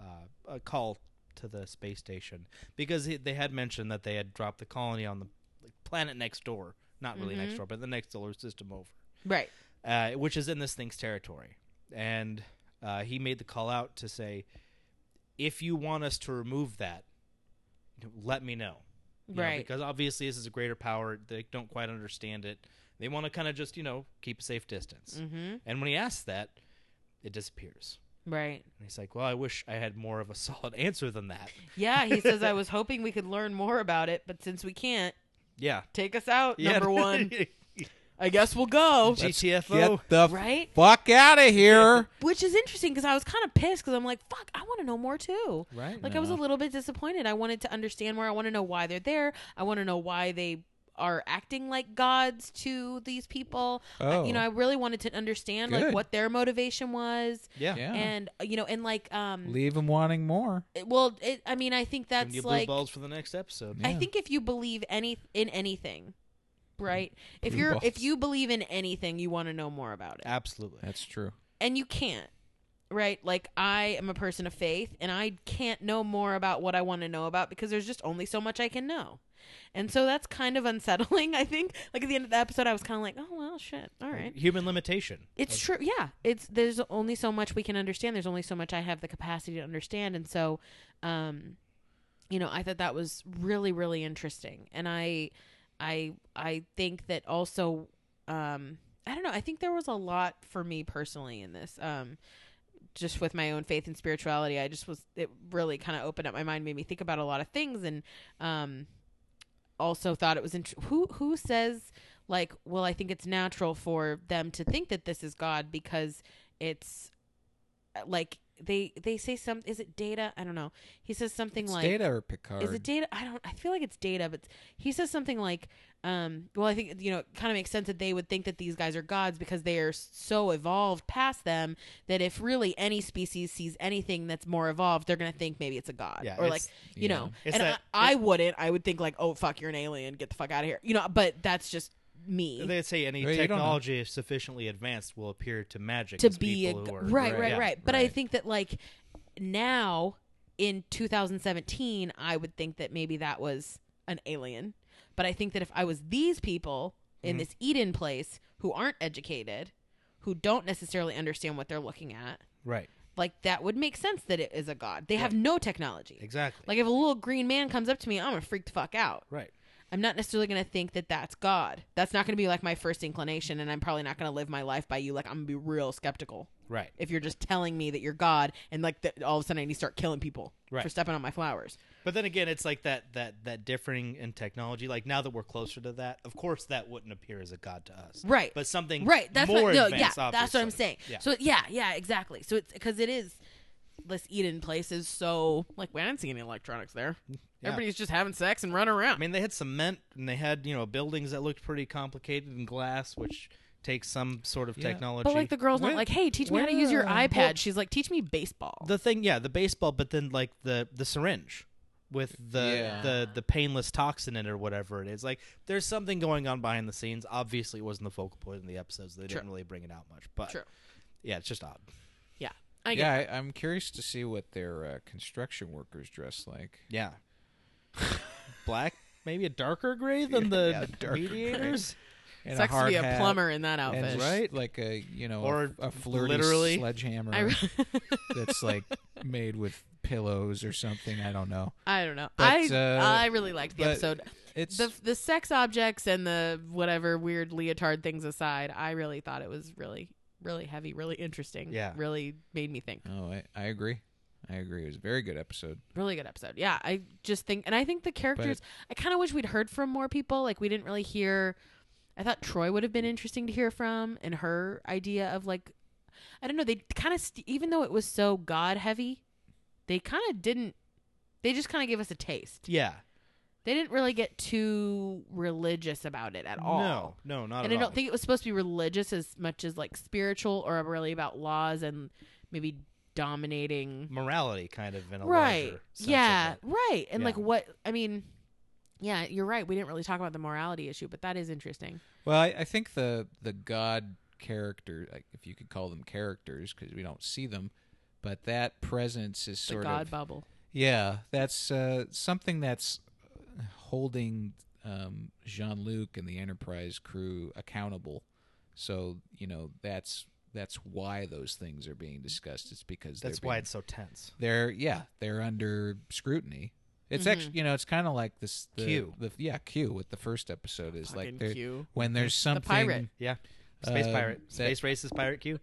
Speaker 1: uh, a call to the space station because he, they had mentioned that they had dropped the colony on the like, planet next door, not really next
Speaker 3: Mhm.
Speaker 1: door, but the next solar system over.
Speaker 3: right,
Speaker 1: uh, which is in this thing's territory. And uh, he made the call out to say, if you want us to remove that, let me know. You know,
Speaker 3: right.
Speaker 1: because obviously this is a greater power. They don't quite understand it. They want to kind of just, you know, keep a safe distance.
Speaker 3: mm-hmm.
Speaker 1: And when he asks that, it disappears.
Speaker 3: Right.
Speaker 1: And he's like, well, I wish I had more of a solid answer than that.
Speaker 3: Yeah, he says I was hoping we could learn more about it, but since we can't,
Speaker 1: Yeah.
Speaker 3: take us out.
Speaker 1: Yeah.
Speaker 3: Number one. I guess we'll go.
Speaker 1: GTFO.
Speaker 2: get the
Speaker 3: Right?
Speaker 2: fuck out of here.
Speaker 3: Which is interesting because I was kind of pissed because I'm like, fuck, I want to know more too.
Speaker 2: Right.
Speaker 3: Like, I was a
Speaker 2: now.
Speaker 3: little bit disappointed. I wanted to understand more. I want to know why they're there. I want to know why they are acting like gods to these people. I-
Speaker 2: Oh,
Speaker 3: you know, I really wanted to understand
Speaker 2: Good.
Speaker 3: like what their motivation was.
Speaker 1: yeah.
Speaker 2: yeah.
Speaker 3: And, uh, you know, and like, um,
Speaker 2: Leave them wanting more.
Speaker 3: it- well, it, I mean, I think
Speaker 1: Giving
Speaker 3: that's
Speaker 1: you blue
Speaker 3: like,
Speaker 1: balls for the next episode.
Speaker 3: I
Speaker 2: Yeah.
Speaker 3: think if you believe any in anything, right? If
Speaker 2: Blue
Speaker 3: you're if
Speaker 2: balls.
Speaker 3: you believe in anything, you want to know more about it.
Speaker 1: Absolutely.
Speaker 2: That's true.
Speaker 3: and you can't right like i am a person of faith and i can't know more about what i want to know about because there's just only so much i can know and so that's kind of unsettling i think like at the end of the episode i was kind of like oh well shit all right
Speaker 1: Human limitation.
Speaker 3: it's true yeah it's there's only so much we can understand there's only so much i have the capacity to understand and so um you know i thought that was really really interesting and i i i think that also um i don't know i think there was a lot for me personally in this um just with my own faith and spirituality i just was it really kind of opened up my mind made me think about a lot of things and um also thought it was int- who who says like well i think it's natural for them to think that this is god because it's uh, like they they say some is it data i don't know he says something
Speaker 2: It's
Speaker 3: like
Speaker 2: Data or Picard?
Speaker 3: is it data? I don't. I feel like it's data, but he says something like, um, "Well, I think you know, it kind of makes sense that they would think that these guys are gods because they are so evolved past them that if really any species sees anything that's more evolved, they're gonna think maybe it's a god
Speaker 1: Yeah,
Speaker 3: or
Speaker 1: it's-
Speaker 3: like you
Speaker 2: yeah.
Speaker 3: know."
Speaker 1: It's
Speaker 3: and
Speaker 1: that-
Speaker 3: I, I wouldn't. I would think like, "Oh fuck, you're an alien. Get the fuck out of here," you know. But that's just me.
Speaker 1: They say any
Speaker 2: Well, you don't know.
Speaker 1: technology sufficiently advanced will appear to magic
Speaker 3: to
Speaker 1: as
Speaker 3: be a
Speaker 1: people
Speaker 3: g-
Speaker 1: who are,
Speaker 3: right, right,
Speaker 1: Yeah.
Speaker 3: right, But I
Speaker 2: right.
Speaker 3: think that like now in 2017, I would think that maybe that was an alien. But I think that if I was these people in
Speaker 1: Mhm.
Speaker 3: this Eden place who aren't educated, who don't necessarily understand what they're looking at,
Speaker 1: right,
Speaker 3: like that would make sense that it is a god. They have no technology.
Speaker 1: exactly,
Speaker 3: Like if a little green man comes up to me, I'm gonna freak the fuck out.
Speaker 1: right.
Speaker 3: I'm not necessarily going to think that that's God. That's not going to be like my first inclination, and I'm probably not going to live my life by you. Like I'm going to be real skeptical
Speaker 1: Right.
Speaker 3: if you're just telling me that you're God, and like that all of a sudden I need to start killing people
Speaker 1: Right.
Speaker 3: for stepping on my flowers.
Speaker 1: But then again, it's like that that that differing in technology. Like now that we're closer to that, of course, that wouldn't appear as a god to us.
Speaker 3: Right.
Speaker 1: But something
Speaker 3: Right. That's
Speaker 1: more
Speaker 3: what, no.
Speaker 1: advanced,
Speaker 3: yeah. That's what I'm
Speaker 1: obviously.
Speaker 3: saying.
Speaker 1: Yeah.
Speaker 3: So yeah, yeah, exactly. So it's because it is. This Eden place is so like we didn't see any electronics there. Everybody's just having sex and running around.
Speaker 1: I mean, they had cement and they had you know buildings that looked pretty complicated and glass, which takes some sort of
Speaker 2: Yeah.
Speaker 1: technology.
Speaker 3: But like the girl's
Speaker 2: Where-
Speaker 3: not like, hey, teach me how to use your
Speaker 2: where-
Speaker 3: iPad.
Speaker 2: well-
Speaker 3: She's like, teach me baseball.
Speaker 1: the thing, yeah, the baseball, but then like the the syringe with the
Speaker 2: Yeah.
Speaker 1: the the painless toxin in it or whatever it is. Like there's something going on behind the scenes. Obviously, it wasn't the focal point of the episodes. They
Speaker 3: Sure.
Speaker 1: didn't really bring it out much, but
Speaker 3: Sure.
Speaker 1: yeah, it's just odd.
Speaker 3: yeah, I get.
Speaker 2: yeah, I, I'm curious to see what their uh, construction workers dress like.
Speaker 1: Yeah, black. Maybe a darker gray than the
Speaker 2: Yeah, darker gray.
Speaker 1: mediators,
Speaker 2: And
Speaker 3: It sucks to
Speaker 2: hard
Speaker 3: be a
Speaker 2: hat
Speaker 3: plumber in that
Speaker 2: and s-
Speaker 3: outfit.
Speaker 1: Right?
Speaker 2: Like a you know,
Speaker 1: Or
Speaker 2: a, a flirty
Speaker 1: literally-
Speaker 2: sledgehammer
Speaker 3: I,
Speaker 2: that's like made with pillows or something. I don't know.
Speaker 3: I don't know.
Speaker 2: But,
Speaker 3: I
Speaker 2: uh,
Speaker 3: I really liked the
Speaker 2: but
Speaker 3: episode.
Speaker 2: It's
Speaker 3: The the sex objects and the whatever weird leotard things aside, I really thought it was really really heavy, really interesting.
Speaker 1: Yeah.
Speaker 3: really made me think.
Speaker 2: oh, I, I agree. I agree. It was a very good episode.
Speaker 3: Really good episode. Yeah, I just think, and I think the characters. I kind of wish we'd heard from more people. Like we didn't really hear. I thought Troy would have been interesting to hear from, and her idea of like, I don't know. They kind of, st- even though it was so God heavy, they kind of didn't. They just kind of gave us a taste.
Speaker 1: yeah.
Speaker 3: They didn't really get too religious about it at all.
Speaker 1: No, no, not
Speaker 3: and
Speaker 1: at
Speaker 3: I don't
Speaker 1: all.
Speaker 3: think it was supposed to be religious as much as like spiritual or really about laws and maybe dominating
Speaker 1: morality kind of in a
Speaker 3: right
Speaker 1: larger sense of
Speaker 3: yeah
Speaker 1: it.
Speaker 3: right and
Speaker 1: Yeah.
Speaker 3: like what i mean yeah you're right we didn't really talk about the morality issue but that is interesting
Speaker 2: Well, I, I think the the god character, like, if you could call them characters, because we don't see them, but that presence is
Speaker 3: the
Speaker 2: sort
Speaker 3: god
Speaker 2: of
Speaker 3: bubble
Speaker 2: yeah. That's uh, something that's holding um, Jean Luc and the Enterprise crew accountable. So you know that's that's why those things are being discussed. It's because
Speaker 1: That's
Speaker 2: they're
Speaker 1: why
Speaker 2: being-
Speaker 1: it's so tense.
Speaker 2: they're yeah they're under scrutiny. It's
Speaker 3: Mm-hmm.
Speaker 2: actually you know it's kind of like this the,
Speaker 1: Q.
Speaker 2: the yeah Q with the first episode is like
Speaker 3: Fucking
Speaker 2: they're-
Speaker 3: Q.
Speaker 2: when there's
Speaker 3: The
Speaker 2: something
Speaker 3: pirate.
Speaker 1: Yeah. Space
Speaker 2: Um,
Speaker 1: pirate.
Speaker 2: that-
Speaker 1: Space racist pirate Q.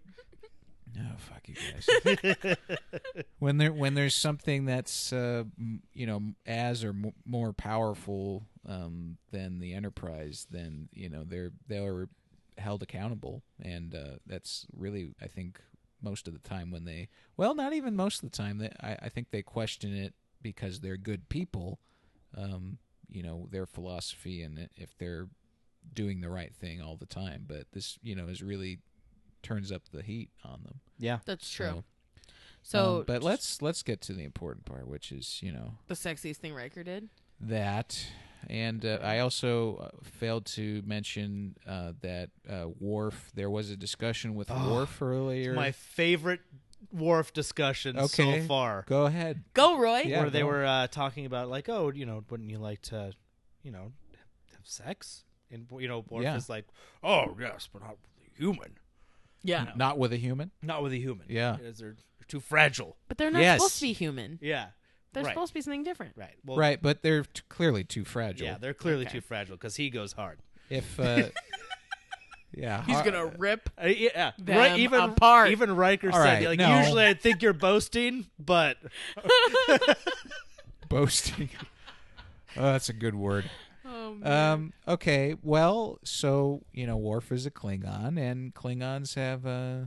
Speaker 2: No, fuck you guys. when there when there's something that's uh, m- you know as or m- more powerful um, than the Enterprise, then you know they're they're held accountable, and uh, that's really I think most of the time when they well not even most of the time that I, I think they question it because they're good people, um, you know their philosophy and if they're doing the right thing all the time, but this you know is really turns up the heat on them.
Speaker 1: Yeah.
Speaker 3: that's
Speaker 1: um,
Speaker 3: true
Speaker 2: So,
Speaker 3: so
Speaker 2: um, but let's let's get to the important part, which is you know
Speaker 3: the sexiest thing Riker did
Speaker 2: that, and uh, I also uh, failed to mention uh, that uh, Worf. There was a discussion with
Speaker 1: Oh,
Speaker 2: Worf earlier.
Speaker 1: My favorite wharf discussion
Speaker 2: Okay.
Speaker 1: so far.
Speaker 2: Go ahead.
Speaker 3: go roy
Speaker 2: Yeah,
Speaker 1: where they
Speaker 2: go.
Speaker 1: were uh, talking about like, oh, you know, wouldn't you like to, you know, have sex? And you know, Worf
Speaker 2: Yeah.
Speaker 1: is like, oh yes, but not with a human.
Speaker 3: yeah
Speaker 2: Not with a human.
Speaker 1: Not with a human.
Speaker 2: Yeah.
Speaker 1: Because they're, they're too fragile.
Speaker 3: but they're not
Speaker 2: Yes.
Speaker 3: supposed to be human
Speaker 1: Yeah.
Speaker 3: they're
Speaker 1: right.
Speaker 3: supposed to be something different
Speaker 1: Right. Well,
Speaker 2: Right, but they're t- clearly too fragile.
Speaker 1: Yeah, they're clearly
Speaker 3: Okay.
Speaker 1: too fragile because he goes hard.
Speaker 2: If uh, yeah,
Speaker 3: he's
Speaker 2: har-
Speaker 3: gonna rip
Speaker 1: Uh, yeah,
Speaker 3: them
Speaker 1: right. Even
Speaker 3: apart.
Speaker 1: even Riker
Speaker 2: All
Speaker 1: said,
Speaker 2: right,
Speaker 1: like,
Speaker 2: no.
Speaker 1: usually I think you're boasting, but
Speaker 2: boasting. oh, that's a good word.
Speaker 3: oh,
Speaker 1: uh,
Speaker 2: Um. Okay. Well, so you know, Worf is a Klingon, and Klingons have uh,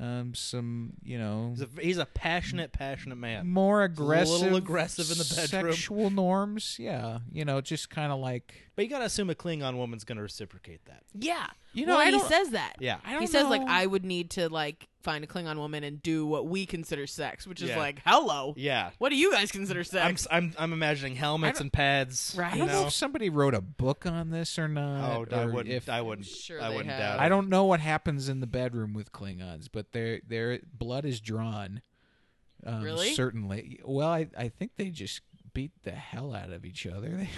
Speaker 2: um, some you know
Speaker 1: he's a, he's a passionate, passionate man.
Speaker 2: more
Speaker 1: a little
Speaker 2: aggressive,
Speaker 1: aggressive in the bedroom.
Speaker 2: Sexual norms. Yeah. You know, just kind of like
Speaker 1: But you gotta assume a Klingon woman's gonna reciprocate that.
Speaker 3: yeah
Speaker 2: You know,
Speaker 3: well,
Speaker 2: I
Speaker 3: and he
Speaker 2: don't-
Speaker 3: says that
Speaker 1: Yeah. I
Speaker 3: he
Speaker 2: don't
Speaker 3: says like
Speaker 2: know.
Speaker 3: i would need to like find a klingon woman and do what we consider sex which is
Speaker 1: Yeah.
Speaker 3: like hello
Speaker 1: Yeah,
Speaker 3: what do you guys consider
Speaker 1: I'm
Speaker 3: sex
Speaker 1: s- I'm I'm imagining helmets and pads.
Speaker 3: Right.
Speaker 2: I
Speaker 1: You
Speaker 2: don't know
Speaker 1: know?
Speaker 2: if somebody wrote a book on this or
Speaker 1: Oh,
Speaker 2: not.
Speaker 1: I
Speaker 2: or
Speaker 1: wouldn't.
Speaker 2: If,
Speaker 1: I wouldn't.
Speaker 3: sure
Speaker 1: I
Speaker 3: they
Speaker 1: wouldn't
Speaker 3: have.
Speaker 1: doubt it.
Speaker 2: I don't know what happens in the bedroom with Klingons, but their their blood is drawn. Um,
Speaker 3: Really?
Speaker 2: Certainly. Well, I I think they just beat the hell out of each other. They.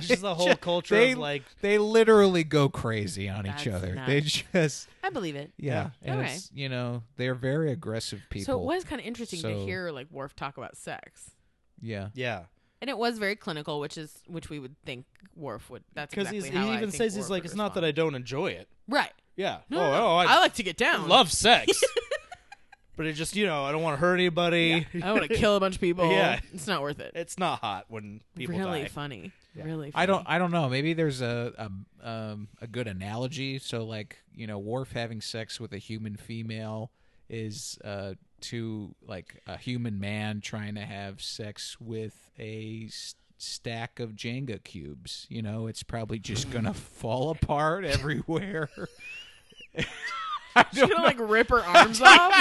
Speaker 1: There's just the whole culture
Speaker 2: They-
Speaker 1: of like,
Speaker 2: they literally go crazy on each
Speaker 3: That's
Speaker 2: other.
Speaker 3: nuts.
Speaker 2: They just
Speaker 3: i believe it
Speaker 2: yeah,
Speaker 3: Yeah.
Speaker 2: and
Speaker 3: All
Speaker 2: it's you know they're very aggressive people.
Speaker 3: So it was kind of interesting to
Speaker 2: So-
Speaker 3: hear like Worf talk about sex,
Speaker 2: Yeah,
Speaker 1: yeah,
Speaker 3: and it was very clinical, which is which we would think Worf would. That's
Speaker 1: Because
Speaker 3: because
Speaker 1: he's, he even says he's like, it's not that I don't enjoy it.
Speaker 3: right.
Speaker 1: Yeah.
Speaker 3: No,
Speaker 1: oh,
Speaker 3: no, no.
Speaker 1: oh,
Speaker 3: I,
Speaker 1: I,
Speaker 3: like to get down.
Speaker 1: love sex. but it just, you know, I don't want to hurt anybody.
Speaker 3: I want to kill a bunch of people.
Speaker 1: Yeah.
Speaker 3: it's not worth it.
Speaker 1: it's not hot when people
Speaker 3: really
Speaker 1: die.
Speaker 3: funny. Really. Funny.
Speaker 2: I don't. I don't know. Maybe there's a a, um, a good analogy. So like you know, Worf having sex with a human female is uh, to like a human man trying to have sex with a s- stack of Jenga cubes. You know, it's probably just gonna fall apart everywhere. I
Speaker 3: She's gonna like rip her arms off.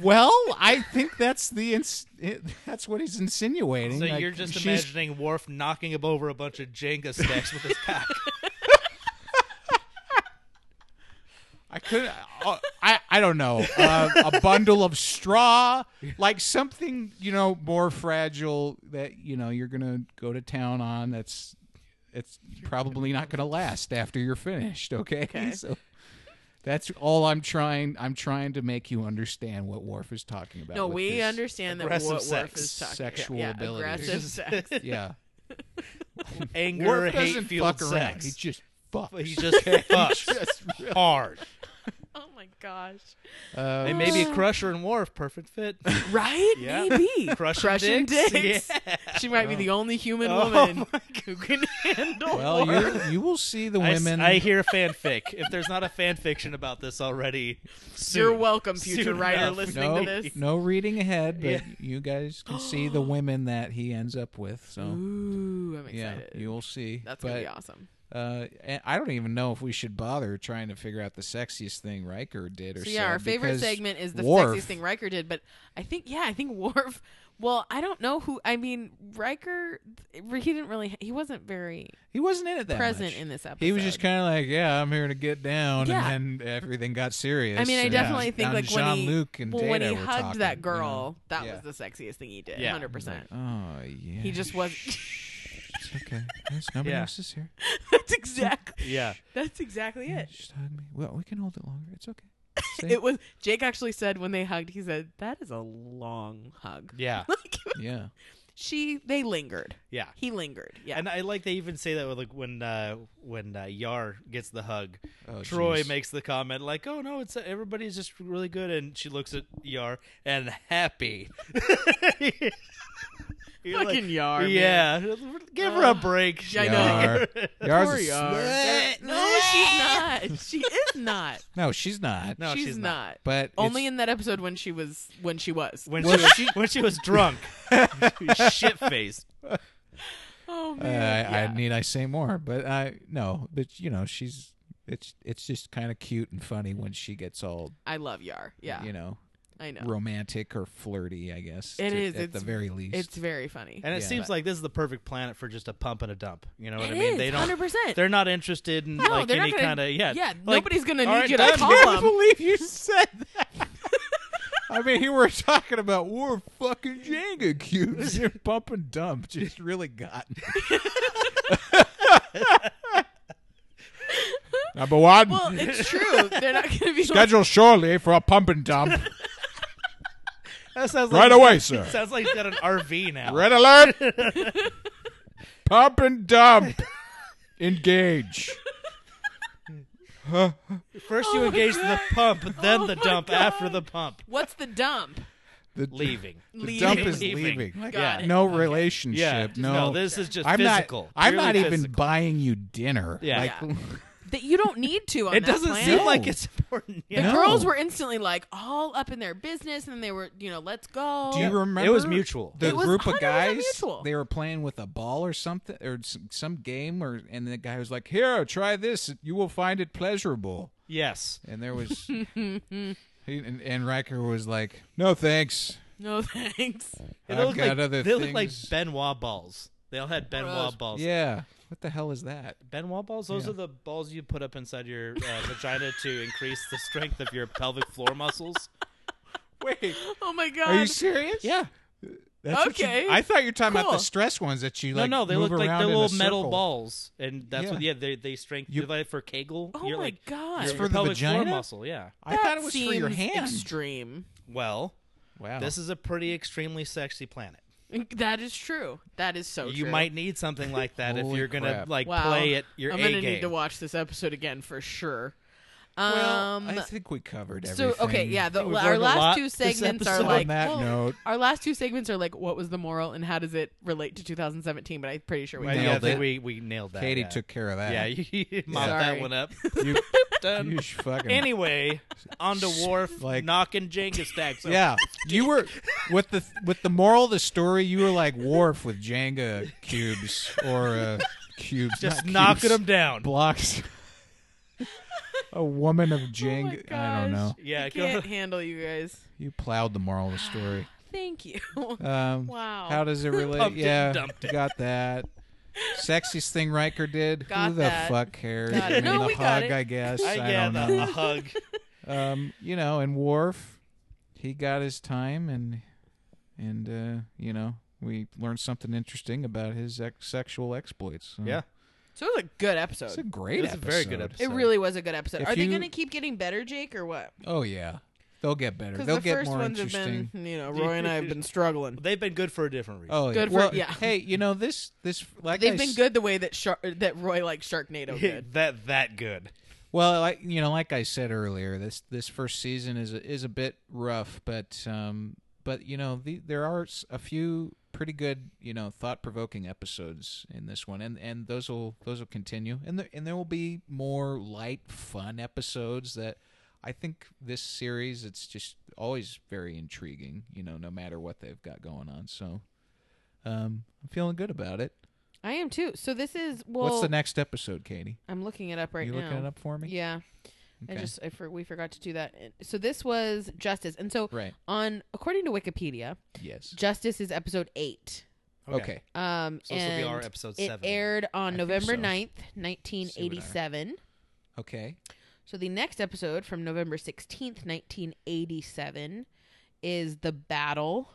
Speaker 2: Well, I think that's the ins- it- that's what he's insinuating.
Speaker 1: So
Speaker 2: Like,
Speaker 1: you're just
Speaker 2: she's-
Speaker 1: imagining Worf knocking him over a bunch of Jenga stacks with his cock.
Speaker 2: I couldn't. Uh, I I don't know. Uh, a bundle of straw, like something you know more fragile that you know you're gonna go to town on. That's it's probably not gonna last after you're finished. Okay. So that's all I'm trying. I'm trying to make you understand what Worf is talking about.
Speaker 3: No,
Speaker 2: with
Speaker 3: we
Speaker 2: this
Speaker 3: understand that what
Speaker 1: aggressive
Speaker 3: Worf
Speaker 1: sex.
Speaker 3: is talking.
Speaker 2: Sexual
Speaker 3: yeah,
Speaker 2: ability.
Speaker 3: aggressive sex.
Speaker 2: Yeah.
Speaker 1: Anger,
Speaker 2: Worf
Speaker 1: hate,
Speaker 2: doesn't
Speaker 1: fueled
Speaker 2: fuck around.
Speaker 1: sex.
Speaker 2: He just fucks.
Speaker 1: He just fucks
Speaker 2: Just-
Speaker 1: hard.
Speaker 3: Oh my gosh!
Speaker 2: uh,
Speaker 1: And maybe
Speaker 3: Mm.
Speaker 1: Crusher and Worf, perfect fit.
Speaker 3: Right?
Speaker 1: Yeah.
Speaker 3: Maybe
Speaker 1: Crushing
Speaker 3: dicks.
Speaker 1: dicks?
Speaker 3: She might be the only human
Speaker 1: Oh
Speaker 3: woman
Speaker 1: my
Speaker 3: who can handle.
Speaker 2: Well,
Speaker 3: Worf.
Speaker 2: you you will see the
Speaker 1: I s-
Speaker 2: women.
Speaker 1: I, hear fanfic. if there's not a fanfiction about this already, soon.
Speaker 3: You're welcome, future
Speaker 1: Soon
Speaker 3: writer
Speaker 1: enough.
Speaker 3: listening
Speaker 2: no,
Speaker 3: to this.
Speaker 2: no reading ahead, but
Speaker 1: Yeah.
Speaker 2: you guys can see the women that he ends up with. So
Speaker 3: Ooh, I'm
Speaker 2: yeah,
Speaker 3: excited.
Speaker 2: you will see.
Speaker 3: That's
Speaker 2: but,
Speaker 3: gonna be awesome.
Speaker 2: Uh, and I don't even know if we should bother trying to figure out the sexiest thing Riker did or
Speaker 3: So yeah, our
Speaker 2: said,
Speaker 3: favorite
Speaker 2: because
Speaker 3: segment is the
Speaker 2: Worf-
Speaker 3: sexiest thing Riker did, but I think yeah, I think Worf. Well, I don't know who. I mean, Riker. He didn't really. He wasn't very
Speaker 2: He wasn't in it that
Speaker 3: present
Speaker 2: much.
Speaker 3: in this episode.
Speaker 2: He was just kind of like, yeah, I'm here to get down,
Speaker 3: Yeah.
Speaker 2: and then everything got serious.
Speaker 3: I mean, I
Speaker 2: and
Speaker 3: definitely
Speaker 2: down
Speaker 3: think
Speaker 2: to
Speaker 3: like when he
Speaker 2: Jean-Luc and
Speaker 3: well, when
Speaker 2: Data
Speaker 3: he
Speaker 2: were
Speaker 3: hugged
Speaker 2: talking,
Speaker 3: that
Speaker 2: you
Speaker 3: girl, that
Speaker 2: Yeah.
Speaker 3: was the sexiest thing he did.
Speaker 1: Yeah.
Speaker 3: Hundred
Speaker 2: know.
Speaker 3: percent.
Speaker 2: Oh yeah.
Speaker 3: He just was.
Speaker 2: It's okay. There's nobody
Speaker 1: Yeah.
Speaker 2: else is here.
Speaker 3: that's exactly.
Speaker 1: Yeah.
Speaker 3: That's exactly
Speaker 2: Yeah,
Speaker 3: it.
Speaker 2: Just hug me. Well, we can hold it longer. It's okay. See?
Speaker 3: It was Jake actually said when they hugged. He said that is a long hug.
Speaker 1: Yeah.
Speaker 3: Like
Speaker 2: yeah.
Speaker 3: she, they lingered.
Speaker 1: Yeah.
Speaker 3: He lingered. Yeah.
Speaker 1: And I like they even say that with, like when uh, when uh, Yar gets the hug,
Speaker 2: Oh,
Speaker 1: Troy
Speaker 2: jeez.
Speaker 1: makes the comment like, "Oh no, it's everybody's just really good," and she looks at Yar and happy. You're
Speaker 3: Fucking Yar, man.
Speaker 1: Yeah, give her a break.
Speaker 3: I
Speaker 2: Yar. Yar's a
Speaker 3: Yar.
Speaker 2: slut.
Speaker 3: Uh, No, she's not. She is not.
Speaker 2: No, she's not.
Speaker 1: No,
Speaker 3: she's,
Speaker 1: she's,
Speaker 3: not.
Speaker 2: But
Speaker 3: Only
Speaker 2: it's-
Speaker 3: in that episode when she was when she was.
Speaker 1: When
Speaker 2: Well,
Speaker 1: she, was, when she was drunk, shit faced.
Speaker 3: oh
Speaker 2: uh, I,
Speaker 3: man.
Speaker 2: I
Speaker 3: yeah.
Speaker 2: need I say more. But I no. But you know she's it's it's just kind of cute and funny when she gets all
Speaker 3: I love Yar. Yeah.
Speaker 2: you know
Speaker 3: I know.
Speaker 2: romantic or flirty. I guess
Speaker 3: It
Speaker 2: to-
Speaker 3: is,
Speaker 2: at
Speaker 3: it's-
Speaker 2: the very least.
Speaker 3: It's very funny.
Speaker 1: And it
Speaker 2: Yeah.
Speaker 1: seems like this is the perfect planet for just a pump and a dump. You know what
Speaker 3: It
Speaker 1: I mean?
Speaker 3: is,
Speaker 1: They don't.
Speaker 3: 100%.
Speaker 1: They're not interested in
Speaker 3: No,
Speaker 1: like
Speaker 3: they're not
Speaker 1: any
Speaker 3: gonna-
Speaker 1: kind of yeah.
Speaker 3: yeah,
Speaker 1: like,
Speaker 3: nobody's gonna
Speaker 1: all
Speaker 3: need
Speaker 1: right,
Speaker 3: you to
Speaker 1: done.
Speaker 3: call 'em.
Speaker 2: believe you said that. I mean, here we're talking about war fucking Jenga cubes. Your bump and dump just really got. me. Number one,
Speaker 3: Well, it's true. They're not going to be like,
Speaker 2: schedule shortly for a pump and dump.
Speaker 1: That sounds
Speaker 2: right
Speaker 1: like,
Speaker 2: away, sir.
Speaker 1: Sounds like he's got an RV now.
Speaker 2: Red alert. pump and dump. Engage.
Speaker 1: First you engage in the pump, then
Speaker 3: Oh
Speaker 1: the
Speaker 3: my
Speaker 1: dump.
Speaker 3: God.
Speaker 1: After the pump,
Speaker 3: "What's the dump?"
Speaker 2: The,
Speaker 1: leaving.
Speaker 2: the
Speaker 3: Leave.
Speaker 2: dump is
Speaker 1: Leaving.
Speaker 2: leaving. Like,
Speaker 3: Got it.
Speaker 2: No relationship.
Speaker 1: Yeah.
Speaker 2: No.
Speaker 1: this is just
Speaker 2: I'm
Speaker 1: physical.
Speaker 2: not. I'm
Speaker 1: purely
Speaker 2: not even
Speaker 1: physical.
Speaker 2: buying you dinner.
Speaker 1: Yeah.
Speaker 2: Like,
Speaker 3: Yeah. that you don't need to. On
Speaker 1: It
Speaker 3: that
Speaker 1: doesn't
Speaker 3: planet.
Speaker 1: seem
Speaker 2: No.
Speaker 1: like it's important.
Speaker 3: The
Speaker 1: Yeah.
Speaker 2: No.
Speaker 3: girls were instantly like all up in their business, and they were, you know, let's go.
Speaker 2: Do you remember?
Speaker 1: It was mutual.
Speaker 2: The
Speaker 3: It was
Speaker 2: group
Speaker 3: 100%
Speaker 2: of guys
Speaker 3: mutual.
Speaker 2: they were playing with a ball or something or some, some game or and the guy was like, "Here, try this. You will find it pleasurable."
Speaker 1: Yes.
Speaker 2: And there was he, and, and Riker was like, "No, thanks."
Speaker 3: no thanks.
Speaker 1: They
Speaker 2: I've
Speaker 1: look
Speaker 2: got
Speaker 1: like,
Speaker 2: other
Speaker 1: They look like
Speaker 2: things.
Speaker 1: Benoit balls. They all had Benoit
Speaker 3: Gross.
Speaker 1: balls.
Speaker 2: Yeah. What the hell is that?
Speaker 1: Benoit balls. Those
Speaker 2: Yeah.
Speaker 1: are the balls you put up inside your uh, vagina to increase the strength of your pelvic floor muscles.
Speaker 2: Wait,
Speaker 3: Oh my god!
Speaker 2: are you serious?
Speaker 1: Yeah.
Speaker 2: That's what you-
Speaker 3: Okay.
Speaker 2: I thought you were talking about the
Speaker 3: Cool.
Speaker 2: stress ones that you
Speaker 1: No,
Speaker 2: like.
Speaker 1: no, they
Speaker 2: move
Speaker 1: look like
Speaker 2: around
Speaker 1: they're
Speaker 2: in a
Speaker 1: little metal
Speaker 2: circle.
Speaker 1: balls, and that's
Speaker 2: Yeah.
Speaker 1: what. Yeah, they they strength.
Speaker 2: You-
Speaker 1: You like for Kegel.
Speaker 3: oh
Speaker 1: you're
Speaker 3: my
Speaker 1: like,
Speaker 3: god!
Speaker 1: Your,
Speaker 2: for
Speaker 1: your
Speaker 2: the
Speaker 1: pelvic floor
Speaker 2: vagina?
Speaker 1: muscle. Yeah.
Speaker 2: I thought it was for your
Speaker 3: seems
Speaker 2: hand.
Speaker 3: Extreme.
Speaker 1: Well,
Speaker 2: Wow.
Speaker 1: this is a pretty extremely sexy planet.
Speaker 3: That is true. That is so
Speaker 1: you
Speaker 3: true.
Speaker 1: might need something like that if
Speaker 2: Holy
Speaker 1: you're gonna
Speaker 2: crap.
Speaker 1: like
Speaker 3: Wow.
Speaker 1: play it your
Speaker 3: I'm
Speaker 1: A
Speaker 3: gonna
Speaker 1: game.
Speaker 3: need to watch this episode again for sure.
Speaker 2: Well,
Speaker 3: Um,
Speaker 2: I think we covered
Speaker 3: so
Speaker 2: everything.
Speaker 3: okay, yeah. The,
Speaker 1: We've learned
Speaker 3: our
Speaker 1: a
Speaker 3: last
Speaker 1: lot
Speaker 3: two
Speaker 1: this
Speaker 3: segments are
Speaker 1: episode.
Speaker 2: So
Speaker 3: like
Speaker 2: on that
Speaker 3: well,
Speaker 2: note,
Speaker 3: our last two segments are like what was the moral and how does it relate to 2017? But I'm pretty sure we
Speaker 1: Well, yeah, I
Speaker 2: Nailed
Speaker 1: think
Speaker 2: it.
Speaker 1: we we nailed that.
Speaker 2: Katie
Speaker 1: yeah.
Speaker 2: took care of that.
Speaker 1: Yeah, you, you mopped
Speaker 3: Sorry.
Speaker 1: that one up.
Speaker 2: you,
Speaker 1: Done.
Speaker 2: you sh- fucking
Speaker 1: anyway, on the wharf,
Speaker 2: like-
Speaker 1: like knocking Jenga stacks. Over.
Speaker 2: Yeah, you were with the with the moral of the story. You were like Worf with Jenga cubes or uh, cubes,
Speaker 1: just
Speaker 2: not
Speaker 1: knocking
Speaker 2: cubes,
Speaker 1: them down.
Speaker 2: blocks. A woman of
Speaker 3: Oh my
Speaker 2: Jenga. I don't
Speaker 3: gosh.
Speaker 2: know.
Speaker 1: Yeah,
Speaker 3: I
Speaker 1: go-
Speaker 3: can't handle you guys.
Speaker 2: You plowed the moral of the story.
Speaker 3: Thank you.
Speaker 2: Um,
Speaker 3: wow.
Speaker 2: How does it relate?
Speaker 1: Pumped it
Speaker 2: yeah,
Speaker 1: and dumped it.
Speaker 2: got that. Sexiest thing Riker did.
Speaker 3: Got
Speaker 2: Who the
Speaker 3: that.
Speaker 2: fuck cares?
Speaker 3: Got
Speaker 2: I
Speaker 3: it.
Speaker 2: mean,
Speaker 3: No,
Speaker 2: the
Speaker 3: we
Speaker 2: hug,
Speaker 3: got it.
Speaker 2: I guess.
Speaker 1: I
Speaker 2: I,
Speaker 1: get
Speaker 2: don't
Speaker 1: a,
Speaker 2: know.
Speaker 1: a hug.
Speaker 2: um, you know, and Worf, he got his time, and and uh, you know, we learned something interesting about his ex- sexual exploits. So
Speaker 1: Yeah.
Speaker 3: so it was a good
Speaker 2: it's a
Speaker 3: episode.
Speaker 2: great.
Speaker 1: It was a
Speaker 2: episode.
Speaker 1: very good episode.
Speaker 3: It really was a good episode.
Speaker 2: If
Speaker 3: Are
Speaker 2: you-
Speaker 3: they gonna keep getting better, Jake, or what?
Speaker 2: Oh yeah, they'll get better.
Speaker 3: Because
Speaker 2: They'll
Speaker 3: the
Speaker 2: get
Speaker 3: first
Speaker 2: more
Speaker 3: ones have
Speaker 2: interesting.
Speaker 3: been, you know, Roy and I have been struggling.
Speaker 1: They've been good for a different reason.
Speaker 2: Oh,
Speaker 3: Good for-
Speaker 2: yeah. Well,
Speaker 3: yeah.
Speaker 2: Hey, you know this. This like I
Speaker 3: They've been
Speaker 2: s-
Speaker 3: good the way that Shar that Roy likes Sharknado good.
Speaker 1: that that good.
Speaker 2: Well, like you know, like I said earlier, this this first season is a, is a bit rough, but um, but you know, the, there are s- a few pretty good, you know, thought provoking episodes in this one, and and those will those will continue, and there and there will be more light, fun episodes that. I think this series it's just always very intriguing, you know, no matter what they've got going on. So um I'm feeling good about it.
Speaker 3: I am too. So this is well.
Speaker 2: What's the next episode, Katie?
Speaker 3: I'm looking it up right
Speaker 2: you
Speaker 3: now.
Speaker 2: looking it up for me?
Speaker 3: Yeah, I
Speaker 2: Okay.
Speaker 3: just I for, we forgot to do that. And- So this was Justice, and so
Speaker 2: Right.
Speaker 3: on according to Wikipedia,
Speaker 2: Yes.
Speaker 3: Justice is episode eight.
Speaker 2: okay.
Speaker 3: Um,
Speaker 1: So this will
Speaker 3: and
Speaker 1: be our episode
Speaker 3: it
Speaker 1: seven.
Speaker 3: aired on
Speaker 2: I think
Speaker 3: November
Speaker 2: so.
Speaker 3: ninth, 1987.
Speaker 2: Okay.
Speaker 3: So the next episode from November 16th, 1987 is The Battle.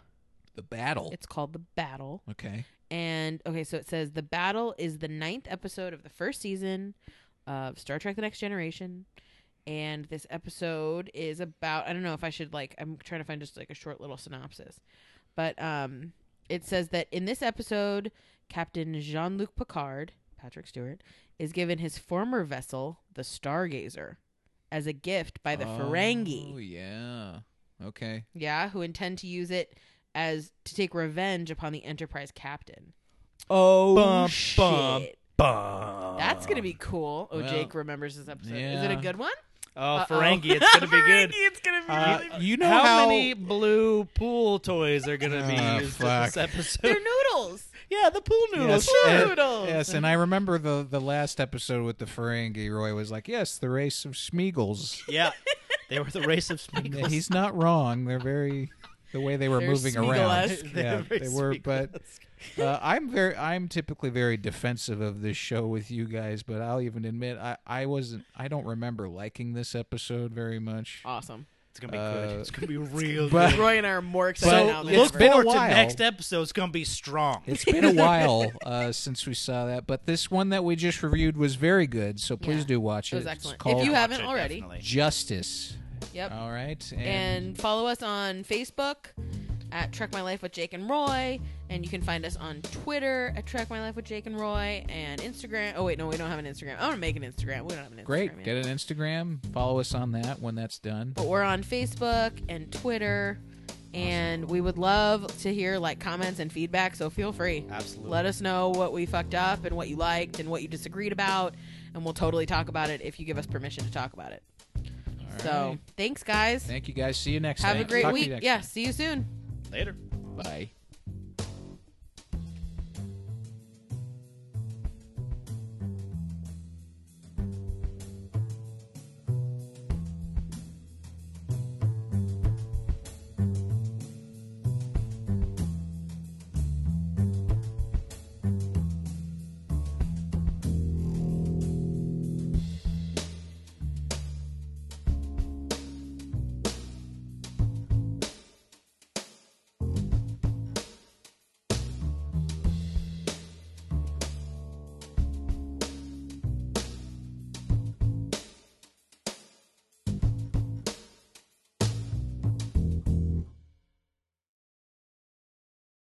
Speaker 2: The battle.
Speaker 3: It's called The Battle.
Speaker 2: okay.
Speaker 3: And okay, so it says The Battle is the ninth episode of the first season of Star Trek The Next Generation. And this episode is about I don't know if I should like I'm trying to find just like a short little synopsis. But um it says that in this episode, Captain Jean-Luc Picard, Patrick Stewart, is given his former vessel, the Stargazer, as a gift by the Ferengi.
Speaker 2: Oh yeah. Okay.
Speaker 3: Yeah, who intend to use it as to take revenge upon the Enterprise captain.
Speaker 2: Oh.
Speaker 1: Bum,
Speaker 3: Shit.
Speaker 1: bum, bum.
Speaker 3: That's gonna be
Speaker 1: Um,
Speaker 3: cool. Oh,
Speaker 2: well,
Speaker 3: Jake remembers this episode. Is it a
Speaker 2: yeah.
Speaker 3: good one?
Speaker 1: Oh,
Speaker 3: Uh-oh.
Speaker 1: Ferengi, it's gonna be
Speaker 3: Ferengi,
Speaker 1: good.
Speaker 3: It's gonna be
Speaker 1: Uh,
Speaker 3: really.
Speaker 2: you know
Speaker 1: how,
Speaker 2: how,
Speaker 1: many blue pool toys are gonna be
Speaker 2: Oh,
Speaker 1: used in
Speaker 2: fuck.
Speaker 1: this episode?
Speaker 3: They're noodles.
Speaker 1: yeah, the pool noodles.
Speaker 2: Yes,
Speaker 3: Pool
Speaker 2: and-
Speaker 3: noodles.
Speaker 2: yes, and I remember the the last episode with the Ferengi. Roy was like, "Yes, the race of Smeagles."
Speaker 1: yeah, they were the race of
Speaker 2: And
Speaker 1: Smeagol.
Speaker 2: He's not wrong. They're very the way they were
Speaker 3: They're
Speaker 2: moving
Speaker 3: Smeagol-esque.
Speaker 2: around. Yeah, they were. But uh, I'm very, I'm typically very defensive of this show with you guys. But I'll even admit, I I wasn't, I don't remember liking this episode very much.
Speaker 3: Awesome.
Speaker 1: it's gonna be
Speaker 2: uh,
Speaker 1: good. It's gonna be real.
Speaker 2: but-
Speaker 1: good.
Speaker 3: Roy and I are more
Speaker 1: So
Speaker 3: excited now
Speaker 2: it's
Speaker 3: than
Speaker 1: look
Speaker 3: ever.
Speaker 2: been a
Speaker 1: forward to
Speaker 2: while.
Speaker 1: next episode. It's gonna be strong.
Speaker 2: It's been a while uh, since we saw that, but this one that we just reviewed was very good. So please
Speaker 3: Yeah.
Speaker 2: do watch
Speaker 3: It
Speaker 2: it.
Speaker 3: was
Speaker 2: It's
Speaker 3: excellent.
Speaker 2: called
Speaker 3: If you
Speaker 1: Watch
Speaker 3: haven't
Speaker 1: it,
Speaker 3: already,
Speaker 1: definitely.
Speaker 2: Justice.
Speaker 3: yep.
Speaker 1: Oh,
Speaker 2: All right, and,
Speaker 3: and follow us on Facebook at Trek My Life with Jake and Roy, and you can find us on Twitter at Trek My Life with Jake and Roy, and Instagram. Oh wait, no, we don't have an Instagram. I'm gonna make an Instagram. We don't have an Instagram.
Speaker 2: great.
Speaker 3: yet.
Speaker 2: Get an Instagram. Follow us on that when that's done.
Speaker 3: But we're on Facebook and Twitter, and we would love to hear like comments and feedback. So feel free.
Speaker 1: Absolutely.
Speaker 3: Let us know what we fucked up and what you liked and what you disagreed about, and we'll totally talk about it if you give us permission to talk about it.
Speaker 2: All
Speaker 3: So
Speaker 2: right.
Speaker 3: thanks, guys.
Speaker 2: thank you guys. See you next.
Speaker 3: have a
Speaker 2: time.
Speaker 3: great
Speaker 2: Talk to you
Speaker 3: week.
Speaker 2: next
Speaker 3: Yeah, see you soon.
Speaker 1: Later.
Speaker 2: time. Bye.